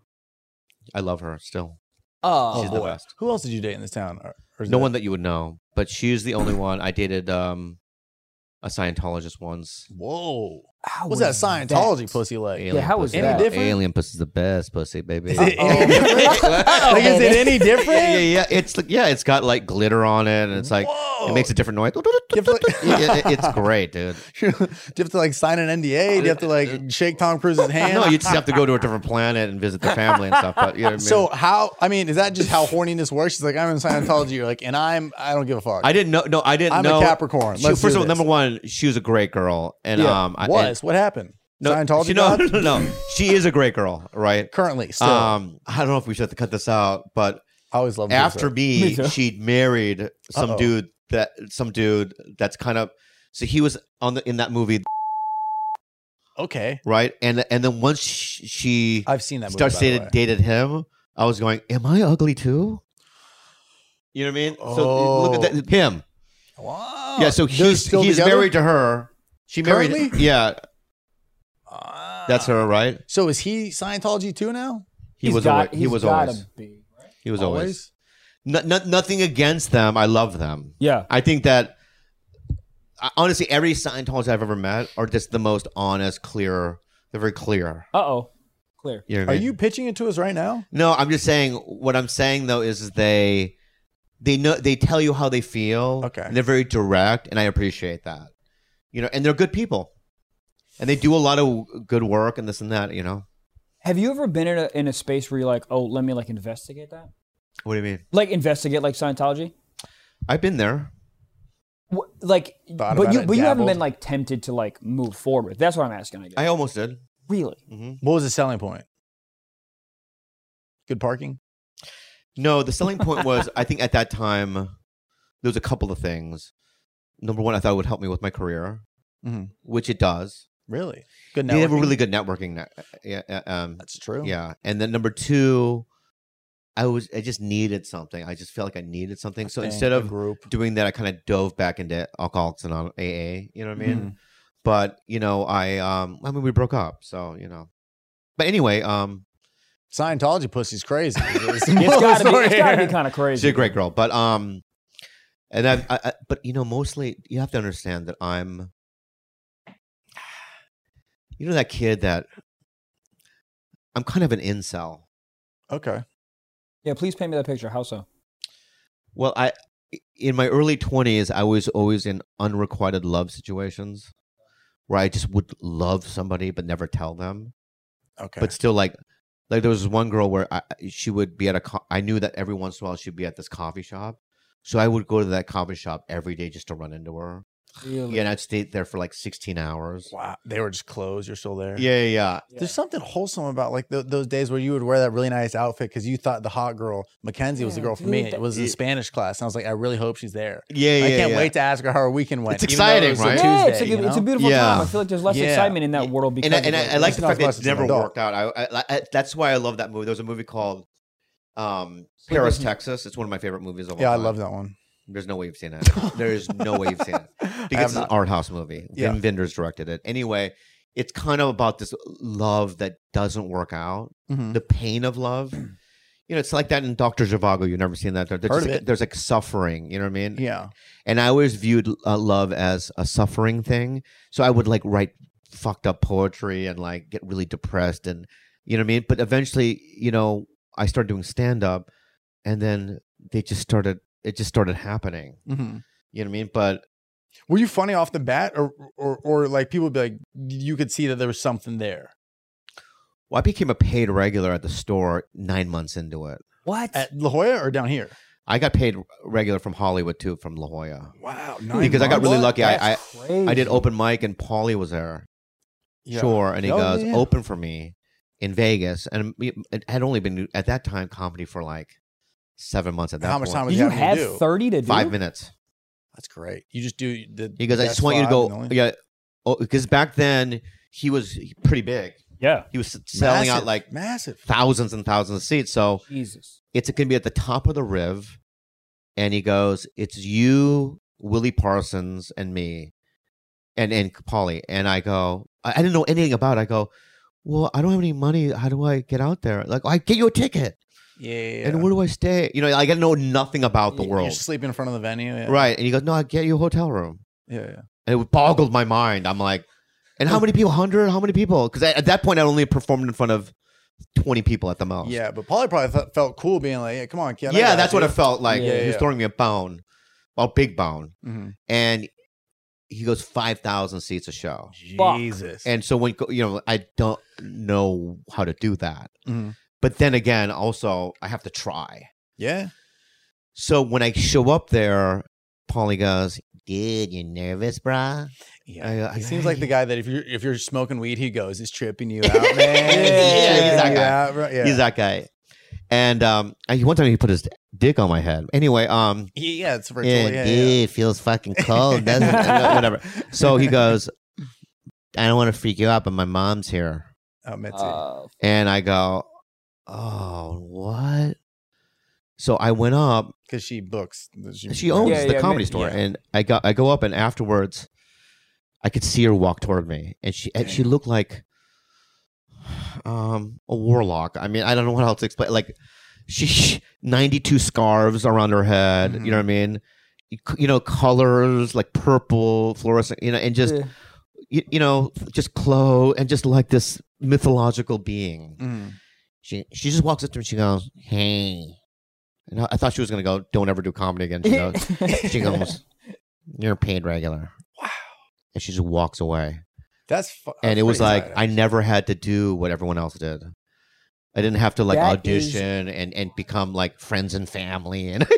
S3: I love her still.
S2: Oh,
S4: Uh,
S3: She's the best.
S2: Who else did you date in this town? Or, or is
S3: No
S2: that-
S3: one that you would know, but she's the only one I dated. Um, a Scientologist once.
S2: Whoa.
S4: How
S2: What's that Scientology
S4: that?
S2: pussy like?
S4: Yeah, how was
S7: pussy.
S4: that?
S2: Any different?
S7: Alien pussy's the best pussy, baby.
S2: Is it,
S4: Uh-oh.
S2: like, is it any different?
S3: yeah, yeah, yeah. It's like- yeah, it's got like glitter on it, and it's like
S2: Whoa.
S3: it makes a different noise.
S2: Different-
S3: It- it- it's great, dude.
S2: do you have to like sign an NDA? Do you have to like shake Tom Cruise's hand?
S3: No, you just have to go to a different planet and visit the family and stuff. But you know what I mean?
S2: so how? I mean, is that just how horniness works? It's like I'm in Scientology. You're like, and I'm I don't give a fuck.
S3: I didn't know. No, I didn't
S2: I'm a
S3: know.
S2: Capricorn.
S3: She-
S2: Let's
S3: first of all,
S2: do this.
S3: number one, she was a great girl, and
S2: Yeah,
S3: um, I,
S2: was what happened?
S3: and, no,
S2: Scientology
S3: She, no,
S2: God?
S3: no, no, no. she is a great girl, right?
S2: currently still.
S3: Um, I don't know if we should have to cut this out, but
S2: I always love
S3: after
S4: Me
S3: me,
S4: too.
S3: she'd married some
S2: Uh-oh.
S3: dude that some dude that's kind of so he was on the in that movie
S2: Okay,
S3: right and and then once sh- she
S2: I've seen that. Movie,
S3: starts
S2: by the
S3: dated
S2: way.
S3: dated him I was going am I ugly too you know what I mean so look at
S2: Oh.
S3: that him
S2: Wow.
S3: yeah so
S2: They're
S3: he's
S2: still
S3: he's
S2: together?
S3: married to her she married
S2: Currently?
S3: yeah
S2: Ah.
S3: that's her right
S2: So is he Scientology too now?
S3: he
S4: He's
S3: was
S4: got-
S3: always, he
S4: he's
S3: was
S4: gotta
S3: always
S4: be, right?
S3: he was always no, no, nothing against them I love them
S4: Yeah.
S3: I think that I- honestly, every Scientologist I've ever met are just the most honest, clear. They're very clear.
S4: Uh oh. Clear.
S3: You know what I
S2: Are
S3: mean?
S2: you pitching it to us right now?
S3: No, I'm just saying. What I'm saying though is they they know they tell you how they feel.
S2: Okay.
S3: and they're very direct, and I appreciate that. You know, and they're good people, and they do a lot of good work and this and that. You know,
S4: Have you ever been in a, in a space where you're like, oh, let me like investigate that?
S3: what do you mean?
S4: Like investigate like Scientology?
S3: I've been there.
S4: What, like,
S2: Thought
S4: but
S2: about
S4: you
S2: it,
S4: but you haven't
S2: dabbled.
S4: been like tempted to like move forward. That's what I'm asking. I guess.
S3: I almost did.
S4: really?
S3: hmm
S2: What was the selling point? Good parking.
S3: No, the selling point was I think at that time there was a couple of things. Number one, I thought it would help me with my career,
S2: Mhm.
S3: which it does.
S2: Really good.
S3: They have a
S2: networking?
S3: really good networking. Net, yeah, uh, um,
S2: That's true.
S3: yeah. And then number two, I was I just needed something. I just felt like I needed something. So
S2: Dang,
S3: instead
S2: a
S3: of
S2: group,
S3: doing that, I kind of dove back into Alcoholics Anonymous, AA. You know what I
S2: Mm-hmm.
S3: mean? But you know, I um, I mean, we broke up, so you know. But anyway, um,
S2: Scientology pussy's crazy. It's
S4: It's gotta be. It's gotta be kind of crazy.
S3: She's a great girl, but um, and I, I, I, but you know, mostly you have to understand that I'm, you know, that kid that I'm kind of an incel.
S2: okay.
S4: Yeah. Please paint me that picture. How so?
S3: Well, I in my early twenties, I was always in unrequited love situations where I just would love somebody but never tell them.
S2: Okay.
S3: but still like like there was this one girl where I, she would be at a co- i knew that every once in a while she'd be at this coffee shop so i would go to that coffee shop every day just to run into her
S4: Really?
S3: yeah and i'd stay there for like 16 hours
S2: wow, they were just closed. You're still there.
S3: yeah yeah, yeah
S2: There's something wholesome about like th- those days where you would wear that really nice outfit because you thought the hot girl Mackenzie was the
S4: Yeah,
S2: girl for
S4: dude,
S2: me.
S4: that-
S2: It was in
S3: Yeah.
S2: Spanish class, and I was like, I really hope she's there.
S3: yeah, yeah
S2: I can't
S3: yeah.
S2: wait to ask her how her weekend went.
S3: It's
S2: even though it
S3: exciting,
S2: was
S3: right?
S4: Yeah, it's,
S2: Tuesday,
S4: a,
S2: you
S4: good- it's a
S2: know?
S4: beautiful
S3: Yeah.
S4: time. I feel like there's less
S2: Yeah.
S4: excitement in that world because
S3: and I, and I,
S4: of,
S3: I like
S2: it's
S3: the
S2: not
S3: fact
S2: as
S3: that
S2: much
S3: it's
S2: as an
S3: never
S2: adult.
S3: worked out. I, I, I that's why I love that movie. There was a movie called um,
S4: Sleepers
S3: Paris,
S4: in-
S3: Texas. It's one of my favorite movies of all
S2: Yeah, I
S3: time.
S2: love that one.
S3: There's no way you've seen it. There is no way you've seen it.
S2: I
S3: because
S2: have
S3: it's an
S2: not.
S3: art house movie.
S2: Yeah.
S3: Vin Vendors directed it. Anyway, it's kind of about this love that doesn't work out,
S2: Mhm.
S3: the pain of love. You know, it's like that in Doctor Zhivago. You've never seen that. There- There's,
S2: Heard
S3: just
S2: of
S3: like,
S2: it.
S3: there's like suffering. You know what I mean?
S2: Yeah.
S3: And I always viewed uh, love as a suffering thing. So I would like write fucked up poetry and like get really depressed and you know what I mean. But eventually, you know, I started doing stand up, and then they just started. It just started happening.
S2: Mhm.
S3: You know what I mean? But
S2: Were you funny off the bat, or or or like people would be like, you could see that there was something there
S3: Well, I became a paid regular at the store nine months into it.
S4: what?
S2: at La Jolla or down here?
S3: I got paid regular from Hollywood too, from La Jolla.
S2: Wow,
S3: Because I got really lucky. I, I,
S4: That's
S3: I did
S4: crazy.
S3: open mic and Paulie was there. Sure. And he
S2: Oh,
S3: goes,
S2: yeah.
S3: open for me in Vegas. And um, it had only been at that time comedy for like seven months at that
S2: How much
S3: point.
S2: time
S4: Did
S2: was
S4: you
S2: that you
S4: have
S2: do?
S4: thirty to do?
S3: Five minutes.
S2: That's great. You just do the.
S3: He goes, I
S2: that's
S3: just want you to
S2: live and
S3: go.
S2: only-
S3: Yeah. Oh, because back then he was pretty big.
S4: Yeah.
S3: He was selling out
S2: Massive,
S3: like
S2: massive.
S3: thousands and thousands of seats. So
S4: Jesus.
S3: it's going to be at the top of the riv and he goes it's you willie parsons and me and and polly and i go i, I didn't know anything about it. i go well i don't have any money how do i get out there like i get you a ticket
S2: Yeah,
S3: and where do i stay you know like, i know nothing about the
S4: You-
S2: You
S3: world
S2: sleep in front of the venue, yeah.
S3: right and he goes no i get you a hotel room
S2: Yeah, yeah.
S3: and it boggled my mind i'm like And how many people? Hundred? How many people? Because at that point, I only performed in front of twenty people at the most.
S2: Yeah, but Polly probably th- felt cool being like, "Hey, come on, kid."
S3: yeah, that's what it felt like.
S2: Yeah,
S3: he was
S2: yeah.
S3: throwing me a bone, well, big bone,
S2: hmm
S3: and he goes five thousand seats a show.
S4: Fuck.
S2: Jesus.
S3: And so when you know, I don't know how to do that.
S2: Mhm.
S3: But then again, also I have to try.
S2: yeah,
S3: So when I show up there, Paulie goes, "Dude, you nervous, brah?" I go,
S2: He seems like the guy that if you're if you're smoking weed, he goes, "It's tripping you out, man."
S3: Yeah,
S2: It's
S3: he's
S2: tripping
S3: that
S2: you
S3: guy.
S2: out, bro." Yeah.
S3: He's that guy. And um, I, one time he put his dick on my head. Anyway, um,
S2: yeah, it's virtual.
S3: yeah,
S2: Yeah,
S3: dude,
S2: yeah.
S3: it feels fucking cold, doesn't it? Whatever. So he goes, "I don't want to freak you out, but my mom's here."
S2: Oh, Mitzi.
S4: Uh,
S3: And I go, "Oh, what?" So I went up
S2: because she books.
S3: She owns
S4: Yeah,
S3: the
S4: yeah,
S3: comedy
S4: ma-
S3: store,
S4: yeah.
S3: and I got I go up, and afterwards, I could see her walk toward me, and she and she looked like um a warlock. I mean, I don't know what else to explain. Like she ninety two scarves around her head. You
S4: Mm-hmm.
S3: know what I mean? You c- You know, colors like purple, fluorescent. You know, and just
S4: yeah.
S3: you, you know, just clothes, and just like this mythological being.
S2: Mhm.
S3: She she just walks up to me. and She goes, "Hey," and I, I thought she was gonna go, "Don't ever do comedy again." She goes, she goes, "You're paid regular."
S2: Wow.
S3: And she just walks away.
S2: That's fu-
S3: and it was
S2: pretty
S3: like
S2: exciting.
S3: I never had to do what everyone else did. I didn't have to like
S4: That is-
S3: audition and and become like friends and family and or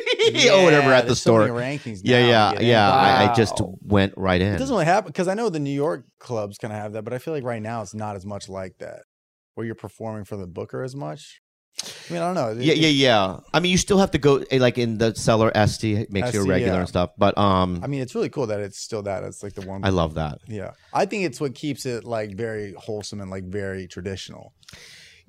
S3: whatever at the
S2: there's so
S3: store.
S2: many rankings.
S3: yeah, yeah,
S2: now to get in.
S3: yeah. I, I just
S4: Wow.
S3: went right in.
S2: It doesn't really happen because I know the New York clubs kind of have that, but I feel like right now it's not as much like that, where you're performing for the booker as much. I mean, I don't know.
S3: yeah, yeah, yeah. I mean, you still have to go eh, like in the cellar. ST makes you a
S2: ST,
S3: regular
S2: yeah.
S3: and stuff. But um,
S2: I mean, it's really cool that it's still that. It's like the one.
S3: I love that.
S2: yeah, I think it's what keeps it like very wholesome and like very traditional.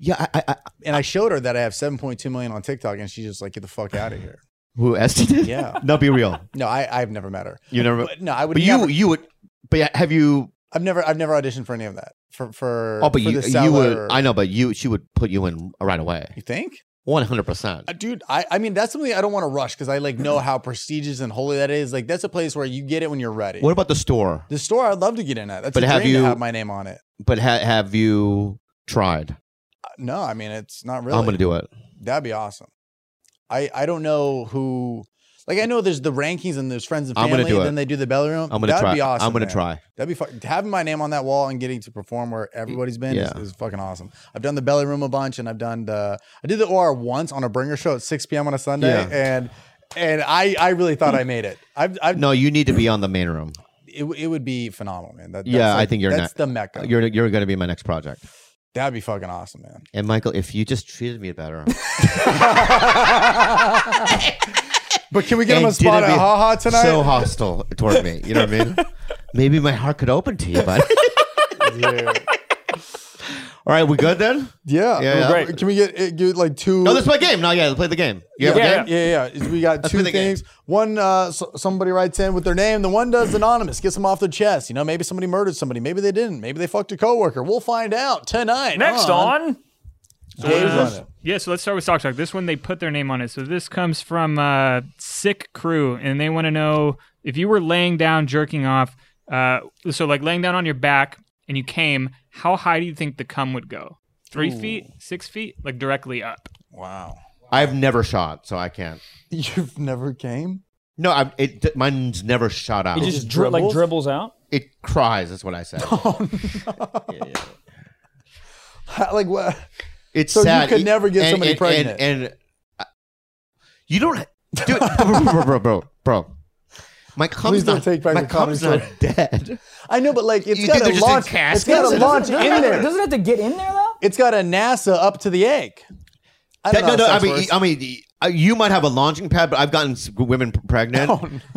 S3: Yeah, I, I, I
S2: And I showed her that I have 7.2 million on TikTok, and she's just like, "Get the fuck out of here."
S3: who ST did?
S2: Yeah.
S3: no, be real.
S2: No, I I've never met her.
S3: You never. But,
S2: But no, I would.
S3: you
S2: never-
S3: you would. But yeah, have you
S2: I've never I've never auditioned for any of that. For for
S3: Oh, but
S2: for
S3: you,
S2: the
S3: you would.
S2: Cellar.
S3: I know, but you she would put you in right away,
S2: You think?
S3: one hundred percent.
S2: Uh, dude i i mean that's something i don't want to rush because i like know how prestigious and holy that is like that's a place where you get it when you're ready
S3: What about the store?
S2: the store i'd love to get in at that's
S3: But
S2: a
S3: have
S2: dream
S3: you-
S2: to have my name on it
S3: But ha- have you tried?
S2: Uh, no i mean it's not really
S3: I'm gonna do it.
S2: that'd be awesome i i don't know who like i know there's the rankings and there's friends and
S3: I'm
S2: family
S3: gonna do
S2: and
S3: it.
S2: then they do the belly room
S3: I'm gonna
S2: that'd
S3: try.
S2: be awesome
S3: I'm gonna
S2: man.
S3: try.
S2: that'd be fun having my name on that wall and getting to perform where everybody's been
S3: Yeah.
S2: is, is fucking awesome i've done the belly room a bunch and i've done the i did the or once on a bringer show at 6 p.m on a sunday
S3: Yeah.
S2: and and I, I really thought I made it. I've, I've
S3: No, you need to be on the main room.
S2: it, w- it would be phenomenal, man. That, that's
S3: Yeah, I
S2: like-
S3: think you're
S2: that's
S3: not-
S2: the mecca.
S3: You're you're gonna be my next project.
S2: That'd be fucking awesome, man.
S3: And Michael, if you just treated me better,
S2: But can we get him a
S3: and didn't
S2: spot at
S3: be
S2: Ha Ha tonight?
S3: so hostile toward me, you know what I mean? Maybe my heart could open to you, buddy.
S2: Dude.
S3: All right, we good then?
S2: yeah,
S3: Yeah, yeah.
S2: Great. Can we get it, get like two?
S3: No, this is my game. No, yeah, play the game. You have a game?
S4: Yeah.
S2: yeah, yeah, yeah. We got two
S3: play the game.
S2: things. One, uh, so, somebody writes in with their name. The one does anonymous, gets them off their chest. You know, maybe somebody murdered somebody. Maybe they didn't. Maybe they fucked a coworker. We'll find out tonight.
S6: Next on.
S2: Dave's
S6: Uh,
S2: on it.
S6: Yeah, so let's start with Sock Talk. This one, they put their name on it. So this comes from uh, Sick Crew, and they want to know if you were laying down, jerking off, uh, so like laying down on your back and you came, how high do you think the cum would go? Three feet? Six feet? Like directly up?
S2: Wow,
S3: I've never shot, so I can't.
S2: you've never came.
S3: No, I, it mine's never shot out.
S4: it
S3: It,
S4: just dri- like
S2: dribbles?
S4: dribbles out.
S3: cries. That's what I said.
S2: like what?
S3: It's
S2: So you
S3: sad.
S2: could
S3: E-
S2: never get
S3: and-
S2: somebody
S3: and-
S2: pregnant.
S3: And, and, uh, you don't, ha- dude, bro, bro, bro, bro, bro. My cum's
S2: Please don't
S3: not,
S2: take back
S3: my
S2: the comedy
S3: cum's not
S2: store.
S3: dead.
S2: I know, but like it's
S3: You
S2: got
S3: think
S2: a
S3: they're just in
S2: launch. It's got a
S3: caskets?
S2: launch in there.
S4: Doesn't it have to get in there though?
S2: It's got a NASA up to the egg. I
S3: That-
S2: don't
S3: no,
S2: know
S3: no.
S2: how
S3: I
S2: sex
S3: mean,
S2: works.
S3: I mean, uh, you might have a launching pad, but I've gotten s- women p- pregnant,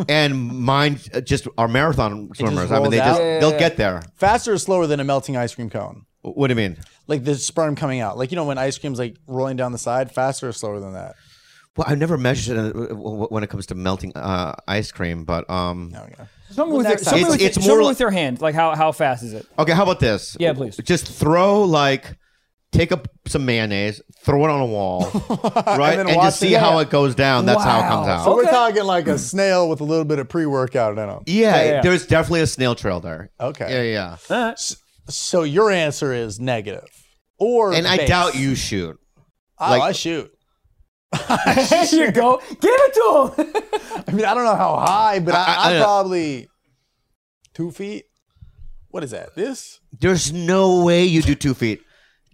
S3: and mine uh, just are marathon swimmers. I mean,
S2: rolls
S3: they
S2: out.
S3: just
S4: Yeah, yeah,
S3: they'll
S4: yeah.
S3: get there.
S2: faster or slower than a melting ice cream cone.
S3: What do you mean?
S2: Like the sperm coming out. Like you know when ice cream's like rolling down the side, faster or slower than that.
S3: Well, I've never measured it uh, w- w- when it comes to melting uh, ice cream, but um.
S2: Oh yeah.
S4: Show me with your,
S2: next
S4: show me
S2: time.
S4: with,
S3: It's-
S4: your-
S3: it's
S4: show
S3: more
S4: me
S3: like-
S4: with your hand. Like how how fast is it?
S3: Okay, how about this?
S4: Yeah, please.
S3: Just throw like take up some mayonnaise, throw it on a wall, right,
S2: then
S3: and,
S2: watch
S3: just see
S2: it.
S3: how it goes down. That's how it comes
S4: Wow.
S3: out.
S2: So we're
S4: Okay.
S2: talking like a snail with a little bit of pre-workout in it.
S3: yeah,
S4: yeah.
S3: there's definitely a snail trail there.
S2: Okay.
S3: Yeah, yeah.
S4: All right.
S2: So your answer is negative, or
S3: and I
S2: face.
S3: doubt you shoot.
S2: Oh,
S3: like-
S2: I shoot.
S4: there you go. Give it to him.
S2: I mean, I don't know how high, but I,
S3: I-
S2: I,
S3: I-
S2: am probably two feet. What is that? This?
S3: There's no way you do two feet.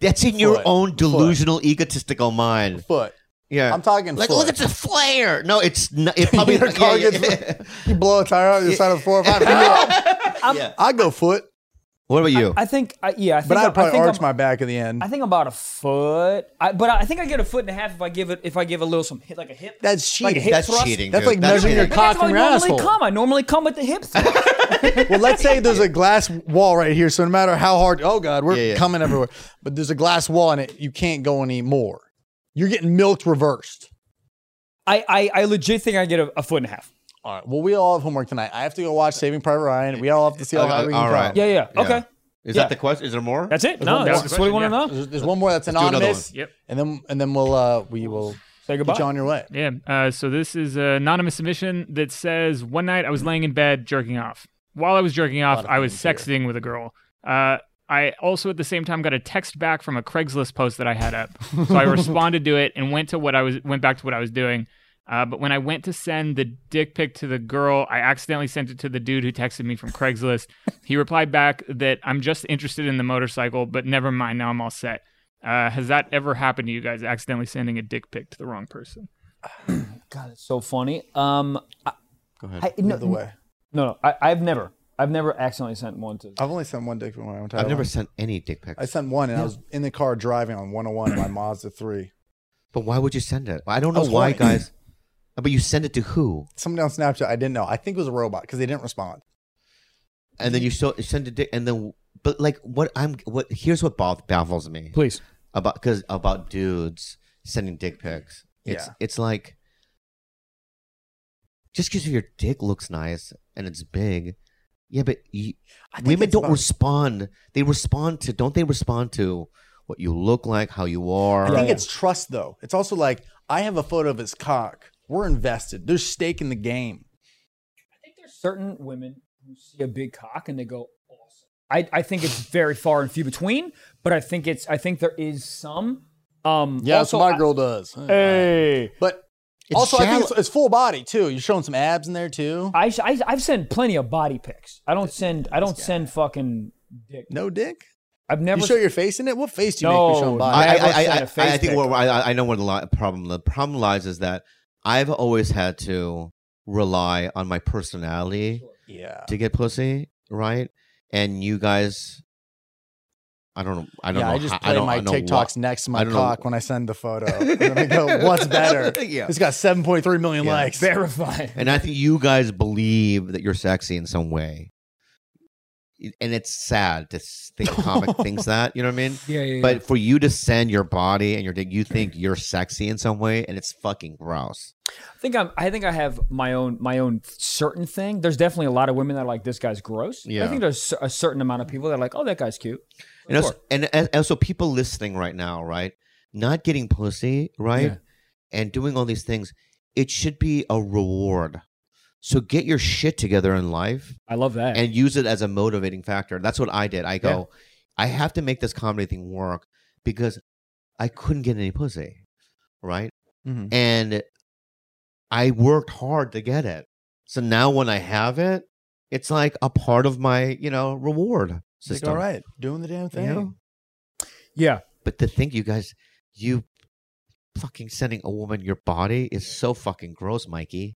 S3: That's in your
S2: Foot.
S3: own delusional, egotistical mind.
S2: Foot.
S3: Yeah,
S2: I'm talking
S3: like
S2: foot.
S3: look at the flare. No, it's not, it probably
S2: You're calling
S3: yeah,
S2: it
S3: yeah.
S2: You blow a tire out, you're sign up four or five.
S3: Yeah.
S2: I go foot,
S3: What about you?
S4: I think. I, yeah, I think.
S2: but
S4: I,
S2: I'd
S4: I
S2: probably
S4: think
S2: arch
S4: I'm,
S2: my back at the end.
S4: I think about a foot. I, but I think I get a foot and a half if I give it. If I give a little some hit, like a hip.
S2: That's
S4: Like a
S2: cheating.
S4: hip
S3: That's
S4: thrust.
S3: cheating.
S2: That's
S3: dude.
S2: like measuring your
S3: cheating.
S2: cock
S4: That's how
S2: from
S4: I
S2: your
S4: normally
S2: asshole.
S4: come. I normally come with the hips.
S2: well, let's say there's a glass wall right here. So no matter how hard, oh god, we're
S3: Yeah, yeah.
S2: coming everywhere. But there's a glass wall and it you can't go any more. You're getting milked reversed.
S4: I, I, I legit think I get a, a foot and a half.
S2: All right. Well, we all have homework tonight. I have to go watch Saving Private Ryan. We all have to see how high we can
S3: All right.
S2: come.
S4: Yeah, yeah.
S3: Yeah.
S4: Okay,
S3: Is
S4: Yeah.
S3: that the question? Is there more?
S4: that's it.
S2: one
S4: No,
S2: more
S4: that's,
S2: question,
S4: that's what we want to
S6: yeah.
S4: know.
S2: There's, there's one more that's
S3: do another
S2: anonymous.
S6: one. Yep.
S2: And then and then we'll uh we will
S4: Say
S2: get you
S4: goodbye.
S2: on your way.
S6: Yeah. Uh, so this is an anonymous submission that says one night I was laying in bed jerking off. While I was jerking off, I was sexting with a girl. Uh, I also at the same time got a text back from a Craigslist post that I had up. So I responded to it and went to what I was went back to what I was doing. Uh, but when I went to send the dick pic to the girl, I accidentally sent it to the dude who texted me from Craigslist. He replied back that I'm just interested in the motorcycle, but never mind. Now I'm all set. Uh, has that ever happened to you guys? Accidentally sending a dick pic to the wrong person?
S4: God, it's so funny. Um, I, Go ahead. I, no,
S2: Either way.
S4: no, no. I, I've never, I've never accidentally sent one to.
S2: I've only sent one dick from my own time.
S3: I've never sent any dick pics.
S2: I sent one and I was in the car driving on 101 my Mazda 3.
S3: But why would you send it? I don't
S2: I
S3: know
S2: was
S3: why,
S2: horny.
S3: guys. But you send it to who?
S2: Somebody on Snapchat, I didn't know. I think it was a robot because they didn't respond.
S3: And then you so, send it, to- and then. But like, what I'm what here's what baff- baffles me
S4: Please.
S3: about because about dudes sending dick pics. It's
S2: Yeah.
S3: it's like just because your dick looks nice and it's big, yeah. But you,
S2: I think
S3: women
S2: it's
S3: don't
S2: about-
S3: respond. They respond to don't they respond to what you look like, how you are.
S2: I think it's trust though. It's also like I have a photo of his cock. We're invested. There's stake in the game.
S4: I think there's certain women who see a big cock and they go, awesome. I, I think it's very far and few between, but I think it's I think there is some. Um,
S2: that's
S4: also,
S2: what
S4: I-
S2: my girl does.
S4: Hey,
S2: But
S3: It's
S2: also, I think
S3: shallow-
S2: it's, it's full body too. You're showing some abs in there too.
S4: I, sh- I I've sent plenty of body pics. I don't send I don't send fucking dick.
S2: No dick.
S4: I've never.
S2: You show your face in it. What face do you make
S4: No,
S2: me showing
S3: I,
S2: body?
S3: I,
S4: I've
S3: I,
S4: also
S3: I,
S4: had a face
S3: I think
S4: pic.
S3: where I, I know where the li- problem the problem lies is that I've always had to rely on my personality
S2: yeah.
S3: to get pussy, right? And you guys, I don't know. I don't
S2: yeah,
S3: know.
S2: I just
S3: ho-
S2: play
S3: don't-
S2: my
S3: know
S2: TikToks
S3: why-
S2: next to my
S3: I don't know-
S2: cock when I send the photo. and then I go, "What's better?
S3: Yeah.
S2: It's got 7.3 million
S3: Yeah.
S2: likes."
S4: Verified.
S3: And I think you guys believe that you're sexy in some way, and it's sad to s- think a comic thinks that. You know what I mean?
S4: Yeah, yeah, yeah.
S3: But for you to send your body and your dick, you think you're sexy in some way, and it's fucking gross.
S4: I think I'm. I think I have my own my own certain thing. There's definitely a lot of women that are like this guy's gross. I
S3: Yeah.
S4: think there's a certain amount of people that are like, oh, that guy's cute.
S3: and also, and, and also people listening right now, right? Not getting pussy, right?
S4: Yeah.
S3: And doing all these things, it should be a reward. So get your shit together in life
S4: I love that.
S3: and use it as a motivating factor. That's what I did. I go, I have to make this comedy thing work because I couldn't get any pussy, right?
S2: Mhm.
S3: And I worked hard to get it. So now when I have it, it's like a part of my, you know, reward
S2: It's like,
S3: system.
S2: all right, doing the damn thing.
S3: Yeah.
S4: yeah,
S3: But to think you guys, you fucking sending a woman your body is so fucking gross, Mikey.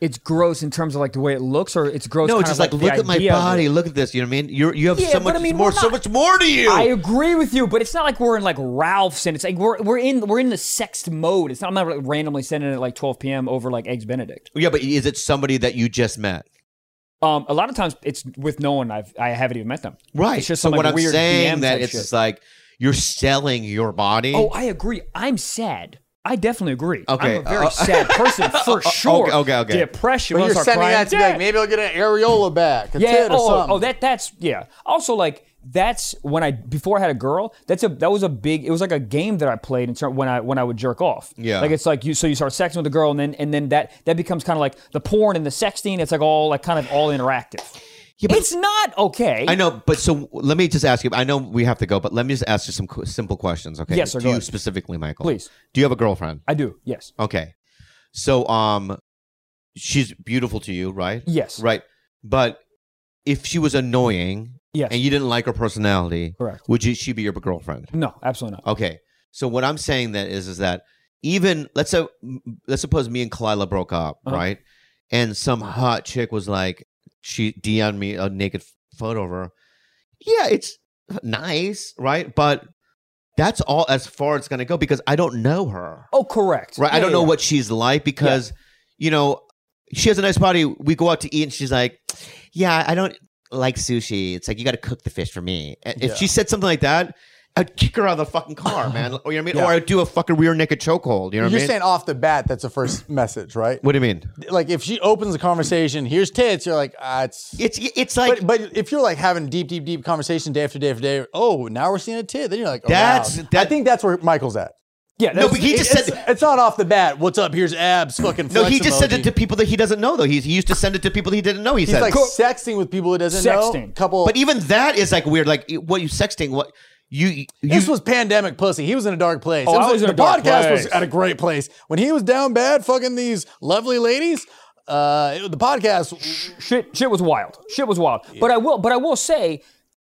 S4: it's gross in terms of like the way it looks, or it's gross.
S3: no,
S4: kind
S3: just
S4: of like,
S3: like,
S4: the
S3: look at my
S4: idea of it.
S3: body. Look at this. You know what I mean? You're, you have
S4: Yeah,
S3: so
S4: but I
S3: much
S4: mean,
S3: more,
S4: we're
S3: so
S4: not-
S3: much more to you.
S4: I agree with you, but it's not like we're in like Ralph's and it's like we're we're in we're in the sexed mode. It's not I'm not like randomly sending it at like 12 p.m. over like eggs Benedict.
S3: yeah, but is it somebody that you just met?
S4: Um, a lot of times it's with no one I've I haven't even met them.
S3: Right.
S4: It's just
S3: so
S4: some
S3: what
S4: like
S3: I'm
S4: weird
S3: saying
S4: DM
S3: that
S4: type
S3: it's
S4: shit.
S3: just like you're selling your body.
S4: Oh, I agree. I'm sad. I definitely agree.
S3: Okay,
S4: I'm a very
S3: uh,
S4: sad person for sure.
S3: okay, okay.
S4: Depression.
S2: But
S4: when I
S2: you're
S4: start
S2: sending
S4: crying,
S2: that to me, like,
S4: "Dad,
S2: maybe I'll get an areola back. A
S4: yeah.
S2: tit or
S4: Oh,
S2: something.
S4: oh, that that's yeah. Also, like that's when I before I had a girl. That's a that was a big. It was like a game that I played in term, when I when I would jerk off.
S3: Yeah.
S4: Like it's like you so you start sexing with a girl and then and then that that becomes kind of like the porn and the sexting. It's like all like kind of all interactive.
S3: Yeah, but-
S4: It's not okay.
S3: I know, but so let me just ask you. I know we have to go, but let me just ask you some qu- simple questions, okay?
S4: Yes, sir,
S3: Do
S4: go
S3: you
S4: ahead.
S3: specifically, Michael?
S4: Please,
S3: Do you have a girlfriend?
S4: I do. Yes,
S3: Okay, so um, she's beautiful to you, right?
S4: yes,
S3: Right, but if she was annoying
S4: yes.
S3: and you didn't like her personality,
S4: Correct.
S3: would you, she be your girlfriend?
S4: No, absolutely not.
S3: Okay, so what I'm saying that is is that even let's say let's suppose me and Kalila broke up,
S4: Uh-huh.
S3: right? And some hot chick was like, she DM'd me a naked photo of her. Yeah, it's nice, right? But that's all as far it's gonna go because I don't know her,
S4: Oh, correct.
S3: right? I
S4: Yeah,
S3: don't
S4: yeah,
S3: know
S4: yeah.
S3: what she's like because you know she has a nice body. We go out to eat, and she's like, "Yeah, I don't like sushi. It's like you got to cook the fish for me." And If
S4: Yeah.
S3: she said something like that. I'd kick her out of the fucking car, man. Or you know what I mean?
S4: Yeah.
S3: Or I'd do a fucking rear naked chokehold. You know what I
S2: You're
S3: mean?
S2: saying off the bat that's the first message, right?
S3: what do you mean?
S2: Like if she opens the conversation, here's tits, you're like, ah, it's.
S3: It's it's like
S2: but, but if you're like having deep, deep, deep conversation day after day after day, oh, now we're seeing a tit. Then you're like, oh,
S3: That's-
S2: wow. I
S3: that-
S2: think that's where Michael's at.
S4: Yeah,
S3: no, but
S4: that's-
S3: he just
S2: it's,
S3: said
S2: it's not off the bat. What's up? Here's abs. Fucking
S3: no.
S2: flex
S3: He just
S2: emoji.
S3: sent it to people that he doesn't know. Though he, he used to send it to people he didn't know. He
S2: He's
S3: said,
S2: like sexting with people he doesn't know.
S4: Sexting.
S2: Couple.
S3: but even that is like weird. Like what you sexting? What you you
S2: this was pandemic pussy. He was in a dark place.
S4: Oh,
S2: It
S4: I was in
S2: the
S4: a dark
S2: podcast was
S4: place.
S2: at a great place when he was down bad, fucking these lovely ladies. Uh, it- the podcast.
S4: shit shit was wild. Shit was wild. But I will but I will say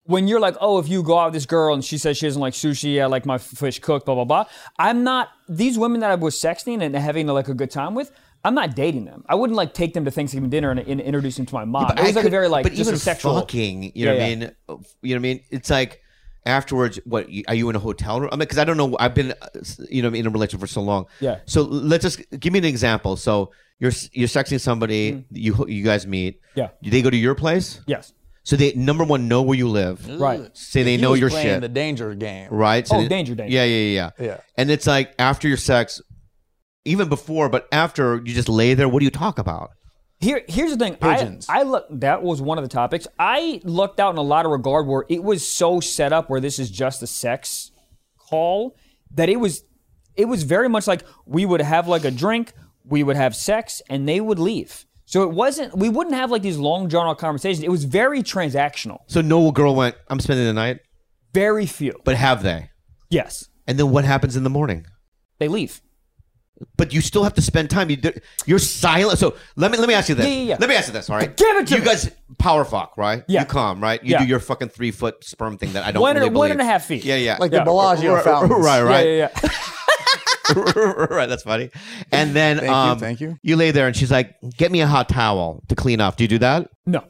S4: when you're like, oh, if you go out with this girl and she says she doesn't like sushi, I like my fish cooked, blah blah blah. I'm not these women that I was sexting and having like a good time with. I'm not dating them. I wouldn't like take them to Thanksgiving dinner and, and introduce them to my mom.
S3: But
S4: it was
S3: I
S4: like a
S3: could-
S4: very like
S3: but
S4: just
S3: even
S4: a sexual.
S3: fucking. You know
S4: Yeah,
S3: what
S4: yeah.
S3: I mean? You know what I mean? It's like afterwards. What you- are you in a hotel room? I mean, because I don't know. I've been, uh, s- you know, in a relationship for so long.
S4: Yeah.
S3: So let's just give me an example. So you're s- you're sexting somebody. You ho- you guys meet.
S4: Mm-hmm. Yeah.
S3: They go to your place.
S4: Yes.
S3: So they number one know where you live.
S4: Right.
S3: Say they
S2: He
S3: know
S2: was
S3: your
S2: playing
S3: shit.
S2: The danger game.
S3: right? So
S4: Oh,
S3: they-
S4: danger, danger.
S3: Yeah, yeah, yeah,
S2: Yeah.
S3: And it's like after your sex, even before, but after you just lay there. What do you talk about?
S4: Here, here's the thing.
S2: Pigeons.
S4: I, I look. That was one of the topics. I lucked out in a lot of regard where it was so set up where this is just a sex call that it was, it was very much like we would have like a drink, we would have sex, and they would leave. So it wasn't. We wouldn't have like these long drawn out conversations. It was very transactional.
S3: So no girl went. I'm spending the night.
S4: Very few.
S3: But have they?
S4: Yes,
S3: And then what happens in the morning?
S4: they leave.
S3: But you still have to spend time. You, you're silent. So let me let me ask you this.
S4: Yeah, yeah, yeah.
S3: Let me ask you this. All right.
S4: Give it to
S3: you
S4: me.
S3: guys. Power fuck, right?
S4: Yeah.
S3: You come, right? You
S4: Yeah.
S3: do your fucking three foot sperm thing that I don't
S4: One
S3: really
S4: and- one
S3: believe.
S4: and a half feet.
S3: Yeah, yeah.
S2: Like
S4: Yeah.
S2: the Bellagio
S3: right,
S2: fountains.
S3: right, right,
S4: Yeah, yeah, yeah.
S3: right. That's funny. And then,
S2: Thank you,
S3: um,
S2: thank you.
S3: You lay there, and she's like, "Get me a hot towel to clean up." Do you do that?
S4: No.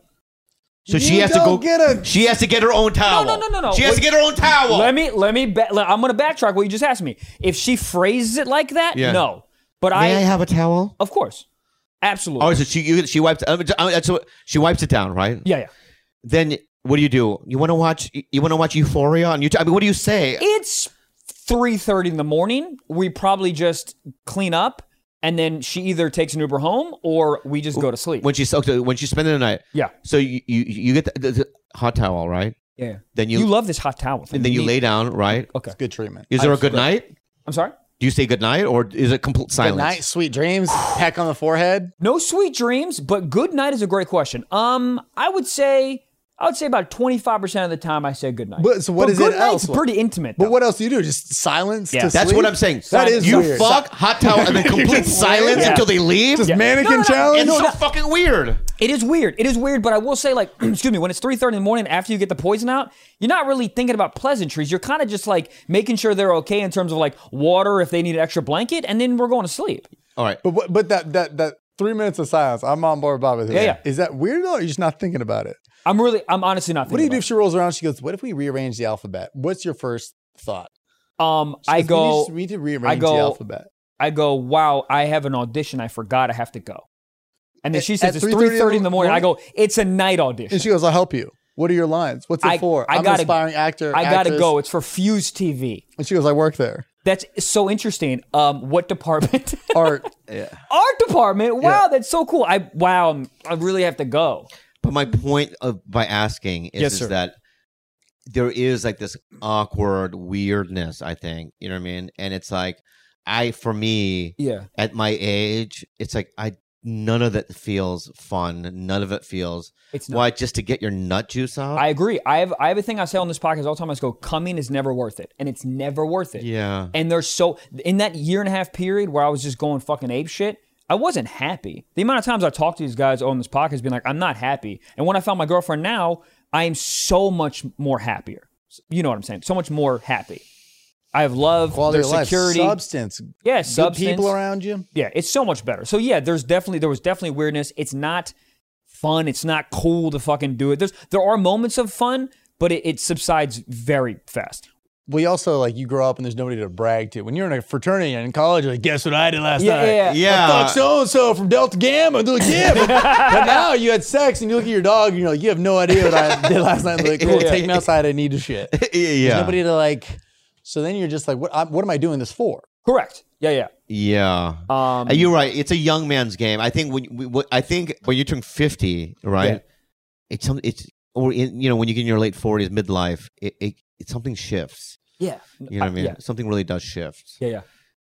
S3: So she
S2: You
S3: has to
S2: go
S3: go
S2: get a-
S3: She has to get her own towel.
S4: no, no, no, no.
S3: She has
S4: Wait.
S3: to get her own towel.
S4: Let me let me. Ba- I'm gonna backtrack what you just asked me. If she phrases it like that,
S3: Yeah.
S4: no. But I,
S3: May I have a towel?
S4: of course, absolutely.
S3: Oh, so she you, she wipes. uh, uh, so she wipes it down, right?
S4: Yeah, yeah.
S3: Then what do you do? You want to watch? You want to watch Euphoria on YouTube? I mean, what do you say?
S4: It's three thirty in the morning. We probably just clean up, and then she either takes an Uber home or we just go to sleep.
S3: when she's okay, when she's spending the night.
S4: Yeah.
S3: So you you, you get the, the, the hot towel, right?
S4: yeah,
S3: Then you,
S4: you, love this hot towel. Thing.
S3: and then you
S4: need-
S3: lay down, right?
S4: Okay,
S2: Good treatment.
S3: Is there a good night?
S4: I'm sorry.
S3: Do you say good night or is it complete
S2: Good
S3: silence?
S2: night, sweet dreams. Peck on the forehead.
S4: No sweet dreams, but good night is a great question. Um, I would say. I would say about twenty five percent of the time I say good night.
S2: But- so what
S4: But
S2: is
S4: good
S2: it
S4: night's
S2: else?
S4: Pretty intimate.
S2: But
S4: though.
S2: what else do you do? Just silence.
S4: Yeah.
S2: to
S3: That's
S2: sleep?
S3: what I'm saying.
S2: That
S4: That
S2: is
S4: is
S3: You
S2: weird.
S3: fuck hot towel and then complete silence
S4: Yeah.
S3: until they leave.
S2: Just mannequin
S4: No, no, no.
S2: challenge.
S3: It's so fucking weird.
S4: It is weird. It is weird, but I will say, like, excuse me, when it's 3.30 in the morning after you get the poison out, you're not really thinking about pleasantries. You're kind of just like making sure they're okay in terms of like water if they need an extra blanket, and then we're going to sleep.
S3: All right.
S2: But what, but that that that three minutes of silence. I'm on board, Bob. With
S4: Yeah, yeah.
S2: Is that weird or are you just not thinking about it?
S4: I'm really, I'm honestly not
S2: What do you
S4: thinking
S2: do if she rolls around? She goes, "What if we rearrange the alphabet?" What's your first thought?
S4: about it. Um,
S2: She
S4: I
S2: goes,
S4: go,
S2: We need, to- we need to rearrange
S4: go-
S2: the alphabet.
S4: I go, wow, I have an audition. I forgot I have to go. And then
S2: At-
S4: she says
S2: at
S4: it's
S2: 3:30
S4: 3.30 in the morning. I go, it's a night audition.
S2: And she goes, "I'll help you." What are your lines? What's it
S4: I-
S2: for?
S4: I
S2: I'm an
S4: gotta-
S2: aspiring actor.
S4: I gotta
S2: actress."
S4: go. It's for Fuse TV.
S2: And she goes, "I work there.
S4: That's so interesting. Um, what department?
S2: Art."
S4: Art department. Wow, that's so cool. I wow, I'm- I really have to go.
S3: But my point of by asking is,
S4: Yes,
S3: is
S4: sir.
S3: that there is like this awkward weirdness, I think. You know what I mean? And it's like I for me
S4: Yeah.
S3: at my age, it's like I none of it feels fun. None of it feels
S4: It's not.
S3: why just to get your nut juice out.
S4: I agree. I have I have a thing I say on this podcast all the time. I just go, coming is never worth it, and it's never worth it.
S3: yeah,
S4: And there's so in that year and a half period where I was just going fucking ape shit, I wasn't happy. The amount of times I talked to these guys on this podcast, being like, I'm not happy. And when I found my girlfriend now, I am so much more happier. You know what I'm saying? So much more happy. I have love,
S2: Quality
S4: there's
S2: of life,
S4: security,
S2: substance,
S4: yeah,
S2: good
S4: substance.
S2: people around you.
S4: Yeah, it's so much better. So yeah, there's definitely there was definitely weirdness. It's not fun. It's not cool to fucking do it. There's there are moments of fun, but it, it subsides very fast.
S2: We also like you grow up and there's nobody to brag to. When you're in a fraternity and in college, you're like, guess what I did last
S4: Yeah,
S2: night?
S4: yeah, yeah.
S3: Yeah.
S2: I fucked so and so from Delta Gamma. They're like, yeah, but, but now you had sex and you look at your dog and you're like, you have no idea what I did last night. They're like, cool,
S4: Yeah.
S2: take me outside. I need to shit.
S3: yeah, yeah.
S2: There's nobody to like. So then you're just like, what? I, what am I doing this for?
S4: Correct. Yeah,
S3: yeah.
S4: yeah.
S3: Uh,
S4: Um,
S3: You're right. It's a young man's game. I think when we, what- I think when you turn fifty, right? It's some it's or in, you know when you get in your late forties, midlife, it, it, it something shifts.
S4: yeah.
S3: You know what I mean?
S4: Yeah,
S3: Something really does shift.
S4: yeah, yeah.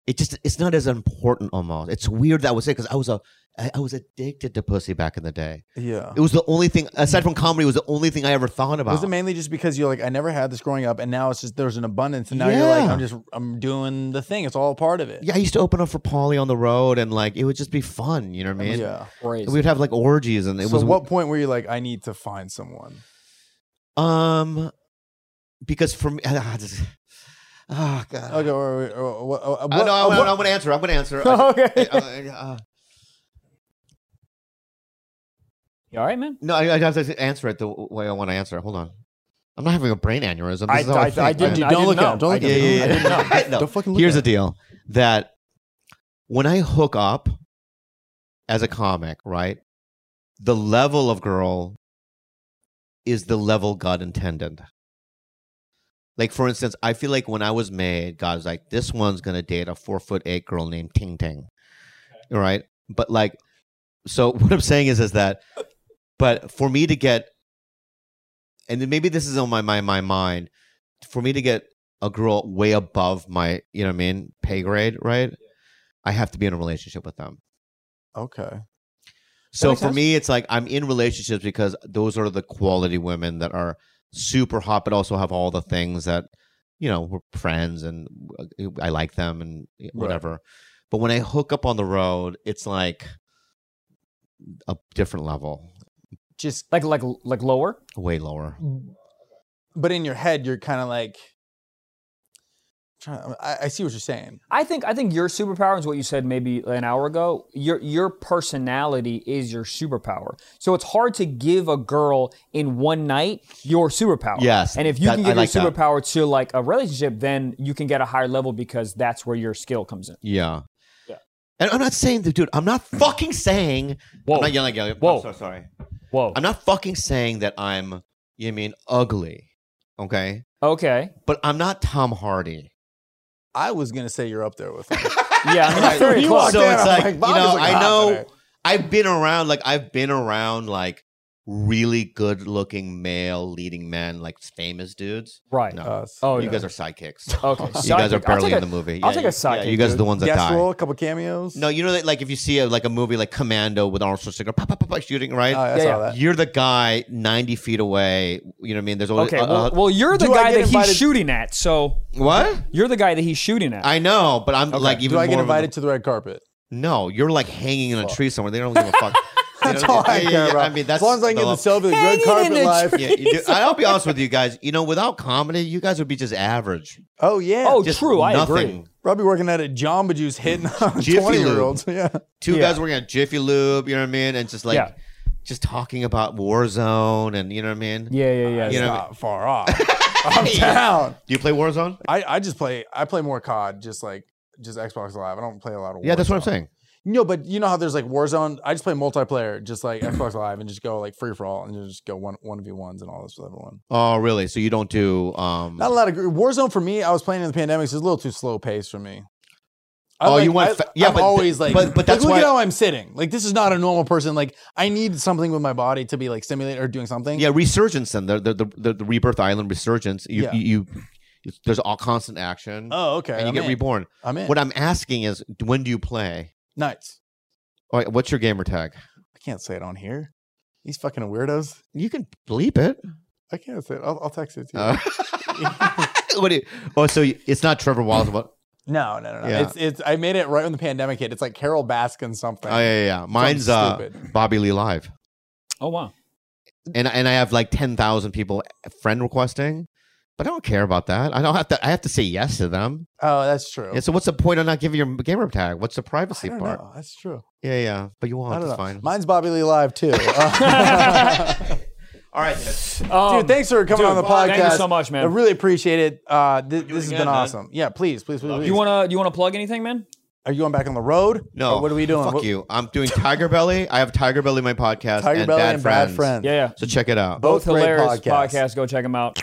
S3: It just it's not as important almost. It's weird that I would say because I was a I, I was addicted to pussy back in the day.
S2: Yeah.
S3: It was the only thing aside from comedy. It was the only thing I ever thought about.
S2: Was it mainly just because you're like, I never had this growing up, and now it's just there's an abundance, and now you're like,
S3: Yeah.
S2: I'm just I'm doing the thing. It's all part of it.
S3: yeah, I used to open up for Polly on the road, and like it would just be fun. You know what I mean?
S2: yeah.
S4: Crazy.
S3: We'd have like orgies, and it
S2: so
S3: was
S2: what point were you like, I need to find someone?
S3: Um, because for me, ah, this- oh god.
S2: Okay. Or, or, or, or, or,
S3: I know, I'm,
S2: what-
S3: gonna- I'm gonna answer. I'm gonna answer.
S2: okay.
S3: I- I- uh,
S4: You all right, man.
S3: no, I, I have to answer it the way I want to answer. it. Hold on. I'm not having a brain aneurysm. This
S4: I-
S3: is how I,
S4: I-
S3: think,
S4: I didn't-
S3: man.
S2: Dude,
S4: I
S2: don't look
S4: didn't
S2: at him. Don't
S4: know.
S2: look
S3: Yeah,
S2: at him.
S3: yeah, yeah. I know.
S2: Don't fucking look
S3: Here's the
S2: at him.
S3: deal: that when I hook up as a comic, right, the level of girl is the level God intended. Like for instance, I feel like when I was made, God was like, "This one's gonna date a four foot eight girl named Ting Ting," all right. But like, so what I'm saying is, is that, but for me to get, and then maybe this is on my my my mind, for me to get a girl way above my, you know what I mean, pay grade, right? I have to be in a relationship with them.
S2: Okay.
S3: So
S4: makes
S3: for
S4: sense.
S3: me, it's like I'm in relationships because those are the quality women that are super hot, but also have all the things that, you know, we're friends and uh, I like them and whatever. But when I hook up on the road, it's like a different level,
S2: Just,
S4: Like like like lower.
S3: way lower.
S2: but in your head, you're kind of like, trying, I, I see what you're saying.
S4: I think I think your superpower is what you said maybe an hour ago. Your your personality is your superpower. So it's hard to give a girl in one night your superpower.
S3: Yes,
S4: And if you
S3: that-
S4: can
S3: I
S4: give
S3: like
S4: your
S3: that.
S4: superpower to like a relationship, then you can get a higher level because that's where your skill comes in.
S3: Yeah.
S4: Yeah.
S3: And I'm not saying that, dude. I'm not fucking saying.
S4: Whoa.
S3: I'm not yelling at you.
S4: Whoa.
S3: I'm so sorry.
S4: Whoa.
S3: I'm not fucking saying that I'm, you know what I mean, ugly. Okay.
S4: okay.
S3: But I'm not Tom Hardy.
S2: I was gonna say you're up there with. Him.
S4: Yeah, I
S2: Like,
S4: mean, that's
S2: when
S4: very
S2: you
S4: close.
S2: walked
S3: So
S2: in,
S3: it's
S2: I'm
S3: like,
S2: like,
S3: you
S2: Bobby's
S3: know,
S2: like
S3: I
S2: hot
S3: know-
S2: today.
S3: I've been around, like, I've been around, like, really good looking male leading men, like famous dudes.
S4: right.
S3: No.
S2: Us.
S4: Oh,
S3: you
S4: yeah.
S3: guys are sidekicks.
S4: Okay.
S3: You guys are
S4: sidekick. I'll
S3: barely
S4: take
S3: in
S4: a-
S3: the movie.
S4: I'll take a
S3: yeah, you
S4: sidekick,
S3: guys are
S4: dude.
S3: the ones that
S2: guest
S3: die.
S2: role, a couple cameos.
S3: No, you know that, like, if you see a, like a movie like Commando with Arnold Schwarzenegger, pop, pop, pop, pop, shooting, right?
S2: Oh, I
S4: Yeah,
S2: saw
S4: yeah.
S2: that.
S3: You're the guy 90 feet away. You know what I mean? There's always.
S4: Okay.
S3: uh,
S4: well,
S3: uh,
S4: well, you're the
S2: do I
S4: guy
S2: get
S4: that
S2: invited-
S4: he's shooting at. So
S3: what?
S4: you're the guy that he's shooting at.
S3: I know, but I'm like even
S2: Do I get
S3: more of a-
S2: invited to the red carpet?
S3: No, you're like hanging in a tree somewhere. They don't give a fuck. You
S2: That's
S3: know,
S2: all I
S3: yeah, yeah,
S2: care
S3: yeah.
S2: about.
S3: I mean, that's
S2: as long as I can
S3: the
S2: get the
S3: whole-
S2: selfie, the
S4: Hanging
S2: red
S4: in
S2: carpet
S4: a
S2: life.
S4: tree.
S3: Yeah, you do- I'll be honest with you guys. You know, without comedy, you guys would be just average.
S2: Oh yeah.
S4: Oh,
S3: Just
S4: true. I
S3: nothing.
S4: agree.
S2: probably working at a Jamba Juice, hitting on
S3: Jiffy Lube.
S2: twenty year olds. Yeah.
S3: Two
S4: Yeah.
S3: guys working at Jiffy Lube. You know what I mean? And just like,
S4: Yeah.
S3: just talking about Warzone, and you know what I mean?
S4: Yeah, yeah, yeah.
S2: That's
S3: You know-
S2: not far off. I'm down.
S3: Do you play Warzone?
S2: I, I just play. I play more COD, just like just Xbox Live. I don't play a lot of.
S3: Yeah, that's what I'm
S2: Warzone.
S3: saying.
S2: No, but you know how there's like Warzone. I just play multiplayer, just like Xbox Live, and just go like free for all, and just go one one v ones and all this with everyone.
S3: Oh, really? So you don't do? um
S2: Not a lot of gr- Warzone for me. I was playing in the pandemic. So it's a little too slow paced for me. I
S3: Oh, you want
S2: I,
S3: fa- yeah,
S2: I'm
S3: but-
S2: always like,
S3: but- but that's
S2: like, look
S3: why-
S2: at how I'm sitting. Like this is not a normal person. Like I need something with my body to be like stimulated or doing something.
S3: Yeah, resurgence. Then the the the, the, the Rebirth Island resurgence. You,
S2: Yeah.
S3: you you there's all constant action,
S2: Oh, okay.
S3: and you
S2: I'm
S3: get
S2: in.
S3: reborn.
S2: I'm in.
S3: What I'm asking is, when do you play?
S2: Nights.
S3: All right, what's your gamer tag?
S2: I can't say it on here. These fucking weirdos.
S3: You can bleep it.
S2: I can't say it. I'll, I'll text it to you.
S3: Uh, what do you, oh, so you, it's not Trevor Wallace. What?
S2: no, no, no, no.
S3: Yeah.
S2: It's it's. I made it right when the pandemic hit. It's like Carol Baskin something.
S3: Oh yeah, yeah, yeah. Mine's uh,
S2: stupid.
S3: Bobby Lee Live,
S4: Oh wow.
S3: and and I have like ten thousand people eh, friend requesting, but I don't care about that. I don't have to. I have to say yes to them.
S2: Oh, that's true.
S3: Yeah. So what's the point of not giving your gamer tag? What's the
S2: I
S3: privacy
S2: don't
S3: part?
S2: know. That's true.
S3: Yeah, yeah. But you
S2: I
S3: won't.
S2: don't
S3: It's
S2: know.
S3: fine.
S2: Mine's Bobby Lee Live too.
S3: All right. guys.
S4: Um,
S2: dude, thanks for coming
S4: dude,
S2: on the podcast.
S4: thank you so much, man.
S2: I really appreciate it. Uh, thi- this has
S3: again,
S2: been
S3: man.
S2: awesome. Yeah, please, please, please.
S4: Uh,
S2: please.
S4: you wanna you wanna plug anything, man?
S2: Are you going back on the road?
S3: No.
S2: Or what are we doing?
S3: Fuck
S2: What-
S3: you. I'm doing Tiger Belly. I have Tiger Belly, my podcast,
S2: Tiger
S3: and
S2: Belly
S3: Bad
S2: and Brad
S3: Friends.
S2: Friend.
S4: Yeah, yeah.
S3: So check it out.
S2: Both
S4: Both
S2: great
S4: hilarious
S2: podcasts.
S4: podcasts. Go check them out.